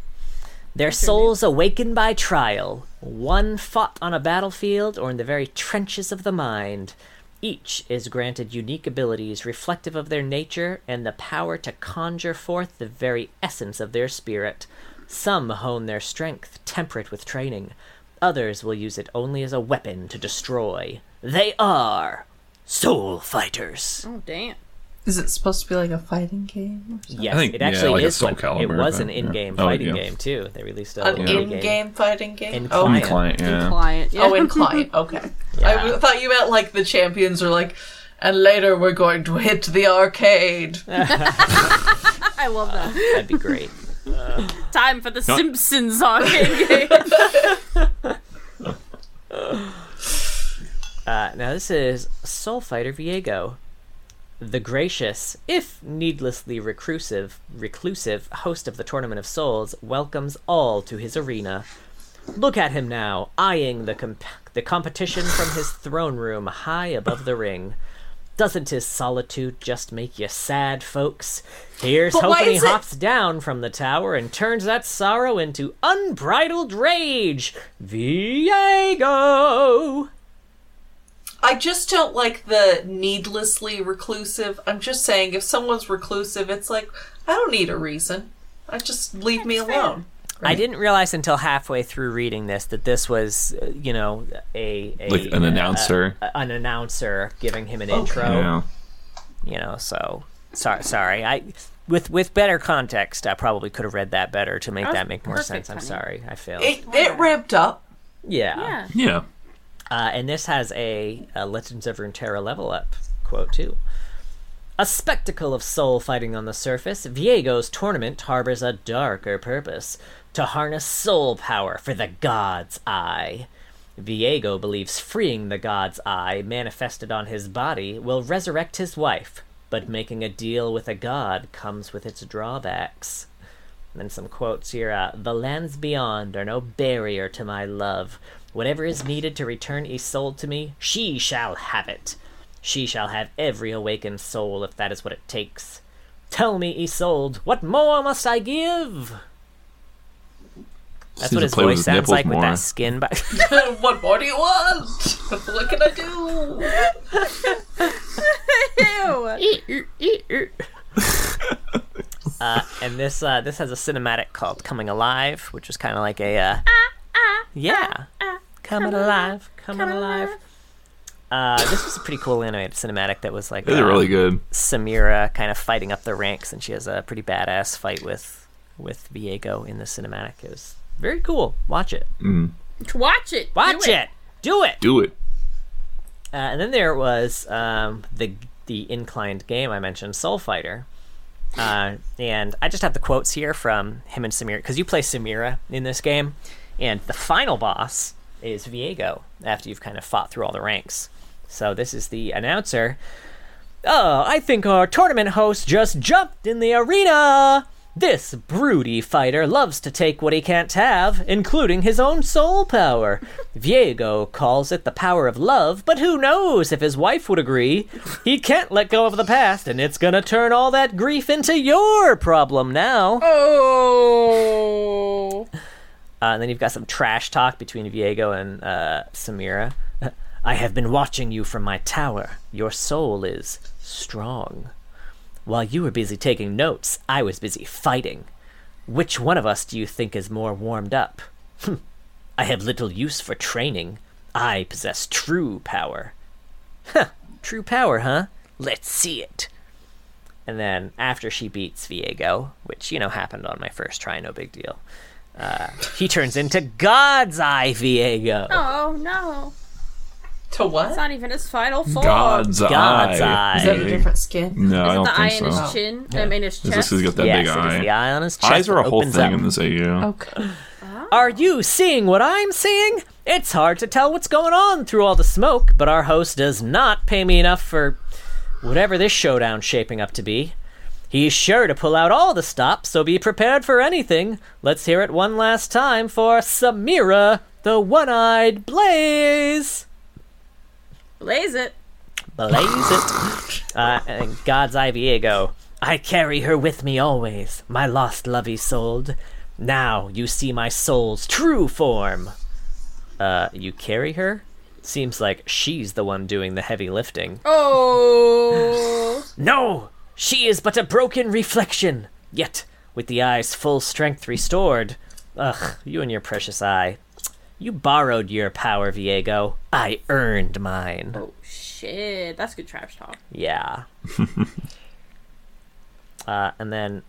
S2: Their souls awaken by trial, one fought on a battlefield or in the very trenches of the mind. Each is granted unique abilities reflective of their nature and the power to conjure forth the very essence of their spirit. Some hone their strength, temperate with training. Others will use it only as a weapon to destroy. They are soul fighters.
S1: Oh, damn.
S4: Is it supposed to be like a fighting game?
S2: Yes,
S3: I think-
S2: it
S3: yeah,
S2: actually
S3: like a
S2: is.
S3: Soul
S2: one. it
S3: Calibur,
S2: was
S3: but-
S2: an in-game
S3: yeah. Oh,
S2: fighting
S3: yeah.
S2: game too. They released a
S4: An
S2: little
S4: in-game fighting game?
S2: In
S4: oh,
S2: client.
S3: Client, yeah.
S1: Client. Yeah.
S4: oh, in client. Okay. I w- thought you meant like the champions are like, and later we're going to hit the arcade.
S1: I love that.
S2: That'd be great.
S1: Time for the
S3: Not-
S1: Simpsons arcade game.
S2: Uh, now this is Soul Fighter Viego, the gracious, if needlessly reclusive, reclusive host of the Tournament of Souls welcomes all to his arena. Look at him now, eyeing the comp- the competition from his throne room high above the ring. Doesn't his solitude just make you sad, folks? Here's
S4: But why
S2: hoping he
S4: is it-
S2: hops down from the tower and turns that sorrow into unbridled rage. Viego!
S4: I just don't like the needlessly reclusive. I'm just saying, if someone's reclusive, it's like, I don't need a reason. I just leave me alone.
S2: I didn't realize until halfway through reading this that this was, uh, you know, a, a
S3: Like an
S2: uh, oh.
S3: announcer.
S2: a- an announcer giving him an intro.
S3: yeah.
S2: You know, so sorry, sorry. I with with better context, I probably could have read that better to make
S1: That was
S2: that make more
S1: perfect,
S2: sense. I'm
S1: honey.
S2: sorry, I failed.
S4: It, it ramped up.
S2: yeah.
S1: yeah.
S3: Yeah.
S2: Uh, and this has a, a Legends of Runeterra level up quote too. A spectacle of soul fighting on the surface, Viego's tournament harbors a darker purpose to harness soul power for the God's Eye. Viego believes freeing the God's Eye manifested on his body will resurrect his wife, but making a deal with a god comes with its drawbacks. And then some quotes here. Uh, the lands beyond are no barrier to my love. Whatever is needed to return a soul to me, she shall have it. She shall have every awakened soul if that is what it takes. Tell me, Isolde, what more must I give? That's
S3: Seems
S2: what his
S3: to play with
S2: voice
S3: his
S2: sounds
S3: nipples
S2: like with
S3: more.
S2: that skin. But
S4: what more do you want? what can I do?
S1: Ew.
S2: and this uh, this has a cinematic called "Coming Alive," which was kind of like a uh, yeah, ah, coming alive, coming alive. Uh, this was a pretty cool animated cinematic that was like
S3: These
S2: uh,
S3: are really good.
S2: Samira kind of fighting up the ranks, and she has a pretty badass fight with with Viego in the cinematic. It was very cool. Watch it.
S1: Watch it. Do
S2: Watch it. Do it.
S3: Do it.
S2: Uh, and then there was um, the the inclined game I mentioned, Soul Fighter. Uh, and I just have the quotes here from him and Samira because you play Samira in this game, and the final boss is Viego after you've kind of fought through all the ranks. So this is the announcer. Oh, I think our tournament host just jumped in the arena. This broody fighter loves to take what he can't have, including his own soul power. Viego calls it the power of love, but who knows if his wife would agree? He can't let go of the past, and it's gonna turn all that Uh, grief into your problem now.
S1: Oh.
S2: Uh, and then you've got some trash talk between Viego and uh, Samira. I have been watching you from my tower. Your soul is strong. While you were busy taking notes, I was busy fighting. Which one of us do you think is more warmed up? Hmm. I have little use for training. I possess true power. Huh, true power, huh? Let's see it. And then after she beats Viego, which, you know, happened on my first try, no big deal, uh, he turns into God's Eye Viego.
S1: Oh no,
S4: To what?
S1: it's not even his final form.
S3: God's,
S2: Oh, God's eye.
S4: Is that a different skin?
S3: No, I
S1: Is it the eye
S3: don't
S1: in his
S3: think so. Oh.
S1: chin? I mean, his
S3: Is this
S1: chest.
S3: has got that
S2: yes,
S3: big
S2: it is the
S3: eye.
S2: eye on his chest.
S3: Eyes are a
S2: that
S3: whole
S2: opens up.
S3: thing in this AU.
S4: Okay.
S2: Are you seeing what I'm seeing? It's hard to tell what's going on through all the smoke, but our host does not pay me enough for whatever this showdown's shaping up to be. He's sure to pull out all the stops, so be prepared for anything. Let's hear it one last time for Samira, the one eyed blaze.
S1: Blaze it.
S2: Blaze it. Uh, and God's eye Viego. I carry her with me always, my lost love sold. Now you see my soul's true form. Uh, you carry her? Seems like she's the one doing the heavy lifting.
S1: Oh,
S2: No! She is but a broken reflection! Yet, with the eye's full strength restored. Ugh, you and your precious eye. You borrowed your power, Viego. I earned mine.
S1: oh shit! That's good trash talk.
S2: Yeah. uh, and then,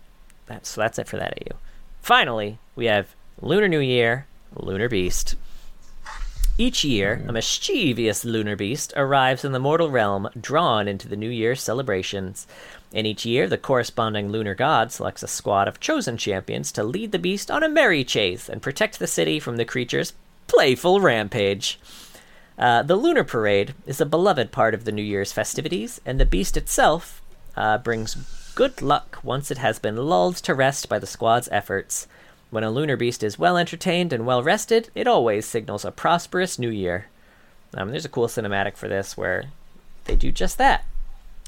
S2: that, so that's it for that AU. Finally, we have Lunar New Year, Lunar Beast. Each year, a mischievous lunar beast arrives in the mortal realm, drawn into the New Year's celebrations. In each year, the corresponding lunar god selects a squad of chosen champions to lead the beast on a merry chase and protect the city from the creature's playful rampage. Uh, the Lunar Parade is a beloved part of the New Year's festivities, and the beast itself uh, brings good luck once it has been lulled to rest by the squad's efforts. When a lunar beast is well entertained and well rested, it always signals a prosperous new year. Um, there's a cool cinematic for this where they do just that.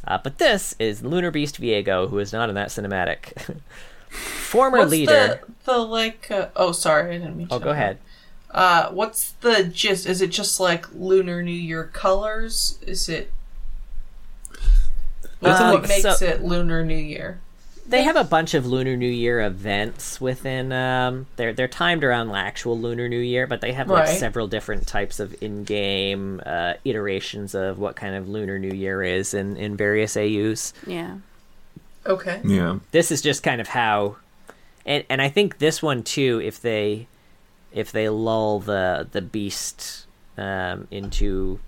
S2: Uh, but this is Lunar Beast Viego, who is not in that cinematic. Former
S4: What's
S2: leader.
S4: the the like? Uh, oh, sorry, I didn't mean. to
S2: Oh, go ahead.
S4: Uh, what's the gist? Is it just like Lunar New Year colors? Is it? What's
S2: Um,
S4: what makes
S2: so-
S4: it Lunar New Year?
S2: they have a bunch of Lunar New Year events within. Um, they're they're timed around the actual Lunar New Year, but they have like
S4: Right.
S2: several different types of in-game uh, iterations of what kind of Lunar New Year is in in various AUs.
S1: Yeah.
S4: Okay.
S3: Yeah.
S2: This is just kind of how, and and I think this one too. If they if they lull the the beast um, into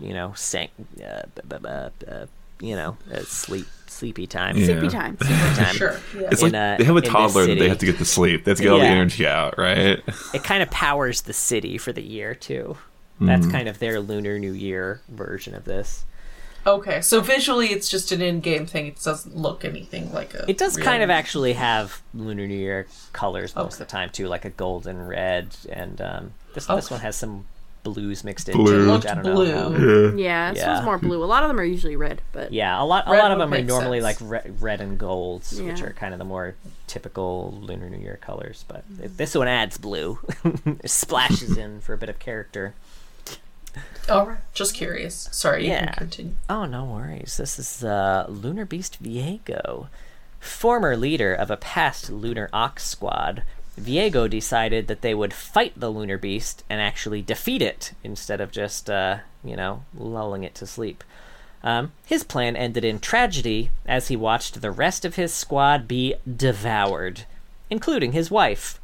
S2: you know sank, uh, b- b- b- uh, you know uh, sleep sleepy time
S3: Yeah.
S1: Sleepy time. Sleepy time.
S2: time.
S4: Sure. Yeah.
S3: It's
S2: In a-
S3: like they have a
S2: in this
S3: toddler that
S2: city.
S3: they have to get to sleep. They have to get all the
S2: Yeah.
S3: energy out, right?
S2: it kind of powers the city for the year too. That's kind of their lunar new year version of this.
S4: Okay. So visually, it's just an in-game thing. It doesn't look anything like a.
S2: It does
S4: real-
S2: kind of actually have lunar new year colors
S4: Oh.
S2: most of the time too, like a golden red, and um, this this one has some blues mixed in.
S3: Blue.
S2: Too,
S4: It
S2: which
S4: looked
S2: I don't
S4: Oh. blue.
S2: know. how-
S1: Yeah. This
S2: Yeah.
S1: one's more blue. A lot of them are usually red, but
S2: Yeah, a lot a
S4: Red
S2: lot of
S4: would
S2: them are
S4: make
S2: normally
S4: sense.
S2: like red, red and golds, which
S1: Yeah.
S2: are kind of the more typical lunar new year colors. But th- this one adds blue, It splashes in for a bit of character.
S4: All right. Just curious. Sorry. You
S2: Yeah.
S4: can continue.
S2: Oh, no worries. This is uh, Lunar Beast Viego. Former leader of a past Lunar Ox squad, Viego decided that they would fight the Lunar Beast and actually defeat it instead of just, uh, you know, lulling it to sleep. Um, his plan ended in tragedy as he watched the rest of his squad be devoured, including his wife.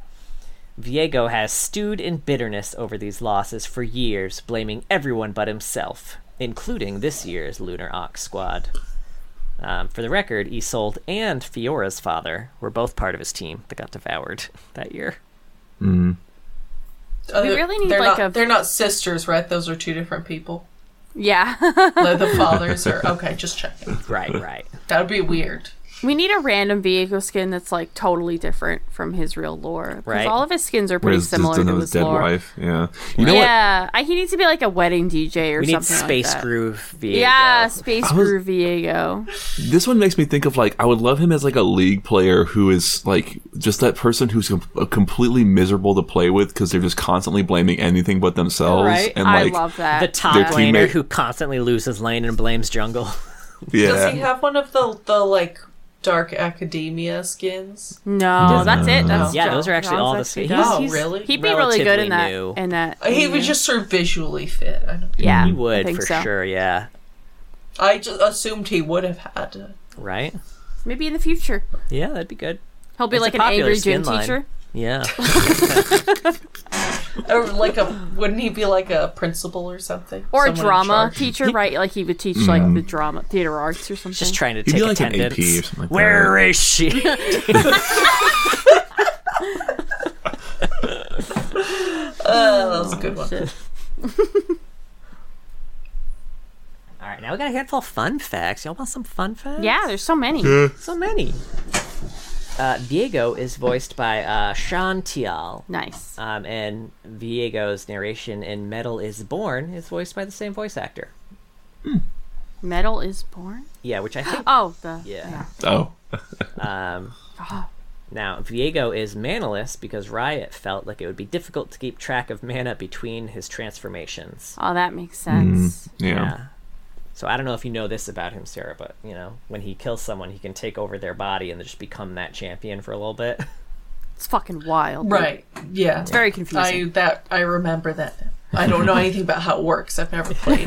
S2: Viego has stewed in bitterness over these losses for years, blaming everyone but himself, including this year's Lunar Ox Squad. Um, for the record, Isolde and Fiora's father were both part of his team that got devoured that year.
S4: Uh,
S1: We really need,
S4: they're
S1: like,
S4: not,
S1: a-
S4: They're not sisters, right? Those are two different people.
S1: yeah.
S4: the the fathers are okay. Just checking.
S2: Right, right.
S4: That would be weird.
S1: We need a random vehicle skin that's like totally different from his real lore. Because
S2: Right.
S1: all of his skins are pretty
S3: Whereas this-
S1: similar
S3: then
S1: to
S3: those
S1: his
S3: dead
S1: lore.
S3: wife. Yeah. You know what?
S1: yeah, I, he needs to be like a wedding DJ or
S2: We need
S1: something. like
S2: Space
S1: that.
S2: Groove Viego.
S1: Yeah, Space
S3: I was-
S1: Groove Viego.
S3: This one makes me think of like I would love him as like a league player who is like just that person who's com- uh, completely miserable to play with because they're just constantly blaming anything but themselves.
S2: Right.
S3: And
S1: I
S3: like,
S1: love that.
S2: The top
S3: Their
S2: laner
S3: teammate-
S2: who constantly loses lane and blames jungle.
S3: yeah.
S4: Does he have one of the the like dark academia skins?
S1: No, that's it. That's
S2: Yeah,
S1: Joe.
S2: those are actually
S1: John's
S2: all the
S1: actually
S2: same.
S1: done.
S4: Oh, really?
S1: He'd be really good in that.
S2: relatively new.
S1: In that,
S4: Uh, He would just sort of visually fit. I, don't,
S1: yeah,
S2: he
S1: I
S2: would
S1: think
S2: for
S1: so.
S2: sure, yeah.
S4: I just assumed he would have had. a-
S2: Right?
S1: Maybe in the future,
S2: Yeah, that'd be good.
S1: he'll be
S2: It's
S1: like
S2: a
S1: an
S2: popular
S1: angry gym
S2: skin line.
S1: teacher.
S2: Yeah.
S4: Or like a wouldn't he be like a principal or something?
S1: Or
S4: Someone in
S1: a drama
S4: charge.
S1: teacher, right? Like he would teach like the drama theater arts or something.
S2: Just trying to
S3: He'd
S2: take
S3: be like an AP
S2: attendance.
S3: or something like
S2: Where
S3: that.
S2: is she?
S4: Uh, that was a good one.
S1: Shit.
S2: All right, now we got a handful of fun facts. Y'all want some fun facts?
S1: Yeah, there's so many.
S2: So many. Uh, Viego is voiced by uh, Sean Tial.
S1: Nice.
S2: Um, and Viego's narration in Metal is Born is voiced by the same voice actor.
S1: Metal is born.
S2: Yeah, which I think.
S1: Oh, the
S2: Yeah.
S3: Oh.
S2: Um, now, Viego is manaless because Riot felt like it would be difficult to keep track of mana between his transformations.
S1: Oh, that makes
S2: Mm.
S1: sense.
S3: Yeah.
S2: Yeah. So I don't know if you know this about him, Sarah, but you know when he kills someone, he can take over their body and just become that champion for a little bit.
S1: It's fucking wild.
S4: Right. Yeah.
S1: It's very confusing.
S4: I that I remember that. I don't know anything about how it works. I've never played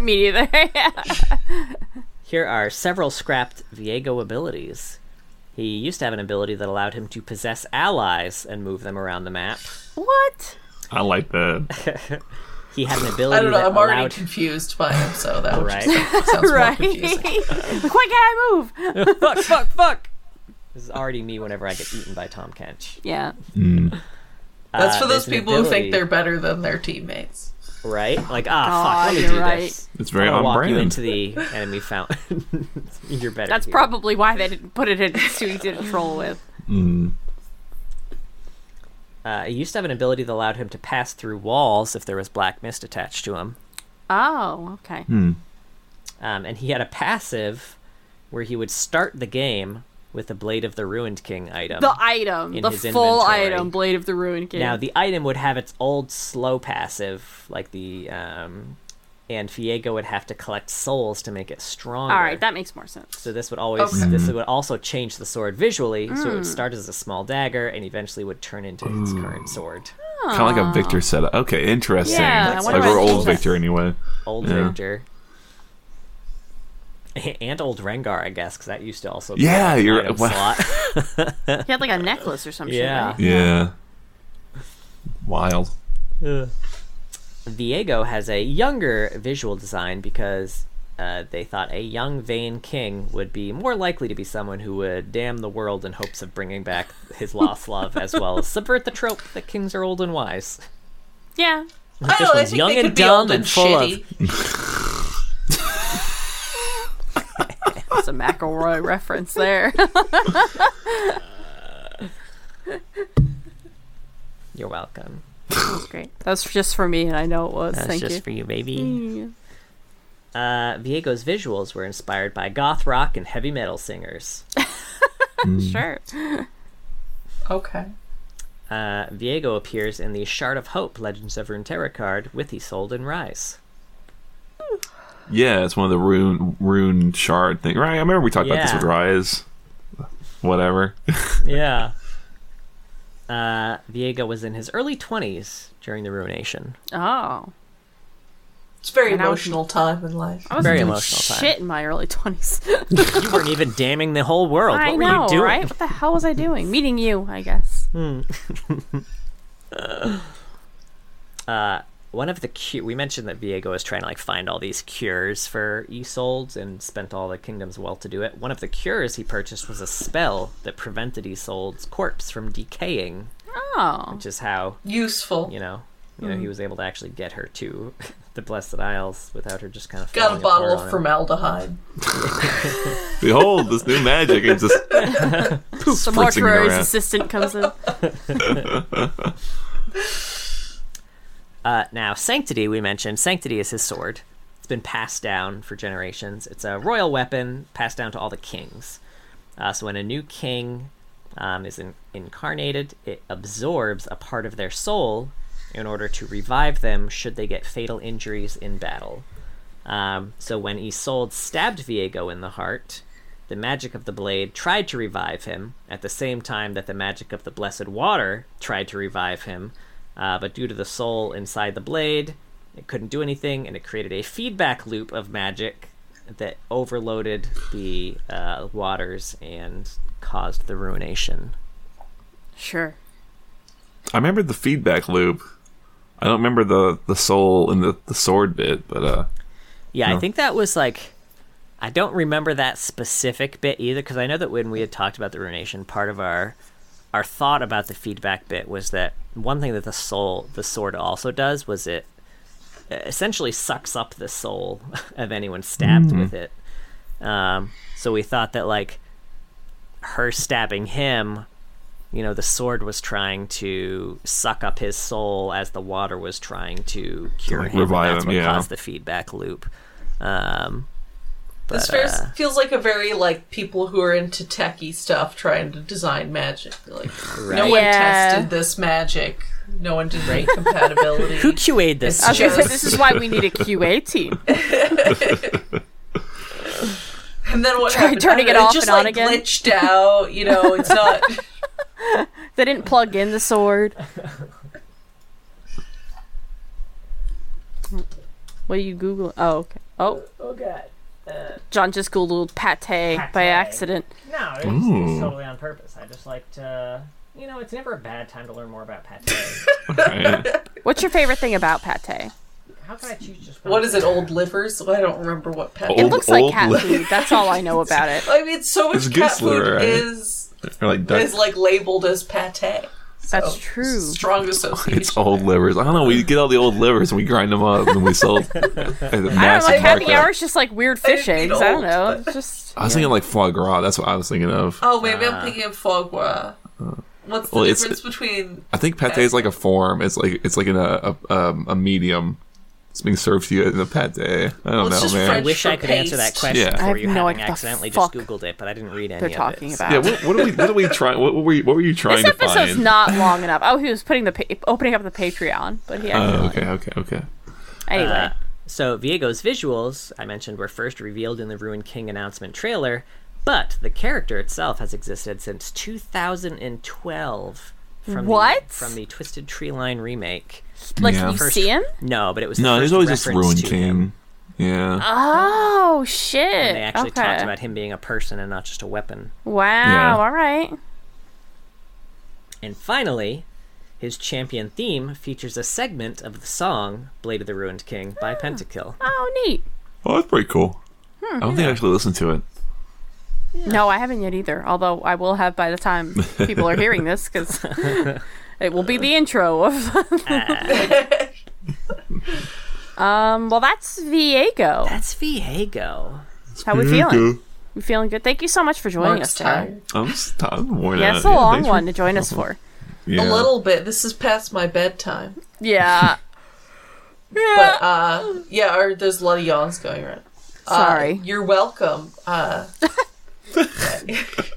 S1: Me neither. yeah.
S2: Here are several scrapped Viego abilities. He used to have an ability that allowed him to possess allies and move them around the map.
S1: What?
S3: I like that.
S2: He had an
S4: I
S2: ability
S4: don't know.
S2: that
S4: I'm already
S2: allowed
S4: confused by him, so that would
S2: right.
S4: just sounds
S1: Right.
S4: more
S1: Like,
S4: confusing.
S1: why can't I move?
S2: fuck, fuck, fuck. This is already me whenever I get eaten by Tom Kench.
S1: Yeah.
S4: That's
S2: Uh,
S4: for those
S2: there's an
S4: people who think
S2: ability,
S4: they're better than their teammates.
S2: right. Like
S1: God,
S2: ah, fuck. Let me
S1: you're
S2: do
S1: right.
S2: this.
S3: It's very
S2: I'm gonna
S3: on
S2: walk you
S3: brand.
S2: into the enemy fountain. you're better.
S1: That's
S2: here.
S1: probably why they didn't put it in. It's too easy to troll with.
S2: Uh, he used to have an ability that allowed him to pass through walls if there was black mist attached to him.
S1: Oh, okay.
S2: Hmm. Um, and he had a passive where he would start the game with the Blade of the Ruined King item.
S1: The item,
S2: In
S1: the
S2: his
S1: full
S2: inventory.
S1: item, Blade of the Ruin King.
S2: Now, the item would have its old slow passive, like the. Um, and Fiego would have to collect souls to make it stronger.
S1: All right, that makes more sense.
S2: so this would always
S4: Okay.
S2: this would also change the sword visually. So it
S1: Mm.
S2: would start as a small dagger and eventually would turn into its current sword.
S3: Kind of like a Victor setup. Okay, interesting.
S1: Yeah, I wonder
S3: like
S1: why
S3: or
S1: they
S3: old
S1: did that.
S3: Victor anyway.
S2: Old
S3: Yeah.
S2: Victor. And old Rengar, I guess, because that used to also be
S3: Yeah,
S2: an
S3: you're-
S2: item
S3: well-
S2: slot.
S1: He had like a necklace or some shit.
S2: Yeah.
S1: right?
S3: Yeah. Wild.
S2: Diego has a younger visual design because uh, they thought a young, vain king would be more likely to be someone who would damn the world in hopes of bringing back his lost love, as well as subvert the trope that kings are old and wise.
S1: Yeah.
S4: I don't know. I
S2: one's
S4: think
S2: young
S4: Oh, they
S2: and
S4: could be
S2: dumb
S4: old
S2: and
S4: and,
S2: full of-
S4: shitty.
S1: That's a McElroy reference there.
S2: You're welcome.
S1: That's great. That's just for me, and I know it was.
S2: That's
S1: Thank
S2: just
S1: you.
S2: for you, baby. Uh, Viego's visuals were inspired by goth rock and heavy metal singers.
S1: Sure.
S4: Okay.
S2: Uh, Viego appears in the Shard of Hope Legends of Runeterra card with Isolde and Rise.
S3: Yeah, it's one of the rune rune shard thing. Right, I remember we talked about this
S2: Yeah.
S3: with Rise. Whatever.
S2: Yeah. Uh, Viego was in his early 20s during the ruination.
S1: Oh,
S4: It's a very
S1: And I was-
S4: emotional time in life.
S1: I was
S2: Very
S1: doing
S2: emotional time.
S1: shit in my early twenties.
S2: You weren't even damning the whole world.
S1: I
S2: what
S1: know,
S2: were you doing?
S1: right? What the hell was I doing? Meeting you, I guess.
S2: One of the cu- we mentioned that Viego is trying to like find all these cures for Isolde and spent all the kingdom's wealth to do it. One of the cures he purchased was a spell that prevented Isolde's corpse from decaying,
S1: Oh,
S2: which is how
S4: Useful.
S2: you know you know,
S1: Hmm.
S2: he was able to actually get her to the Blessed Isles without her just kind of
S4: Got
S2: falling
S4: a bottle
S2: apart on
S4: of
S2: him.
S4: formaldehyde.
S3: Behold this new magic. It's just
S1: The
S3: spritzing it
S1: mortuary's
S3: around.
S1: assistant comes in.
S2: Uh, now, sanctity, we mentioned. Sanctity is his sword. It's been passed down for generations. It's a royal weapon passed down to all the kings. Uh, so, when a new king um, is in- incarnated, it absorbs a part of their soul in order to revive them should they get fatal injuries in battle. Um, so, when Isolde stabbed Viego in the heart, the magic of the blade tried to revive him at the same time that the magic of the blessed water tried to revive him uh, but due to the soul inside the blade it couldn't do anything and it created a feedback loop of magic that overloaded the uh, waters and caused the ruination
S1: Sure.
S3: I remember the feedback loop. I don't remember the the soul and the, the sword bit, but uh
S2: Yeah, I
S3: No?
S2: think that was like I don't remember that specific bit either because I know that when we had talked about the ruination, part of our our thought about the feedback bit was that one thing that the soul, the sword also does was it essentially sucks up the soul of anyone stabbed
S3: Mm-hmm.
S2: with it. Um, so we thought that like her stabbing him, you know, the sword was trying to suck up his soul as the water was trying to cure
S3: like,
S2: him. and
S3: revive
S2: that's
S3: him,
S2: what
S3: yeah.
S2: caused the feedback loop. Um,
S4: This
S2: But, uh,
S4: feels, feels like a very like people who are into techie stuff trying to design magic. Like no
S2: Right.
S4: one
S1: Yeah.
S4: tested this magic. No one did rate compatibility.
S2: who QA'd this?
S4: It's
S2: shit?
S1: Okay, so
S4: Just-
S1: this is why we need a QA team.
S4: and then what happened?
S1: turning
S4: I
S1: it
S4: don't know,
S1: off
S4: just
S1: and on
S4: like
S1: again.
S4: glitched out. You know, it's not.
S1: They didn't plug in the sword. What are you Google? Oh, okay. Oh,
S2: Oh god,
S1: John just Googled pate, by
S2: Pate.
S1: accident.
S2: no, it's,
S3: Ooh.
S2: totally on purpose. I just like to, you know, it's never a bad time to learn more about pate.
S3: I-
S1: What's your favorite thing about pate?
S2: How can I choose just
S4: What is it? Old livers? I don't remember what pet.
S1: It
S3: Old-
S1: looks like cat
S3: li-
S1: food. That's all I know about it.
S4: I mean, so much
S3: It's good
S4: cat food
S3: sliver, right?
S4: is
S3: or like duck-
S4: is like labeled as pate. So,
S1: That's true.
S4: Strong association.
S3: it's old livers. I don't know. We get all the old livers and we grind them up and we sell. at a
S1: I don't know.
S3: massive
S1: Like happy
S3: markup.
S1: hour is just like weird fish
S4: didn't mean
S1: eggs. I don't
S4: old,
S1: know.
S4: but-
S1: It's just
S3: I was thinking like foie gras. That's what I was thinking of.
S4: Oh, maybe I'm thinking of foie gras. What's the
S3: well, it's-
S4: difference between?
S3: I think pate is like a form. It's like it's like in a a, um, a medium. It's being served to you in a pate. I don't
S4: it's
S3: know,
S4: just
S3: man.
S2: I
S4: French-
S2: wish I
S4: for
S2: could answer that
S4: paste.
S2: question
S3: Yeah. I
S2: for
S1: have
S2: you,
S1: no
S2: having
S1: idea the
S2: accidentally
S1: fuck
S2: just googled it, but I didn't read any
S1: they're
S2: of
S1: talking
S2: it.
S1: about.
S3: Yeah. What, what are we? What are we trying? What, what were you? What were you trying
S1: this
S3: to find?
S1: episode's not long enough. Oh, he was putting the pa- opening up the Patreon, but he actually,
S3: Oh, okay. Okay. Okay.
S1: anyway.
S2: Uh, so Viego's visuals, I mentioned, were first revealed in the Ruined King announcement trailer, but the character itself has existed since 2012 from
S1: What?
S2: the, from the Twisted Tree Line remake.
S1: like
S3: yeah.
S1: you see him?
S2: No, but it was the
S3: No,
S2: first
S3: he's always just
S2: reference
S3: ruined
S2: to
S3: king.
S2: him.
S3: Yeah.
S1: Oh shit!
S2: They actually
S1: okay.
S2: talked about him being a person and not just a weapon.
S1: Wow.
S3: Yeah.
S1: All right.
S2: And finally, his champion theme features a segment of the song "Blade of the Ruined King"
S1: Ah,
S2: by Pentakill.
S1: Oh, neat.
S3: Oh, that's pretty cool.
S1: hmm,
S3: I don't think I actually listened to it.
S1: No, I haven't yet either. Although I will have by the time people are hearing this, because it will be the intro of. um. Well, that's Viego.
S2: That's Viego.
S1: How we feeling? We feeling good. Thank you so much for joining
S4: Mark's
S1: us, Tyler.
S4: tired.
S3: I'm, just, I'm worn
S1: Yeah,
S3: out.
S1: it's a long one to join us for.
S4: A little bit. This is past my bedtime.
S1: Yeah.
S4: But uh, yeah, or there's a lot of yawns going around. Uh,
S1: Sorry.
S4: you're welcome. Uh,
S1: Yay.
S3: off-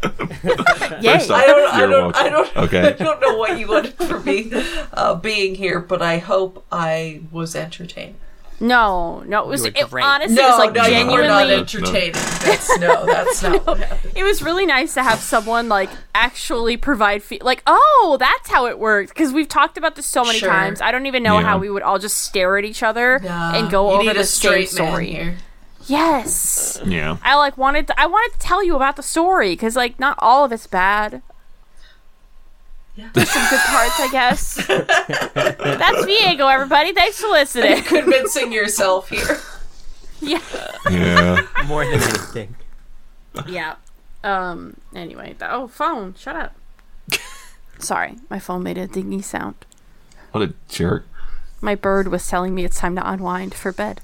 S4: I don't. I
S3: You're
S4: don't. I
S3: welcome.
S4: don't. I
S3: Okay.
S4: don't know what you wanted for me uh, being here, but I hope I was entertained.
S1: No, no, it was
S2: were
S1: it,
S2: great.
S1: honestly it
S4: No,
S1: was like
S4: no, you were not
S1: genuinely
S4: entertaining. That's no. That's not what happened.
S1: it was really nice to have someone like actually provide feed like oh that's how it worked because we've talked about this so many
S4: Sure.
S1: times i don't even know
S3: Yeah.
S1: how we would all just stare at each other
S4: Nah,
S1: and go
S4: you
S1: over
S4: need
S1: the
S4: a
S1: same
S4: straight man
S1: story
S4: here.
S1: yes
S3: Yeah.
S1: i like wanted to, i wanted to tell you about the story because like not all of it's bad there's some good parts i guess that's viego everybody thanks for listening
S4: Convincing yourself here.
S1: yeah
S3: Yeah.
S2: More than anything.
S1: Yeah. Um. Anyway. th- oh, phone. Shut up. Sorry, my phone made a dingy sound.
S3: What a jerk.
S1: My bird was telling me it's time to unwind for bed.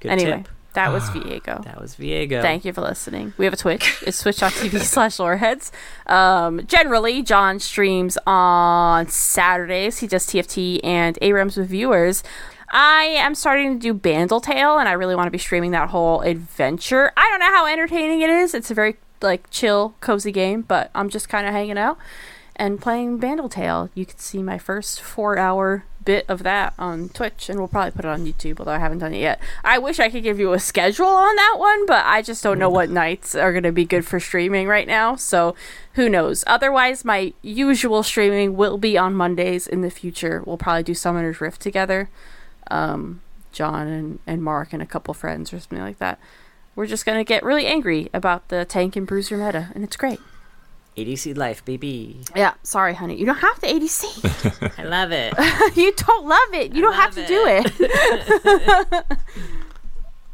S2: Good
S1: anyway,
S2: tip.
S1: that was Viego.
S2: That was Viego.
S1: Thank you for listening. We have a Twitch. It's twitch.tv slash loreheads. Um, generally, John streams on Saturdays. He does TFT and ARAMs with viewers. I am starting to do Bandletale, and I really want to be streaming that whole adventure. I don't know how entertaining it is. It's a very like chill, cozy game, but I'm just kind of hanging out and playing Bandletale. You can see my first four hour bit of that on Twitch, and we'll probably put it on YouTube, although I haven't done it yet. I wish I could give you a schedule on that one, but I just don't know what nights are going to be good for streaming right now, so who knows. Otherwise, my usual streaming will be on Mondays in the future. We'll probably do Summoner's Rift together. Um, John and, and Mark and a couple friends or something like that. We're just going to get really angry about the tank and bruiser meta, and it's great.
S2: ADC life, baby.
S1: Yeah, sorry, honey. You don't have to ADC.
S2: I love it.
S1: you don't love it. You don't have to do it.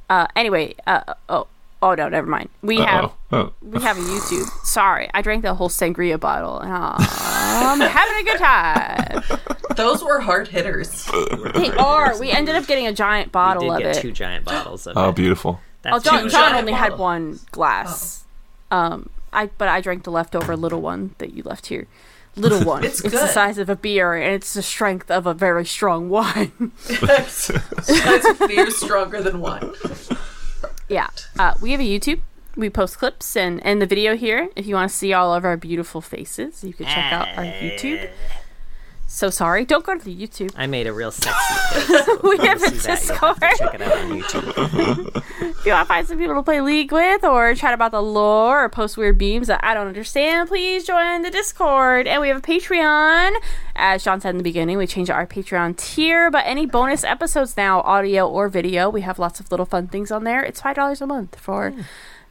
S1: uh, anyway, uh, oh, oh no, never mind. We have
S3: Uh-oh. Oh.
S1: we have a YouTube. Sorry, I drank the whole sangria bottle. and um, I'm having a good time.
S4: Those were hard hitters.
S1: They are. We ended up getting a giant
S2: We
S1: bottle
S2: did
S1: of
S2: get
S1: it.
S2: two giant bottles of
S3: Oh,
S2: it.
S3: beautiful.
S2: That's
S1: Oh, John,
S4: huge.
S1: John
S4: Giant
S1: only had
S4: bottle.
S1: one glass.
S2: Oh.
S1: Um, I but I drank the leftover little one that you left here. Little one.
S4: It's
S1: the
S4: good.
S1: size of a beer, and it's the strength of a very strong wine.
S4: That's beer stronger than wine.
S1: yeah uh, we have a youtube we post clips and and the video here if you want to see all of our beautiful faces you can check out our
S2: Eh.
S1: youtube so sorry don't go to the youtube
S2: I made a real sexy.
S1: we have a
S2: see that, you'll
S1: discord
S2: have to check it out on YouTube.
S1: if you want to find some people to play league with or chat about the lore or post weird beams that I don't understand, please join the Discord. And we have a Patreon. As Sean said in the beginning, we changed our Patreon tier, but any bonus episodes now, audio or video, we have lots of little fun things on there. It's $5 a month for.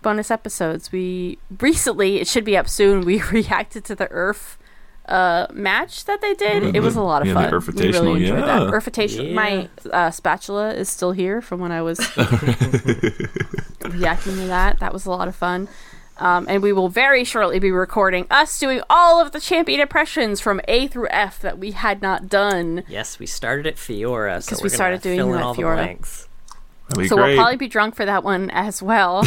S1: Bonus episodes. We recently, it should be up soon. We reacted to the Earth uh, match that they did.
S3: Yeah,
S1: it was a
S3: the-
S1: lot of
S3: Mm-hmm. yeah, the
S1: fun. we
S3: Earthitational,
S1: really enjoyed
S3: yeah.
S1: that. Earthitation. My uh, spatula is still here from when I was reacting to that. That was a lot of fun. Um, and we will very shortly be recording us doing all of the champion impressions from A through F that we had not done.
S2: Yes, we started at Fiora, so
S1: 'Cause
S2: we're
S1: we
S2: gonna
S1: started doing
S2: fill in
S1: that
S2: all
S1: Fiora.
S2: the blanks.
S3: That'd be
S1: So
S3: great.
S1: we'll probably be drunk for that one as well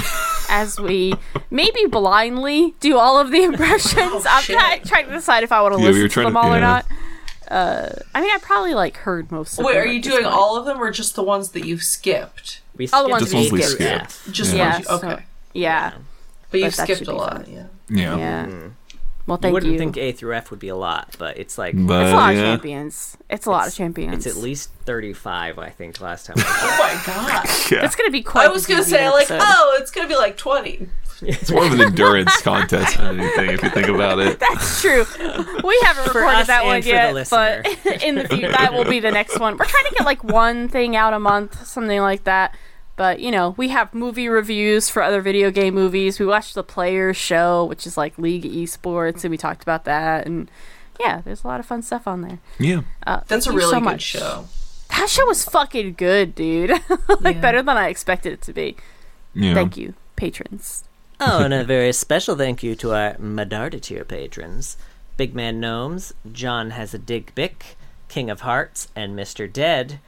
S1: as we maybe blindly do all of the impressions. I'm
S4: Oh, shit.
S1: not trying to decide if I want to
S3: Yeah, we
S1: listen
S3: were
S1: to
S3: trying
S1: them
S3: to-
S1: all or
S3: yeah.
S1: not. Uh, I mean, I probably like heard most of
S4: Wait,
S1: them
S4: are
S1: at
S4: you
S1: this
S4: doing
S1: point.
S4: all of them or just the ones that you've skipped?
S2: We
S1: All the ones
S2: skipped
S1: we
S2: A through
S1: skipped.
S2: F.
S4: Just
S1: Yeah,
S4: ones you, okay.
S1: so- Yeah.
S4: but you've
S1: but that
S4: skipped
S1: should
S4: a
S1: be
S4: lot,
S1: fine.
S3: yeah.
S4: yeah.
S1: Yeah. Well,
S2: You
S1: thank you.
S2: wouldn't think A through F would be a lot, but it's like
S3: But,
S1: it's a lot of
S3: yeah.
S1: champions. It's a lot of champions.
S2: it's at least thirty-five. I think last time. I
S4: Oh my god.
S3: Yeah.
S1: It's gonna be quite.
S4: I was gonna say like,
S1: episode.
S4: oh, it's gonna be like twenty.
S3: It's more of an endurance contest than anything, if you think about it.
S1: That's true. We haven't recorded
S2: us
S1: that one
S2: and for the
S1: yet,
S2: listener.
S1: but in the future, that will be the next one. We're trying to get like one thing out a month, something like that. But you know, we have movie reviews for other video game movies. We watched the Players Show, which is like League esports, and we talked about that. And yeah, there's a lot of fun stuff on there.
S3: Yeah.
S4: That's a
S1: you
S4: really
S1: so
S4: good
S1: much.
S4: show.
S1: That show was fucking good, dude. like
S4: Yeah.
S1: better than I expected it to be.
S3: Yeah.
S1: Thank you, patrons.
S2: Oh, and a very special thank you to our Madarda tier patrons Big Man Gnomes, John Has a Dig Bick, King of Hearts, and Mr. Dead.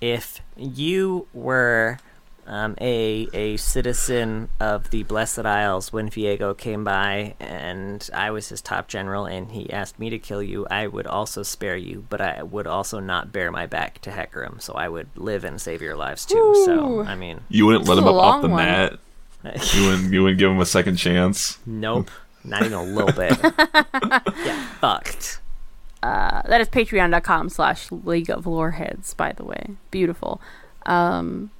S2: If you were um, a, a citizen of the Blessed Isles when Viego came by and I was his top general and he asked me to kill you, I would also spare you, but I would also not bare my back to Hecarim, So I would live and save your lives too. So,
S1: Ooh.
S2: I mean,
S3: You wouldn't let
S1: This
S3: him
S1: is
S3: up
S1: a
S3: off the
S1: long one.
S3: mat. You wouldn't. You wouldn't give him a second chance.
S2: Nope. Not even a little bit. yeah, fucked.
S1: Uh, That is patreon.com slash League of Loreheads, by the way. Beautiful. Um,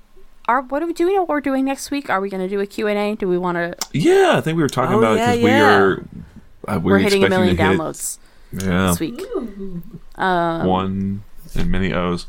S1: are, what do we do? We know what we're doing next week? Are we going to do a Q&A? Do we want to...
S3: Yeah, I think we were talking
S2: Oh,
S3: about
S2: yeah,
S3: it because
S2: yeah.
S3: we are. Uh, we're,
S1: We're hitting a million
S3: expecting to hit,
S1: downloads
S3: Yeah,
S1: this week. Um,
S3: one and many O's.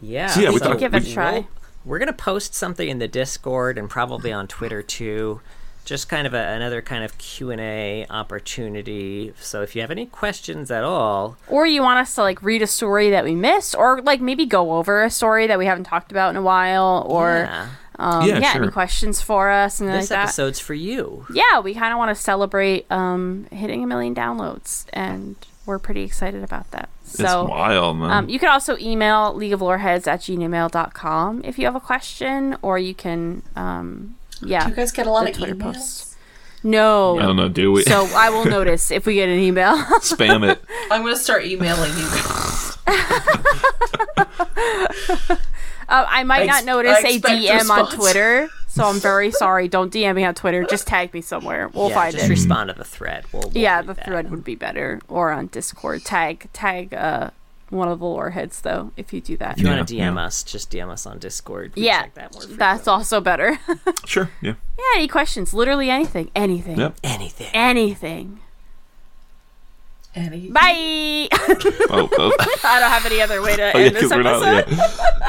S2: Yeah.
S3: So, yeah, we
S1: thought- Give it a try.
S2: will- We're gonna post something in the Discord and probably on Twitter too. Just kind of a, another kind of Q and A opportunity. So if you have any questions at all,
S1: Or you want us to, like, read a story that we missed, or, like, maybe go over a story that we haven't talked about in a while, or, yeah,
S2: yeah,
S1: um,
S3: Yeah,
S1: yeah,
S3: sure.
S1: any questions for us, and
S2: this
S1: like that.
S2: episode's for you.
S1: Yeah, we kind of want to celebrate um, hitting a million downloads, and we're pretty excited about that. So
S3: It's wild, man.
S1: um, you can also email League of Loreheads at gmail.com if you have a question, or you can, um, yeah.
S4: You guys get a lot
S1: the
S4: of
S1: Twitter
S4: emails.
S1: posts. No.
S3: I don't know. Do we
S1: So I will notice if we get an email.
S3: spam it?
S4: I'm gonna start emailing you.
S1: Uh, I might
S4: I
S1: not
S4: ex-
S1: notice
S4: I
S1: a
S4: expect
S1: DM on
S4: response.
S1: Twitter, so I'm very sorry. Don't DM me on Twitter. Just tag me somewhere. We'll
S2: yeah,
S1: find
S2: just
S1: it.
S2: respond to the thread. We'll, we'll
S1: yeah,
S2: read
S1: the
S2: that.
S1: thread would be better, or on Discord. Tag tag uh, one of the lore heads though, if you do that.
S2: If you
S3: Yeah,
S2: want to DM
S3: yeah.
S2: us, just DM us on Discord. We
S1: Yeah,
S2: check that more
S1: that's also better. yeah,
S3: Sure. Yeah.
S1: any questions? Literally anything. Anything.
S3: Yep.
S2: anything.
S1: Anything.
S4: Annie.
S1: Bye. I
S3: Oh, oh.
S1: don't have any other way to
S3: oh yeah,
S1: end this
S3: because we're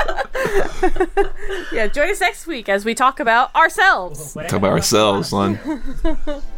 S1: episode.
S3: not. Yeah.
S1: yeah, join us next week as we talk about ourselves.
S3: Talk about ourselves, son.